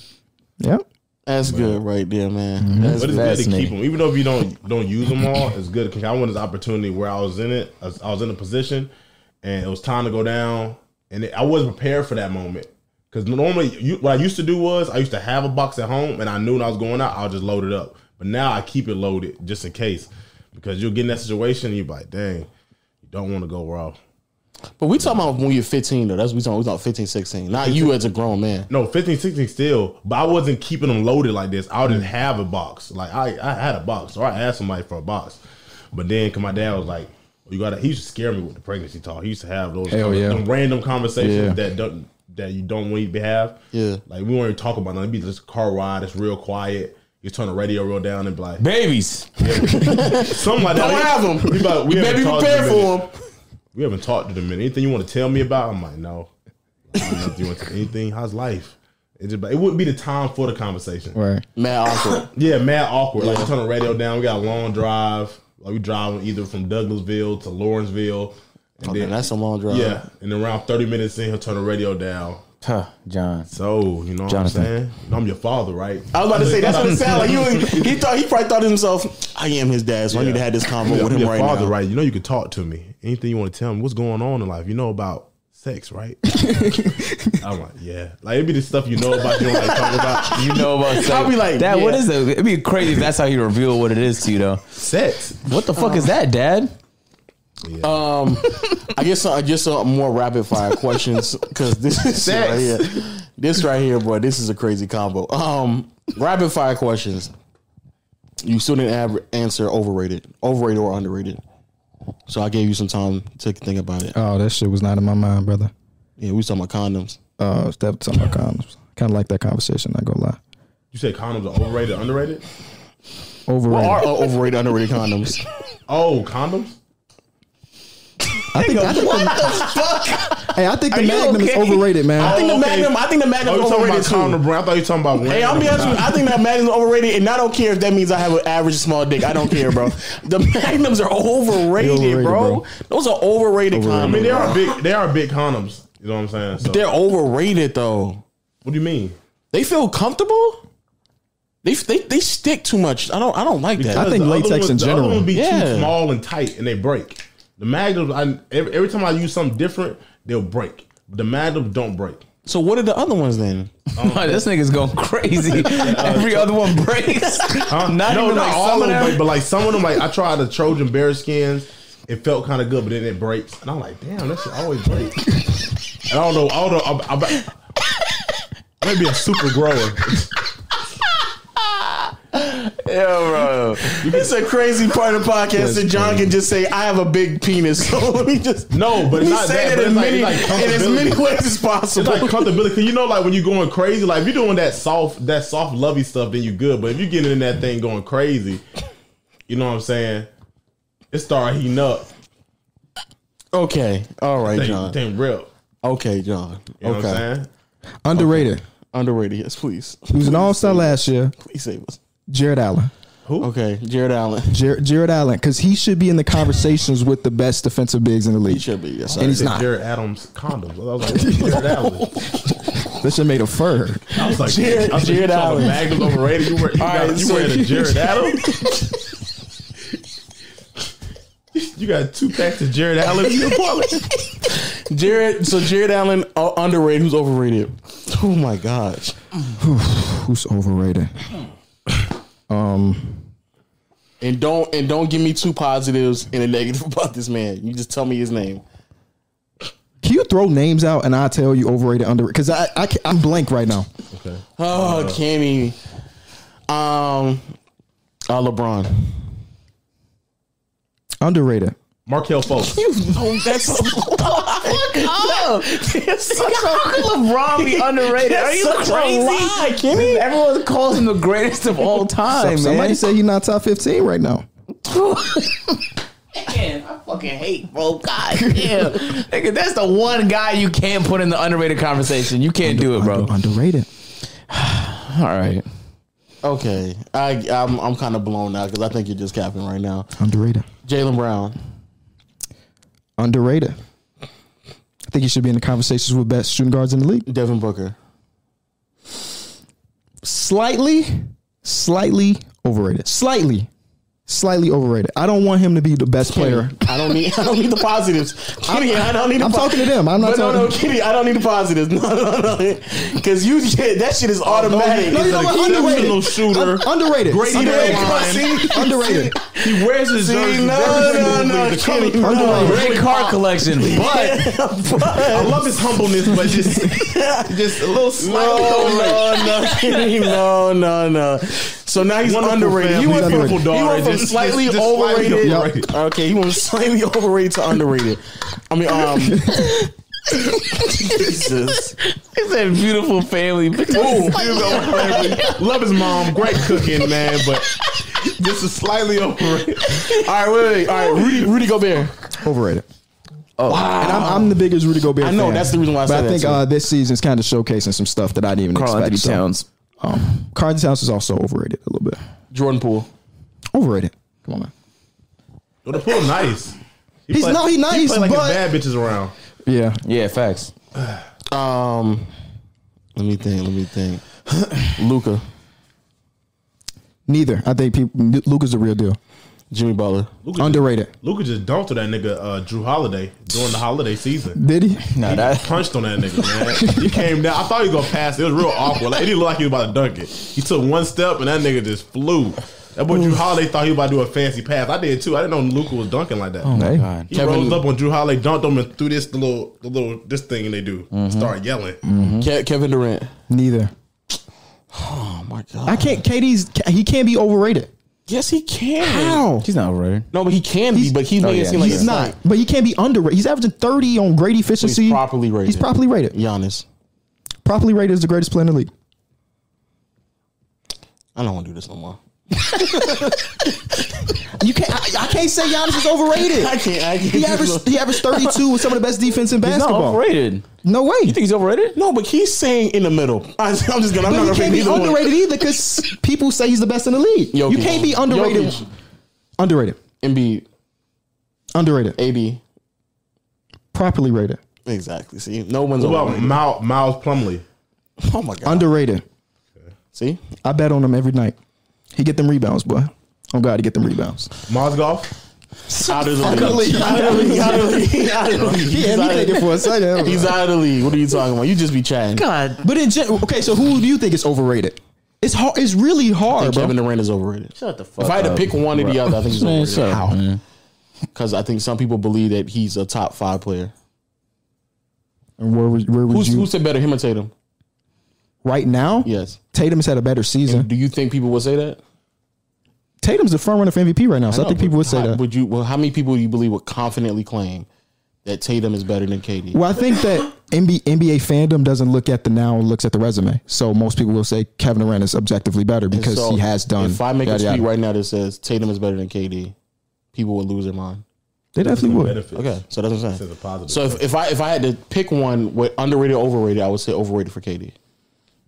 D: Yep.
A: That's good right there, man. That's
E: But it's good to
B: Fascinating.
E: keep them, even though if you don't don't use them all. It's good because I wanted this opportunity where I was in it. I was, I was in a position, and it was time to go down, and it, I wasn't prepared for that moment. Because normally, you, what I used to do was I used to have a box at home, and I knew when I was going out, I'll just load it up. But now I keep it loaded just in case, because you'll get in that situation, and you're like, dang, you don't want to go raw.
A: But we talking about when you're 15 though. That's what we talking. We talking 15, 16. Not you as a grown man.
E: No, 15, 16 still, but I wasn't keeping them loaded like this. I
A: Mm.
E: didn't have a box. Like I, I had a box, or I asked somebody for a box. But then, cause my dad was like, "You got to." He used to scare me with the pregnancy talk. He used to have those
D: Hell
E: kind of-
D: yeah.
E: them random conversations
D: Yeah.
E: that don't that you don't want to have.
A: Yeah.
E: like we won't even talk about nothing. It'd be just a car ride. It's real quiet. You turn the radio real down and be
A: *laughs*
E: like,
B: Babies.
E: "Something like that."
A: Don't have 'em.
E: We,
A: *laughs*
E: about, we
A: You better
E: haven't
A: be
E: talked in a
A: prepared
E: minute.
A: for him.
E: We haven't talked to them in anything you want to tell me about. I'm like, no, I don't know if you want to *laughs* anything. How's life? It just it wouldn't be the time for the conversation.
D: Right.
A: Mad awkward.
E: Yeah, mad awkward. Like you turn the radio down. We got a long drive. Like we driving either from Douglasville to Lawrenceville, and
A: Okay,
E: then
A: that's a long drive.
E: yeah, and around 30 minutes in, he'll turn the radio down.
B: Huh, John.
E: So you know
B: Jonathan.
E: what I'm saying? You know, I'm your father, right?
A: I was about to say that's what it sounded
E: *laughs*
A: like. He, was- he thought he probably thought to himself, "I am his dad, so I need to have this convo
E: Yeah,
A: with
E: I'm
A: him
E: your
A: right
E: father,
A: now."
E: right? You know you can talk to me. Anything you want to tell me? What's going on in life? You know about
A: *laughs*
E: sex, right? I'm like, yeah. Like it'd be the stuff you know about. You don't like talk about
B: You know about sex.
A: I'll be like,
B: Dad, what
A: yeah.
B: is it? It'd be crazy if that's how you reveal what it is to you, though.
E: sex.
B: What the fuck is that, *laughs* Dad?
A: Um, I guess I guess uh, more rapid fire questions because this *laughs* is shit right
E: Sex.
A: here. This right here, boy, this is a crazy combo. Um, rapid fire questions. You still didn't have answer overrated, overrated or underrated. So I gave you some time to think about it.
D: Oh, that shit was not in my mind, brother.
A: Yeah, we was talking about condoms.
D: Uh, that was on my condoms. Kind of like that conversation. Not gonna lie.
E: You said condoms are overrated, underrated?
D: Overrated.
A: What are uh, overrated, underrated condoms?
E: Oh, condoms?
D: I think, I think the, Hey, I think the
A: Are you
D: Magnum is
A: okay?
D: overrated, man.
A: I think the
E: Okay.
A: Magnum. I think the
E: Oh,
A: Magnum
E: you
A: is
E: talking
A: overrated
E: about Conor
A: too.
E: Brown? I thought you were talking about.
A: Hey,
E: Wayne.
A: I'll be honest with you. I think that Magnum's overrated, and I don't care if that means I have an average small dick. I don't care, bro. The Magnums are overrated,
D: overrated,
A: bro.
D: bro.
A: Those are overrated,
E: I
A: condoms.
E: mean, they are big. They are big condoms. You know what I'm saying? So,
A: They're overrated though.
E: what do you mean?
A: They feel comfortable. They they they stick too much. I don't I don't like that.
D: I think
E: The other
D: latex
E: ones-
D: in
E: The
D: general.
E: other one be
A: Yeah.
E: too small and tight, and they break. The magnums, I, every, every time I use something different, they'll break. But the magnums don't break.
A: so what are the other ones then?
B: this nigga's going *laughs* crazy. Every other one *laughs* breaks.
E: Huh?
B: Not
E: no,
B: even
E: not
B: like
E: all
B: some
E: of
B: of
E: them
B: them.
E: break, but like some of them, like I tried the Trojan bear skins. It felt kind of good, but then it breaks, and I'm like, damn, that shit always breaks. and I don't know, I don't know, I'm, I'm, I may be a super grower.
B: Yeah, bro.
A: It's a crazy part of the podcast that John can just say I have a big penis. *laughs* So let me just
E: No,
A: let
E: but
A: me
E: it's not
A: say
E: that,
A: that,
E: but
A: in,
E: it's like-
A: many,
E: it's like
A: in as
E: comfortability.
A: many ways as
E: It's
A: possible.
E: like comfortability. 'Cause you know, like when you're going crazy, like if you're doing that soft, that soft, lovey stuff, then you good. But if you're getting in that thing going crazy, you know what I'm saying? It start heating up.
A: okay, all right,
E: Thing,
A: John.
E: thing real.
A: Okay, John.
E: You know
A: okay,
E: what I'm saying?
D: Underrated.
A: underrated. Yes, please.
D: He was an all star last year.
A: Please save us.
D: Jared Allen.
A: Okay, Jared Allen.
D: Jer- Jared Allen, because he should be in the conversations with the best defensive bigs in the
A: He
D: league.
A: should be. Yes,
D: And he's
E: Said
D: not.
E: Jared Adams condoms.
D: *laughs*
E: I was like, Jared Allen.
D: That should made a fur.
E: I was like,
A: Jared-
E: I was
A: Jared
E: like, you talking
A: Allen. *laughs*
E: Magnum overrated. You were you,
A: All
E: got,
A: right,
E: you
A: so-
E: wearing
A: *laughs*
E: a Jared Adams. you got two packs of Jared Allen in your wallet.
A: Jared. So Jared Allen uh, underrated. Who's overrated? Oh my gosh.
D: Who's overrated? Um,
A: And don't and don't give me two positives and a negative *laughs* about this man. You just tell me his name.
D: can you throw names out and I tell you overrated, underrated? Because I, I, am blank right now.
A: Oh, Kenny. Um, uh, LeBron.
D: Underrated.
E: Markel Fultz.
A: You know that's *laughs*
B: LeBron be underrated. Are you
A: such a
B: crazy?
A: lie, Kenny.
B: *laughs* Everyone calls him the greatest of *laughs* all time,
D: Somebody
B: man.
D: say he's not top 15 right now.
B: Man, I fucking hate, bro. God damn. Ah, Nigga, that's the one guy you can't put in the underrated conversation. You can't do it, bro. All
D: Underrated.
B: right.
A: Okay, I I'm, I'm kind of blown out because I think you're just capping right now.
D: Underrated.
A: Jalen Brown.
D: Underrated. I think he should be in the conversations with best shooting guards in the league.
A: Devin Booker.
D: Slightly, slightly overrated. Slightly, slightly overrated. I don't want him to be the best player.
A: I don't need I don't need the
D: *laughs*
A: positives. Kitty, I don't need the
D: I'm
A: po-
D: talking to them. I'm not
A: But no, no,
D: talking
A: Kitty, I don't need the positives. *laughs* No, no, no. Because you *laughs* that shit is automatic.
D: Oh,
A: *laughs*
D: No, you know what? Underrated.
E: Exceptional shooter.
D: Un- underrated.
E: Great
D: underrated.
E: line.
D: underrated.
E: He wears his jersey.
A: no,
E: every
A: no, no,
E: single league. The color
A: Kenny,
E: purple.
A: no.
B: Great car collection. But
D: *laughs*
E: I love his humbleness, but just just a little
A: No,
E: slightly
A: no,
E: overrated.
A: no,
D: Oh,
A: Kenny, no, no, no. So now he's
E: Wonderful
A: underrated. He
E: family,
A: went, from,
E: wonderful
A: he
E: daughter,
A: went from
E: just-
A: slightly
E: just- just slightly
A: overrated.
E: overrated.
A: Okay, he went from slightly overrated to underrated. I mean,
D: *laughs*
A: um, Jesus.
B: it's a *laughs* beautiful family.
D: Oh,
E: Ooh, he's overrated. Love his mom, great cooking, man, but just a slightly overrated.
A: All right, wait, wait, wait. All right, Rudy, Rudy Gobert.
D: Overrated. Oh, and I'm, I'm the biggest Rudy Gobert.
A: I know,
D: fan.
A: that's the reason why I
D: but
A: said
D: I
A: that,
D: think
A: too.
D: uh, this season's kind of showcasing some stuff that I didn't even
B: Carl
D: expect.
B: Anthony
D: so,
B: Towns.
D: Um, Carl Anthony Towns is also overrated a little bit.
A: Jordan Poole.
D: Overrated. Come on, man.
E: Well, the pool nice. He
D: He's
E: play-
D: no, he nice,
E: He play like
D: but-
E: his bad bitches around.
D: Yeah,
B: Yeah, facts.
A: Um, let me think. Let me *clears throat* think. Luca,
D: neither. I think people, Luca's the real deal.
A: Jimmy Butler.
E: Luka
D: Underrated.
E: Just, Luka just dumped on that nigga uh, Drew Holiday during the holiday season.
D: Did he?
B: No,
E: He
B: that
E: punched on that nigga, man. He came down. I thought he was gonna pass. It was real awkward. Like it didn't look like he was about to dunk it. He took one step and that nigga just flew. That boy Drew Holiday thought he was about to do a fancy pass. I did too. I didn't know Luca was dunking like that.
D: Hey.
E: He
A: Oh, Kevin-
E: rose up on Drew Holiday, dunked him, and threw this the little, the little this thing they do.
A: Mm-hmm.
E: Start yelling.
A: Hmm? Ke- Kevin Durant.
D: Neither.
A: Oh my god.
D: I can't. KD's. He can't be overrated.
A: yes, he can.
B: He's not overrated.
A: No, but he can be. But he made it
B: yeah,
A: seem like
D: he's
A: it's
D: not, but he can't be underrated. He's averaging 30 on great efficiency.
A: properly rated.
D: He's properly rated.
A: Giannis.
D: Properly rated is the greatest player in the league.
A: I don't want to do this no more.
D: You can't. I, I can't say Giannis is overrated.
A: I can't. I can't.
D: He averaged he averaged 32 with some of the best defense in
B: He's not
D: basketball.
B: overrated.
D: No way.
B: You think he's overrated?
A: No, but he's saying in the middle. I, am just gonna. I'm not
D: but he
A: gonna
D: can't
A: read
D: be
A: either one.
D: underrated either because people say he's the best in the league. You
A: Jokic.
D: can't be underrated.
A: Jokic,
D: Underrated.
A: Embiid,
D: Underrated.
A: AD.
D: Properly rated.
A: Exactly. See, no one's
E: What
A: over.
E: about Miles, Miles Plumley?
A: Oh my god.
D: Underrated.
A: See,
D: I bet on him every night. He get them rebounds, boy. Oh God, he get them rebounds.
E: Mozgov?
A: out of the
D: Fuck the league.
A: league. Out of the league. Out of the
D: *laughs*
A: league. Out of the league.
D: He
A: He's
D: had me
A: out of
D: thinking
A: the-
D: for a *laughs* second.
A: He's out of the league. What are you talking about? You just be chatting.
F: God.
D: But in general, okay, so who do you think is overrated? It's hard. It's really hard, bro.
A: Kevin Durant is overrated.
F: Shut the fuck
A: If I had to
B: up,
A: pick one or the
B: bro.
A: other, I think he's
B: Man,
A: overrated.
B: shut up, man.
A: Because I think some people believe that he's a top five player.
D: And where would, where would
A: Who's,
D: you
A: who said better, him or Tatum?
D: right now?
A: Yes.
D: Tatum's had a better season.
A: Do you think people would say that?
D: Tatum's the front runner for MVP right now, so I, think
A: No,
D: people
A: but
D: would say
A: how-
D: that.
A: Would you? Well, how many people do you believe would confidently claim that Tatum is better than KD?
D: Well, I think that NBA, NBA fandom doesn't look at the now and looks at the resume. So most people will say Kevin Durant is objectively better because
A: So,
D: he has done.
A: If I make
D: yada,
A: a
D: yada.
A: tweet right now that says Tatum is better than KD, people would lose their mind.
D: they definitely would.
E: Benefits.
A: Okay, so that's what I'm saying.
E: This is a positive
A: So if, if I if I had to pick one, what underrated, or overrated, I would say overrated for KD.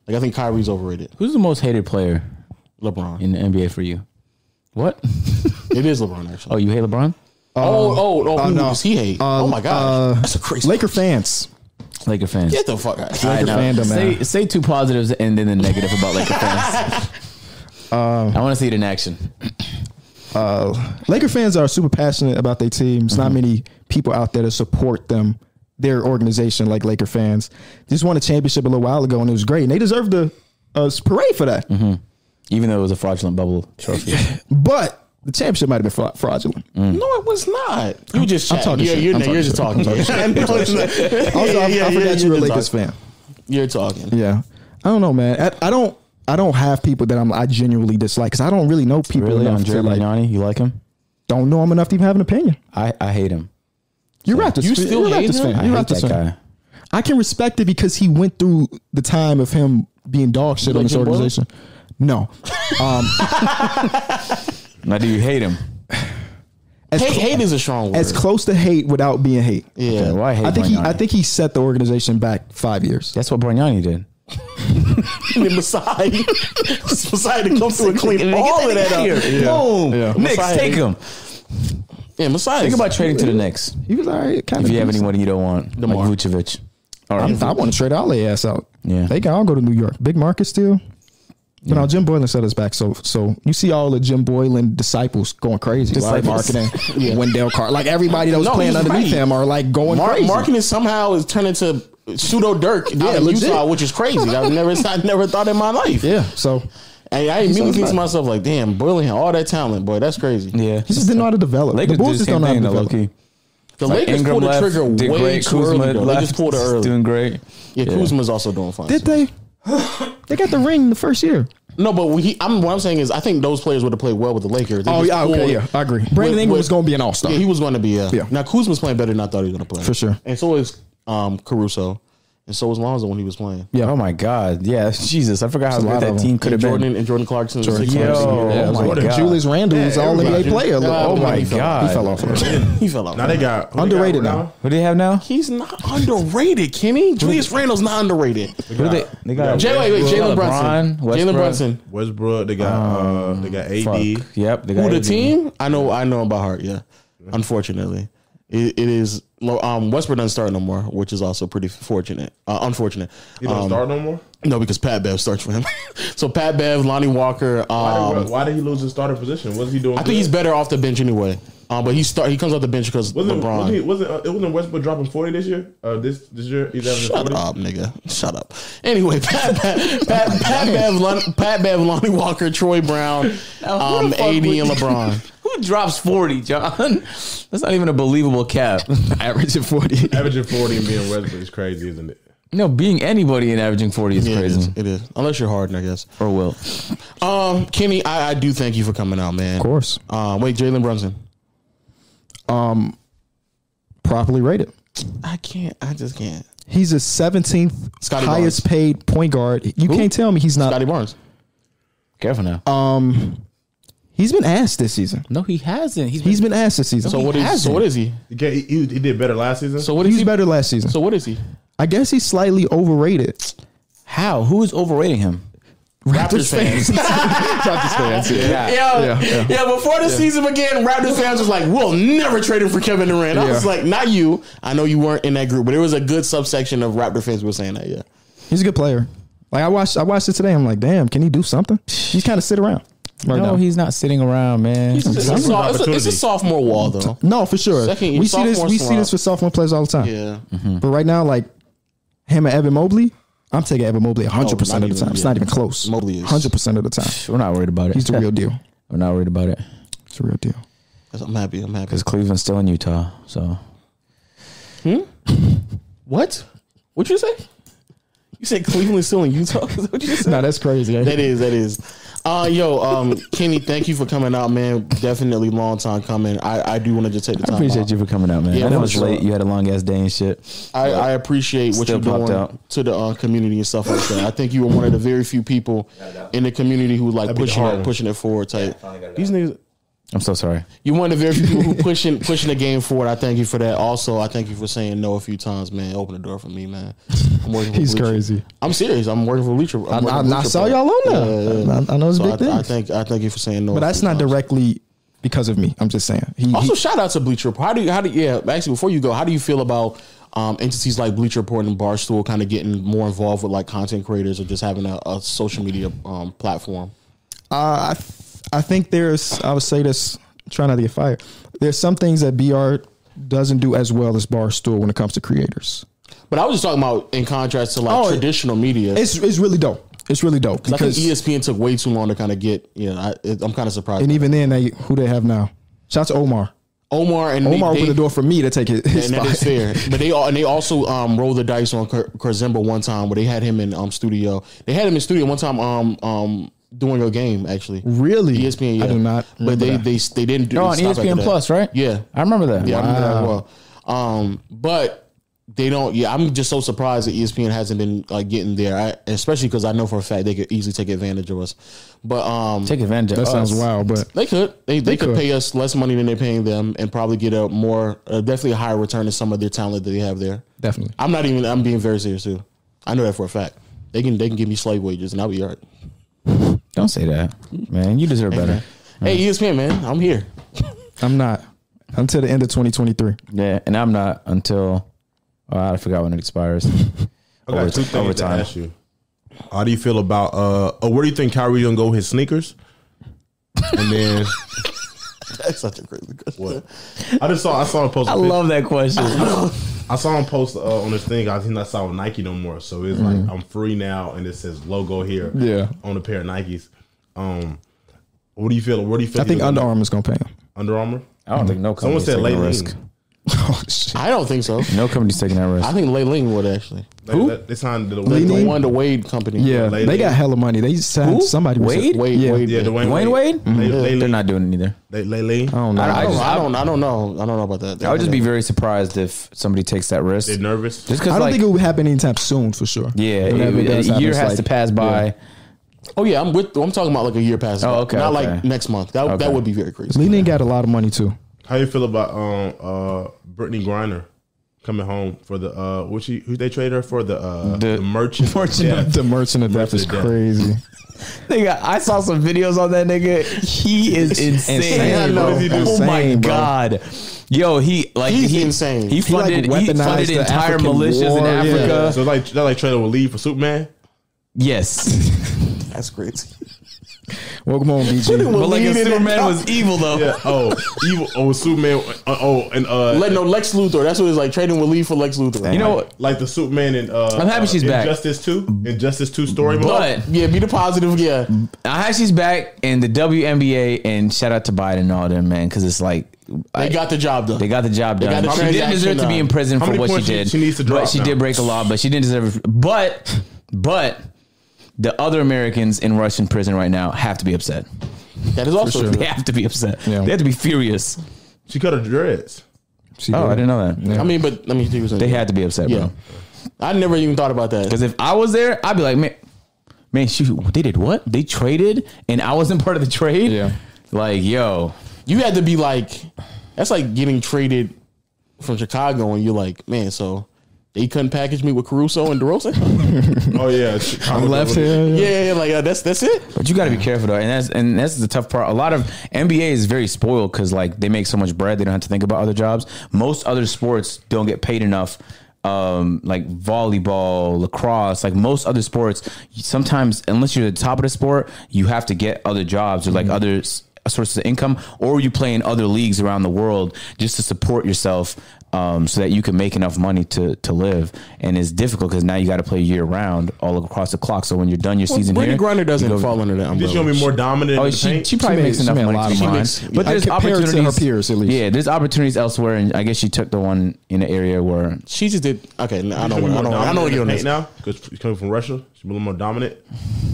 A: Like I think Kyrie's overrated.
B: Who's the most hated player
A: LeBron.
B: in the NBA for you? What?
A: It is LeBron actually.
B: Oh, you hate LeBron?
A: oh oh oh, who
D: no.
A: does he hate?
D: Uh,
A: oh my gosh,
D: uh,
A: that's a crazy.
D: Laker fans.
B: Laker fans.
A: Get the fuck out. of here.
B: I
D: Laker
B: know.
D: fandom,
B: say
D: man.
B: say two positives and then the negative about *laughs* Laker fans. I want to see it in action.
D: Laker fans are super passionate about their teams.
A: Mm-hmm.
D: Not many people out there to support them, their organization, like Laker fans. Just won a championship a little while ago, and it was great. And they deserved the uh, parade for that.
A: Mm-hmm.
B: Even though it was a fraudulent bubble trophy.
D: But the championship might have been fra- fraudulent.
A: No, it was not. You just
D: I'm
A: chatting.
D: talking
A: you're,
D: shit.
A: You're,
D: I'm
A: you're
D: talking
A: just
D: shit.
A: talking.
D: I'm
A: I know it's not-
D: Also, *laughs*
A: *laughs* Yeah,
D: I, I
A: yeah,
D: forgot you were a
A: just
D: Lakers
A: talking.
D: fan.
A: You're talking.
D: Yeah, I don't know, man. I, I don't. I don't have people that I'm I genuinely dislike because I don't really know people
B: really,
D: enough
B: Andre
D: to like.
B: Magnani? You like him?
D: Don't know them enough to even have an opinion.
B: I, I hate him.
D: You're Raptors.
A: You
D: fan.
A: still
D: you're
A: hate
D: Raptors
A: him?
D: fan.
B: I
D: You're
B: hate
D: Raptors
B: that
D: fan.
B: guy.
D: I can respect it because he went through the time of him being dog shit on
A: like
D: this
A: Jim Boylan?
D: organization. No,
B: Now, do you hate him?
D: as
A: Hate,
D: cl-
A: hate is a strong word.
D: as close to hate without being hate.
A: yeah. *laughs*
B: Yeah, why hate
D: I think he.
B: Bargnani?
D: I think he set the organization back five years.
B: That's what Bargnani did.
A: And then *laughs* Masai, Masai to come through and clean
B: Get
A: all
B: that
A: of that up.
B: nigga out of here.
A: Boom.
D: Yeah.
B: Knicks,
A: Masai-
B: take him.
A: Yeah, Masai.
B: Think about trading to the Knicks.
D: He was all right. Kind
B: If
D: of.
B: you have anyone you don't want, like
A: DeMar.
B: Vucevic. All right.
D: I'm, I want to trade all their ass out.
B: Yeah.
D: they can all go to New York. Big market still. But now Jim Boylan set us back. So so you see all the Jim Boylan disciples going crazy. Like
B: Disciples.
D: marketing, Wendell Carter, like everybody that was
A: No,
D: playing
A: he's
D: underneath
A: right.
D: him are like going
A: Mark,
D: crazy.
A: marketing somehow is turning to pseudo Dirk
D: Yeah,
A: out in
D: legit.
A: Utah, which is crazy. I've never, *laughs* I never thought in my life.
D: yeah. So
A: And I immediately
D: sounds
A: think to
D: right.
A: myself, like, damn, Boylan had all that talent, boy. That's crazy.
B: Yeah.
D: he just didn't know how to develop.
B: Lakers
D: the
B: do
D: Bulls
B: the
D: just don't
B: same
D: know how to
B: thing, though,
D: develop.
B: low-key.
A: The
B: Like
A: Lakers
B: Ingram
A: pulled the
B: left,
A: trigger
B: did
A: way
B: great,
A: too
B: Kuzma
A: early. Though. They
B: left,
A: just pulled it early.
B: Doing great.
A: yeah, Kuzma's also doing fine.
D: Did they? they got the ring the first year.
A: No, but we, he, I'm, what I'm saying is, I think those players would have played well with the Lakers.
D: Oh,
A: They just pulled-
D: I agree. Brandon
A: With-
D: Ingram
A: with-
D: was going to be an all star.
A: Yeah, he was going to be a.
D: Yeah.
A: Now Kuzma's playing better than I thought he was going to play.
D: For sure.
A: And so is um, Caruso, and so was Lonzo when he was playing.
D: Yeah.
B: Oh my God! Yeah, Jesus, I forgot how
D: There's a
B: good
D: lot of
B: that
D: them.
B: team could
A: And
B: have been.
A: Jordan and Jordan Clarkson. is a six man.
B: Yo,
D: Yeah,
B: oh my
D: Jordan.
B: God.
D: Julius Randle was all NBA player.
A: Yeah,
D: oh my
A: everybody
D: god,
A: fell
B: off.
D: he fell off.
A: he fell off.
E: Now they got who they
D: Underrated
E: got right
D: now.
B: What do they have now?
A: He's not underrated, Kenny. Julius Randle's not underrated.
E: They
B: Who
E: got,
B: do they? They got
A: Jay, wait, wait, Jalen
B: LeBron,
A: Brunson. Jalen
B: Westbrook.
A: Brunson.
E: Westbrook. They got uh, they got AD.
A: Um,
B: Fuck. Yep. They got
A: Who the
B: AD.
A: team? I know, I know by heart. Yeah, unfortunately, it, it is. Um, Westbrook doesn't start no more, which is also pretty fortunate. Uh, unfortunate.
E: You don't
A: Um,
E: start no more.
A: No, because Pat Bev starts for him. *laughs* so Pat Bev, Lonnie Walker.
E: Why,
A: Um,
E: did, why did he lose his starting position? What's he doing?
A: I think he's
E: good?
A: better off the bench anyway. Um, but he start he comes off the bench because
E: Wasn't,
A: LeBron.
E: wasn't he, wasn't uh, it wasn't Westbrook dropping forty this year? Uh, this this year he's having
A: Shut
E: 40?
A: up, nigga. Shut up. Anyway, Pat *laughs* Pat Pat, Pat, Bev, Lon, Pat Bev, Lonnie Walker, Troy Brown, *laughs*
B: Now, who
A: um,
B: the fuck
A: AD,
B: would-
A: and LeBron.
B: Who drops forty, John? *laughs* That's not even a believable cap. Averaging forty.
E: Averaging forty and being Westbrook is crazy, isn't it?
B: No, being anybody and averaging forty
A: *laughs*
B: is
A: Yeah, it is.
B: crazy.
A: It is. Unless you're Harden, I guess.
B: Or will.
A: Um, Kenny, I, I do thank you for coming out, man.
D: Of course,
A: Uh, wait, Jalen Brunson.
D: properly rated.
A: I can't. I just can't.
D: He's the 17th
A: Scotty Barnes.
D: highest paid point guard. You can't tell me he's not.
A: Scotty Barnes.
B: Careful now.
D: Um, He's been asked this season.
B: No, he hasn't. He's been,
D: He's been asked this season.
A: So what
B: He
A: is? So
B: hasn't.
A: what is he?
E: He, ca- he, he did better last season.
A: So what
D: he
A: is
D: was
A: he?
D: better last season.
A: So what is he?
D: I guess he's slightly overrated.
B: how? Who is overrating him?
A: Raptors fans. *laughs*
D: Raptors
B: *laughs*
D: fans, yeah.
A: Yo, yeah, Before the season began, Raptors fans was like, "We'll never trade him for Kevin Durant." I was
D: Yeah.
A: like, "Not you." I know you weren't in that group, but there was a good subsection of Raptor fans who were saying that. Yeah,
D: He's a good player. Like I watched, I watched it today. I'm like, damn, can he do something? He's kind of sit around right
B: no,
D: now.
B: he's not sitting around, man.
A: it's, a,
E: an
A: so- it's a- it's a
E: opportunity.
A: sophomore wall, though.
D: no, for sure.
A: Second year,
D: we see this.
A: sophomore
D: We see
A: slump.
D: this for sophomore players all the time.
A: Yeah,
D: But right now, like him and Evan Mobley, I'm taking Evan Mobley 100
A: Oh,
D: percent
A: not
D: of the time.
A: even,
D: It's
A: yeah.
D: not even close.
A: Mobley is-
D: 100 percent of the time.
B: We're not worried about it. *laughs*
D: He's the real deal.
B: We're not worried about it
D: It's a real deal.
A: That's- I'm happy. I'm happy.
B: because Cleveland's still in Utah. So
A: What? What'd you say? You said Cleveland's still in Utah. *laughs* Is that what you said?
D: *laughs* Nah, that's crazy.
A: That is, that is. Uh, yo, um, Kenny, thank you for coming out, man. Definitely long time coming. I, I do want to just take the time.
B: I appreciate
A: out.
B: you for coming out, man.
A: Yeah,
B: I know
A: for
B: it's
A: sure.
B: late. You had a long ass day and shit.
A: I, I appreciate what
B: Still
A: you're doing
B: popped out.
A: to the uh, community and stuff like that. I think you were one of the very few people in the community who like
E: be the
A: pushing
E: hard
A: it,
E: one.
A: pushing it forward. Type these niggas.
B: I'm so sorry.
A: You're one of the very few
D: *laughs*
A: people who pushing pushing the game forward. I thank you for that. Also, I thank you for saying no a few times, man. Open the door for me, man. I'm working for
D: *laughs* He's
A: Bleacher.
D: crazy.
A: I'm serious. I'm working for Bleacher. I'm
D: I-
A: working
D: I-
A: for
D: I
A: Bleacher
D: saw
A: Report.
D: y'all on there. I- I know it's
A: so
D: big
A: I, I
D: things.
A: thank I thank you for saying no.
D: But
A: a
D: that's
A: few
D: not
A: times.
D: directly because of me. I'm just saying. He,
A: Also,
D: he-
A: shout out to Bleacher Report. How do you, how do yeah? Actually, before you go, how do you feel about um, entities like Bleacher Report and Barstool kind of getting more involved with like content creators or just having a, a social media um, platform?
D: uh, I, th- I think there's. I would say this. Try not to get fired. There's some things that BR doesn't do as well as Barstool when it comes to creators.
A: But I was just talking about in contrast to like
D: Oh, it-
A: traditional media.
D: It's it's really dope. It's really dope
A: I think E
D: because
A: ESPN took way too long to kind of get. Yeah, I, it, I'm kind of surprised.
D: and even then they who they have now. Shout out to Omar.
A: Omar and
D: Omar
A: they,
D: opened the
A: they-
D: door for me to take it.
A: and that is fair. But they all, and they also um, rolled the dice on Kar- Karzimba one time where they had him in um, studio. They had him in studio one time um, um, doing a game actually. E
D: Really?
A: ESPN. Yeah.
D: I do not.
A: But they, they they didn't do.
B: They're on E
A: stop after
B: ESPN
A: that.
B: Plus, right?
A: Yeah.
B: I remember that.
A: Yeah, I remember that well. Um, but they don't. Yeah, I'm just so surprised that E ESPN hasn't been like getting there, I, especially because I know for a fact they could easily take advantage of us. But um,
B: Take advantage of
D: that
B: us.
D: sounds wild, but
A: they could. They, they, could,
D: could.
A: pay us less money than they're paying them, and probably get a more, uh, definitely a higher return to some of their talent that they have there.
D: definitely.
A: I'm not even. I'm being very serious too. I know that for a fact. They can they can give me slave wages, and I'll be alright.
B: Don't say that, man. You deserve better.
A: Hey E ESPN man, I'm here. *laughs*
D: I'm not until the end of 2023.
B: Yeah, and I'm not until oh, I forgot when it expires.
E: I got
B: Over-
E: two things to
B: overtime.
E: ask you. How do you feel about uh? Oh, where do you think Kyrie gonna go with his sneakers? And then
A: That's such a crazy question.
E: what? I just saw I saw him post. a
B: I
E: picture.
B: love that question.
E: I saw him post uh, on this thing. I think not saw Nike no more. So it's like I'm free now, and it says logo here.
D: Yeah.
E: on a pair of Nikes. Um, what do you feel? Where do you feel?
D: I think
E: he's
D: Under
E: gonna-
D: Armour's gonna pay him. *laughs*
E: Under Armour.
B: I don't think no
E: Someone
B: company's
E: said
B: taking
E: late
B: that
E: risk.
B: risk.
D: Oh shit.
A: I don't think
B: *laughs*
A: so.
B: No company's taking that risk.
A: I think Lei Ling would actually.
E: Who? They, they signed the
A: The
D: Ling?
A: one the Wade company.
D: Yeah,
E: Lay
D: they
E: Lay.
D: got hella money. They signed somebody.
B: Wade?
A: Wade.
D: Yeah.
A: Wade.
E: Yeah,
A: Wade.
E: Dwayne
B: Dwayne Wade? Mm-hmm.
E: Lay, Lay,
B: They're not doing it either.
E: Lay, Lay, Lay.
B: I don't know.
A: I
B: I,
A: don't,
B: just,
A: I don't. I don't know. I don't know about that.
B: I would just be very surprised if somebody takes that risk.
E: They're nervous.
B: Just
D: I
B: because,
D: don't
B: like,
D: think it will happen anytime soon for sure.
B: yeah,
D: Whenever
B: it-
D: it does
B: a
D: happen,
B: year
D: it's
B: has
D: like-
B: to pass by.
A: Oh yeah, I'm with. I'm talking about like a year past.
B: Oh, okay,
A: Not
B: okay.
A: like next month. That
B: Okay.
A: that would be very crazy.
D: Leaning got a lot of money too.
E: How you feel about um uh Brittany Griner coming home for the uh what she who they traded her for the uh the, merchant
B: Merchant
E: Yeah.
D: *laughs* The merchant of death
E: Merchant
D: is
E: of death.
D: crazy.
B: Nigga, I saw some videos on that nigga. He is *laughs* insane.
D: Insane,
E: bro. What does he do?
B: Oh my
D: Insane, bro.
B: god. Yo, he like
A: He's
B: he,
A: insane. He,
B: He
D: like,
B: funded, he funded
D: weaponized the
B: entire
D: African
B: militias in
D: war, yeah.
B: Africa.
E: So like that like traded with Lee for Superman.
B: *laughs* Yes.
A: That's crazy.
D: Welcome
A: *laughs*
D: home, BG.
B: but like
A: Leading
B: if
A: it
B: Superman
A: up.
B: was evil though. *laughs*
E: Yeah. Oh, evil. Oh, Superman. Uh, oh, and uh,
A: Let no Lex Luthor. That's what it's like trading with Lee for Lex Luthor.
B: You know what?
E: like the Superman and uh,
B: I'm happy she's back.
E: Justice two, Injustice two story.
B: But
A: Yeah, be the positive. Yeah,
B: I have she's back in the WNBA and shout out to Biden and all them, man, because it's like
A: they
B: I-
A: got the job done.
B: They got the job
A: got
B: done.
A: the
B: she didn't
A: transaction
B: deserve to be
A: done.
B: in prison
E: How
B: for
E: many
B: what she
E: points she-
B: did.
E: she needs to
B: but
E: drop
B: she
E: now?
B: did break the law, but she didn't deserve. But but the other Americans in Russian prison right now have to be upset.
A: that is also true.
B: They have to be upset.
D: Yeah.
B: They have to be furious.
E: she cut her
B: *laughs*
E: dreads.
D: She
B: Oh,
D: did.
B: I didn't know that.
A: I mean, but let me tell you something.
B: They had to be upset,
A: Yeah,
B: bro.
A: I never even thought about that.
B: Because if I was there, I'd be like, man, man, shoot, they did what? They traded, and I wasn't part of the trade.
D: Yeah.
B: Like, yo,
A: You had to be like, that's like getting traded from Chicago, and you're like, man, so they couldn't package me with Caruso and
B: *laughs*
A: DeRosa.
E: Oh yeah,
D: I'm left here.
A: yeah, yeah, like uh, that's that's it.
B: But you got to be careful though, and that's and that's the tough part. A lot of NBA is very spoiled because like they make so much bread, they don't have to think about other jobs. Most other sports don't get paid enough. Um, like volleyball, lacrosse, like most other sports, you- sometimes unless you're the top of the sport, you have to get other jobs or like other s- sources of income, or you play in other leagues around the world just to support yourself, um, so that you can make enough money to to live. And it's difficult because now you got to play year round all across the clock. So when you're done your season,
A: Brittany
B: here,
A: Grinder
B: you
A: doesn't
B: go-
A: fall under that
E: This
A: umbrella.
E: gonna be more dominant.
B: Oh,
E: in the
B: she,
E: paint?
B: she probably
D: made-
B: makes
D: she
B: enough
D: made a
B: money
D: lot
B: to
D: of
B: mine.
D: money.
B: But
D: I
B: there's
D: compare it to her
B: opportunities.
D: peers, at least.
B: Yeah, there's opportunities elsewhere, and I guess she took the one in the area where
A: She just did. Okay, no, I
E: She's
A: don't.
E: gonna
A: wanna-
E: be
A: I
E: more
A: don't. I
E: dominant
A: don't
E: in
A: get
E: the
A: on
E: paint
A: this.
E: now because she's coming from Russia. She's a little more dominant,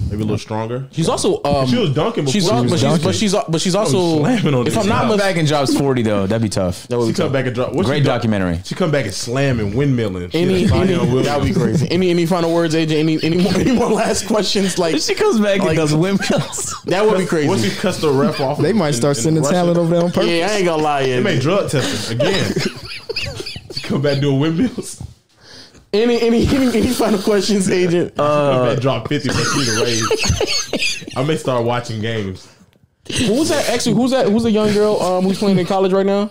E: maybe a little stronger.
A: She's also. Um,
E: She was dunking
A: She's,
E: before
A: al-
E: she
A: but,
E: was
A: she's,
E: dunking.
A: but she's. al- But she's
E: was
A: also.
E: slamming on
A: If
E: this
A: I'm not
E: guy.
B: Come
A: mistaken,
B: back and drops forty though. That'd be tough.
A: that would
E: She
A: be
E: come
A: tough.
E: back and drop. what's
B: Great
E: she done?
B: documentary.
E: She come back and slamming, windmilling. She
A: Any,
E: had a body
A: any,
E: on wheels.
A: that would be crazy. Any, any final words, AJ? Any, any, *laughs* more, any more last questions? Like
B: She comes back
A: Like-
B: and does windmills.
A: that would be
E: Once
A: crazy.
E: he cussed the ref off,
D: They might
E: in-
D: start
E: in
D: sending
E: Russia,
D: talent over there on purpose.
A: Yeah, I ain't gonna lie.
E: They
A: Yeah.
E: made drug
D: *laughs*
E: testing again. she come back doing windmills.
A: Any, any, *laughs* any, any final questions, agent?
E: Come
B: Uh,
E: back drop fifty for she to raise. I may start watching games.
A: Who's that? Actually, who's that? Who's the young girl um, who's playing in college right now?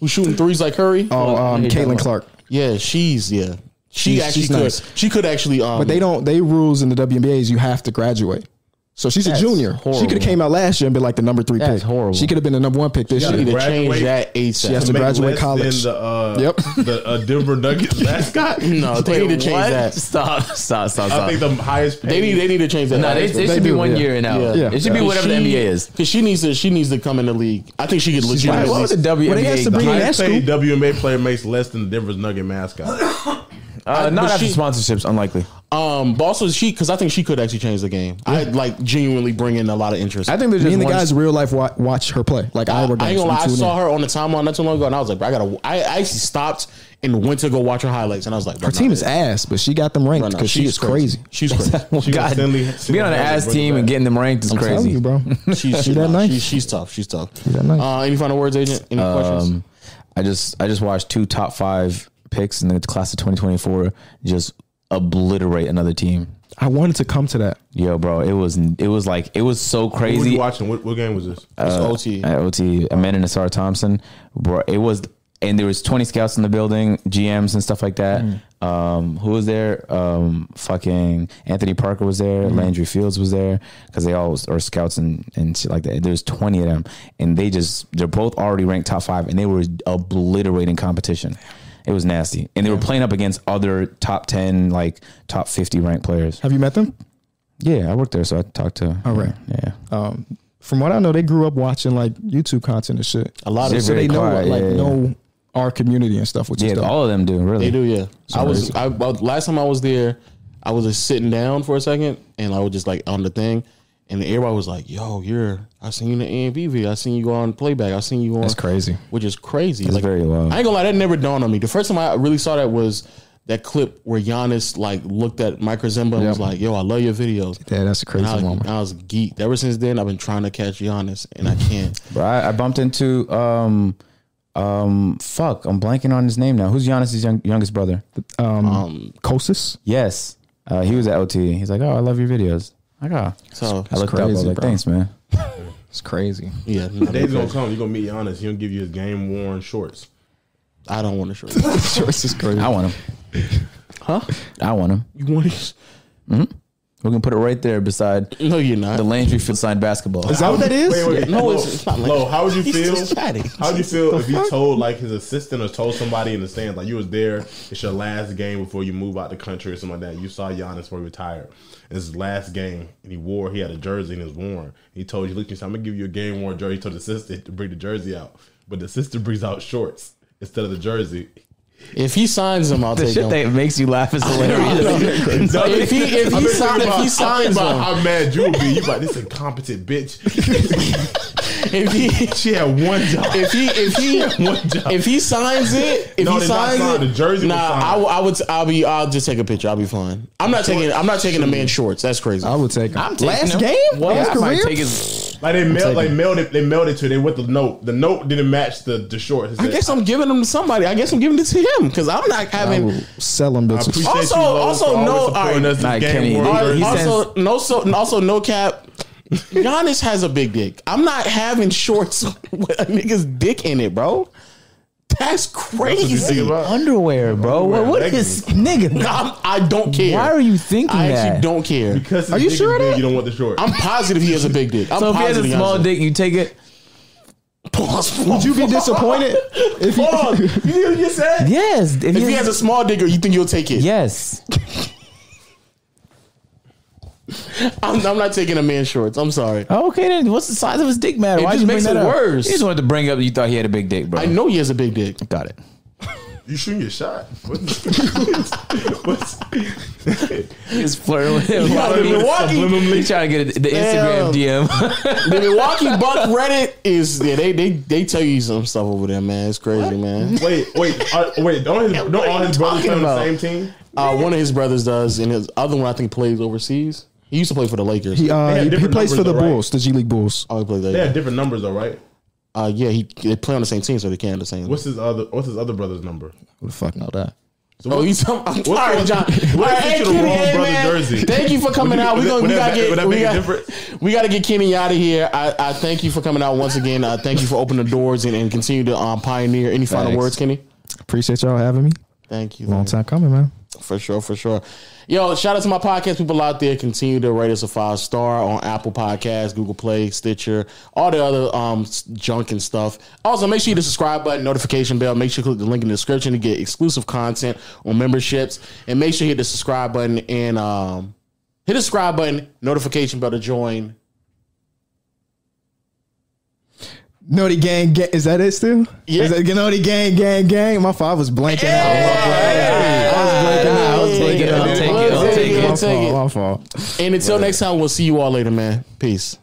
A: Who's shooting threes like Curry?
D: Oh, um, Caitlin Clark.
A: yeah, she's yeah. She
D: She's-
A: actually
D: she's
A: could.
D: nice.
A: She could actually. Um,
D: But they don't. They rules in the WNBA is you have to graduate. So she's a junior. She
B: horrible.
D: could have came out last year and been like the number three
B: That's
D: pick.
B: horrible.
D: She could have been the number one pick this
E: Yeah.
A: need
D: year.
A: to change
E: graduate.
A: that ASAP.
D: She has to
E: Make
D: graduate
E: less than
D: college.
E: The, uh,
D: Yep.
E: The uh,
B: *laughs*
E: Denver Nuggets mascot.
A: No, they need to change that.
B: *laughs* Stop! Stop! Stop!
E: I
B: Stop!
E: think the highest paid.
A: They need. They need to change that.
B: no, they, they,
D: They
B: should be
D: do,
B: one
D: yeah.
B: year and out.
A: Yeah.
B: It should be whatever the NBA is.
A: because she needs to. She needs to come in the league. I think she could
B: Why-
A: legitimately.
B: What was the
D: Well, they asked to bring
B: WNBA?
D: in
E: highest
D: that
E: paid WNBA player makes less than the Denver
B: *laughs*
E: Nugget mascot.
B: Uh, not
A: but
B: after
A: she-
B: sponsorships, unlikely.
A: um, but also she because I think she could actually change the game. I like genuinely bring in a lot of interest.
B: I think there's
D: Me
B: just
D: and the
B: one. *laughs*
D: guys real life wa- watch her play. Like
A: I,
D: Iowa
A: I ain't
D: games.
A: gonna lie. I
D: we tune
A: saw
D: in.
A: her on the timeline not too long ago, and I was like, bro, I gotta. I, I actually stopped and went to go watch her highlights, and I was like, bro,
D: Her
A: nah,
D: team is ass, but she got them ranked
A: bro, nah,
D: because she is crazy.
A: She's crazy.
B: Well,
E: was
B: Oh, God,
E: thinly-
B: being on an
E: thinly-handed,
B: ass
E: bring it
B: team
E: back.
B: and getting them ranked is
D: I'm telling
B: crazy.
D: you, bro.
A: *laughs* She's, she's,
D: that
A: nah,
D: nice?
A: she's, she's tough. She's tough.
D: that nice?
A: Uh, any final words, agent? Any questions?
B: Um, I just I just watched two top five picks in the class of 2024 just obliterate another team.
D: I wanted to come to that.
B: Yo, bro, it was it was like it was so
E: Who was you
B: crazy.
E: watching? What, what game was this?
A: It's OT.
B: At OT, uh, Amanda Nassar Thompson, bro, it was, and there was 20 scouts in the building, GMs and stuff like that. Um, who was there? Um, fucking Anthony Parker was there. Landry Fields was there because they all are scouts and, and shit like that. There's 20 of them, and they just they're both already ranked top five, and they were obliterating competition. It was nasty, and they were playing up against other top 10, like top 50 ranked players.
D: Have you met them?
B: Yeah, I worked there, so I talked to.
D: All right.
B: Yeah.
D: Um, from what I know, they grew up watching like YouTube content and shit.
A: A lot of
B: Zip.
D: So they
B: Very
D: know
B: quiet,
D: like
B: yeah, yeah.
D: know our community and stuff, which
B: Yeah,
D: is dope.
B: all of them do really.
A: they do. Yeah, I was. I well, last time I was there, I was just sitting down for a second, and I was just like on the thing, and everybody was like, "Yo, you're." I seen you in the AMVV. I seen you on playback. I seen you on.
D: That's crazy.
A: Which is crazy. It's
B: very wild.
A: I ain't gonna lie, that never dawned on me. The first time I really saw that was that clip where Giannis like looked at Mike Zimba and was
D: Yep.
A: like, "Yo, I love your videos."
D: Yeah, that's a crazy
A: And I, was,
D: moment.
A: I was geeked. Ever since then, I've been trying to catch Giannis, and I
B: *laughs*
A: can't.
B: But I, I bumped into um um fuck, I'm blanking on his name now. Who's Giannis's young, youngest brother?
D: Um, Kosis.
B: Yes. Uh, he was at OT. He's like, "Oh, I love your videos." I got.
A: So
B: I looked up. I was
D: crazy,
B: like,
D: bro.
B: "Thanks, man."
D: It's crazy. *laughs*
A: yeah,
E: Days gonna come. You gonna meet Giannis. He gonna give you his game worn shorts.
A: I don't want to show.
D: Choice is crazy.
B: I want him. *laughs* Huh? I want him.
A: You want to?
B: We're gonna put it right there beside
A: No, you're not.
B: the Landry Field signed basketball.
D: Is that what that is?
E: Wait, wait, wait.
A: No,
E: Lo,
A: it's- it's not like-
E: Lo, how would you
A: He's
E: feel?
A: just chatting.
E: How would you feel if he told like his assistant or told somebody in the stands like you was there? It's your last game before you move out the country or something like that. You saw Giannis before he retired. It's his last game, and he wore. He had a jersey and it was worn. He told you, "Look, he said, I'm gonna give you a game worn jersey." He told the assistant to bring the jersey out, but the assistant brings out shorts instead of
A: *laughs*
E: the jersey.
A: If he signs them, I'll
B: The
A: take
B: shit
A: them.
B: that makes you laugh is hilarious.
A: if he if he, sign, if he
E: I'm thinking
A: signs
E: about
A: them,
E: how mad you would be. You like this incompetent bitch.
A: if he *laughs*
E: She had one job.
A: if he if *laughs* he
E: one job.
A: if he signs it, if
E: No,
A: he
E: they not
A: signs it,
E: signed. The jersey was
A: nah,
E: signed.
A: I, w- I would. I'll be. I'll just take a picture. I'll be fine. I'm not taking. I'm not taking a man shorts. That's crazy.
D: I would take him.
B: I'm taking
D: Last
B: him.
D: game?
B: What?
D: Last
B: I might
D: career?
B: take his-
E: like they mailed, like mailed it, they mailed it to. They with the note. The note didn't match the the shorts. It
A: I
E: said,
A: guess I'm giving them to somebody. I guess I'm giving it to him because I'm not
D: I
A: having.
D: will sell him
E: I
D: bitches.
E: appreciate
A: Also-
E: you, Lowe,
A: also
E: for always
A: no-
E: supporting
A: alright.
E: us in
B: Like,
E: game
B: Kenny,
E: world.
B: he-
A: Al-
B: he
A: also, no so also no cap. Giannis has a big dick. I'm not having shorts *laughs* with a nigga's dick in it, bro. That's
E: That's what you
A: crazy.
E: think about?
B: underwear, bro. What, what
E: Underwear,
B: is nigga?
A: I'm, I don't care.
B: Why are you thinking
A: I actually
B: that?
A: don't care.
E: Because
D: Are
E: his
D: you
E: dick
D: sure
E: is
D: of
E: big,
D: that?
E: You don't want the short.
A: I'm positive he has a big dick. I'm
B: So if he has
A: positive
B: a small
A: has
B: dick, you take it.
A: *laughs* Pause,
D: Would you be disappointed if he,
A: *laughs* Pause. You hear what you said?
B: Yes. If,
A: If he has a small digger, you think you'll take it?
B: yes.
A: I'm, I'm not taking a man shorts. I'm sorry.
B: Okay, then what's the size of his dick matter?
A: It
B: Why
A: just
B: you
A: makes
B: bring
A: it
B: that up?
A: worse.
B: You just wanted to bring up you thought he had a big dick, bro.
A: I know he has a big dick.
B: Got it.
E: you shooting your shot. What-
A: *laughs*
E: What's,
B: He's
A: *laughs*
B: flirting with him.
A: got
B: *laughs*
A: it. Milwaukee.
B: He's trying to get the Instagram *laughs* DM.
A: The Milwaukee Buck Reddit is yeah they they they tell you some stuff over there, man. It's crazy, man.
E: wait, wait, uh, wait. Don't his, don't
A: What
E: all
A: are you
E: his brothers
A: talking
E: play on
A: about?
E: the same team?
A: Uh, one of his brothers does, and his other one I think plays overseas. He used to play for the Lakers.
D: he,
E: They
D: uh,
E: had
D: he, he
E: different
D: plays for the
E: numbers though, right?
D: Bulls, the G League Bulls?
A: oh, he plays
E: They have
A: there.
E: different numbers though, right?
A: Uh, yeah, he they play on the same team, so they can the same.
E: What's his other What's his other brother's number?
D: Who the fuck know that?
A: oh, he's I'm, I'm sorry,
E: wrong-
A: John.
E: what's
A: All right,
E: the
A: hey,
E: picture of
A: Kenny,
E: the wrong
A: hey,
E: brother
A: man.
E: jersey?
A: Thank you for coming
E: Would you-
A: out. We
E: would
A: gonna
E: that-
A: we
E: would
A: gotta get
E: that- would that
A: we
E: make a
A: got,
E: difference?
A: we gotta get Kenny out of here. I, I thank you for coming out once again. Uh, thank you for opening the doors and, and continue to um, pioneer. Any final
D: Thanks.
A: words, Kenny?
D: Appreciate y'all having me.
A: Thank you.
D: Long
A: man.
D: time coming, man.
A: For sure, for sure. Yo, shout out to my podcast people out there. Continue to rate us a five star on Apple Podcasts, Google Play, Stitcher, all the other um s- junk and stuff. Also, make sure you hit the subscribe button, notification bell. Make sure you click the link in the description to get exclusive content on memberships, and make sure you hit the subscribe button and um hit the subscribe button, notification bell to join.
D: Naughty gang, gang is that it still?
A: Yeah.
D: Is that naughty gang, gang, gang? My father was blanking out. I was blanking out. I was blanking out.
B: Take it, I'll take it, I'll
A: take it.
D: My fault. My fault.
A: And until next time, we'll see you all later, man. Peace.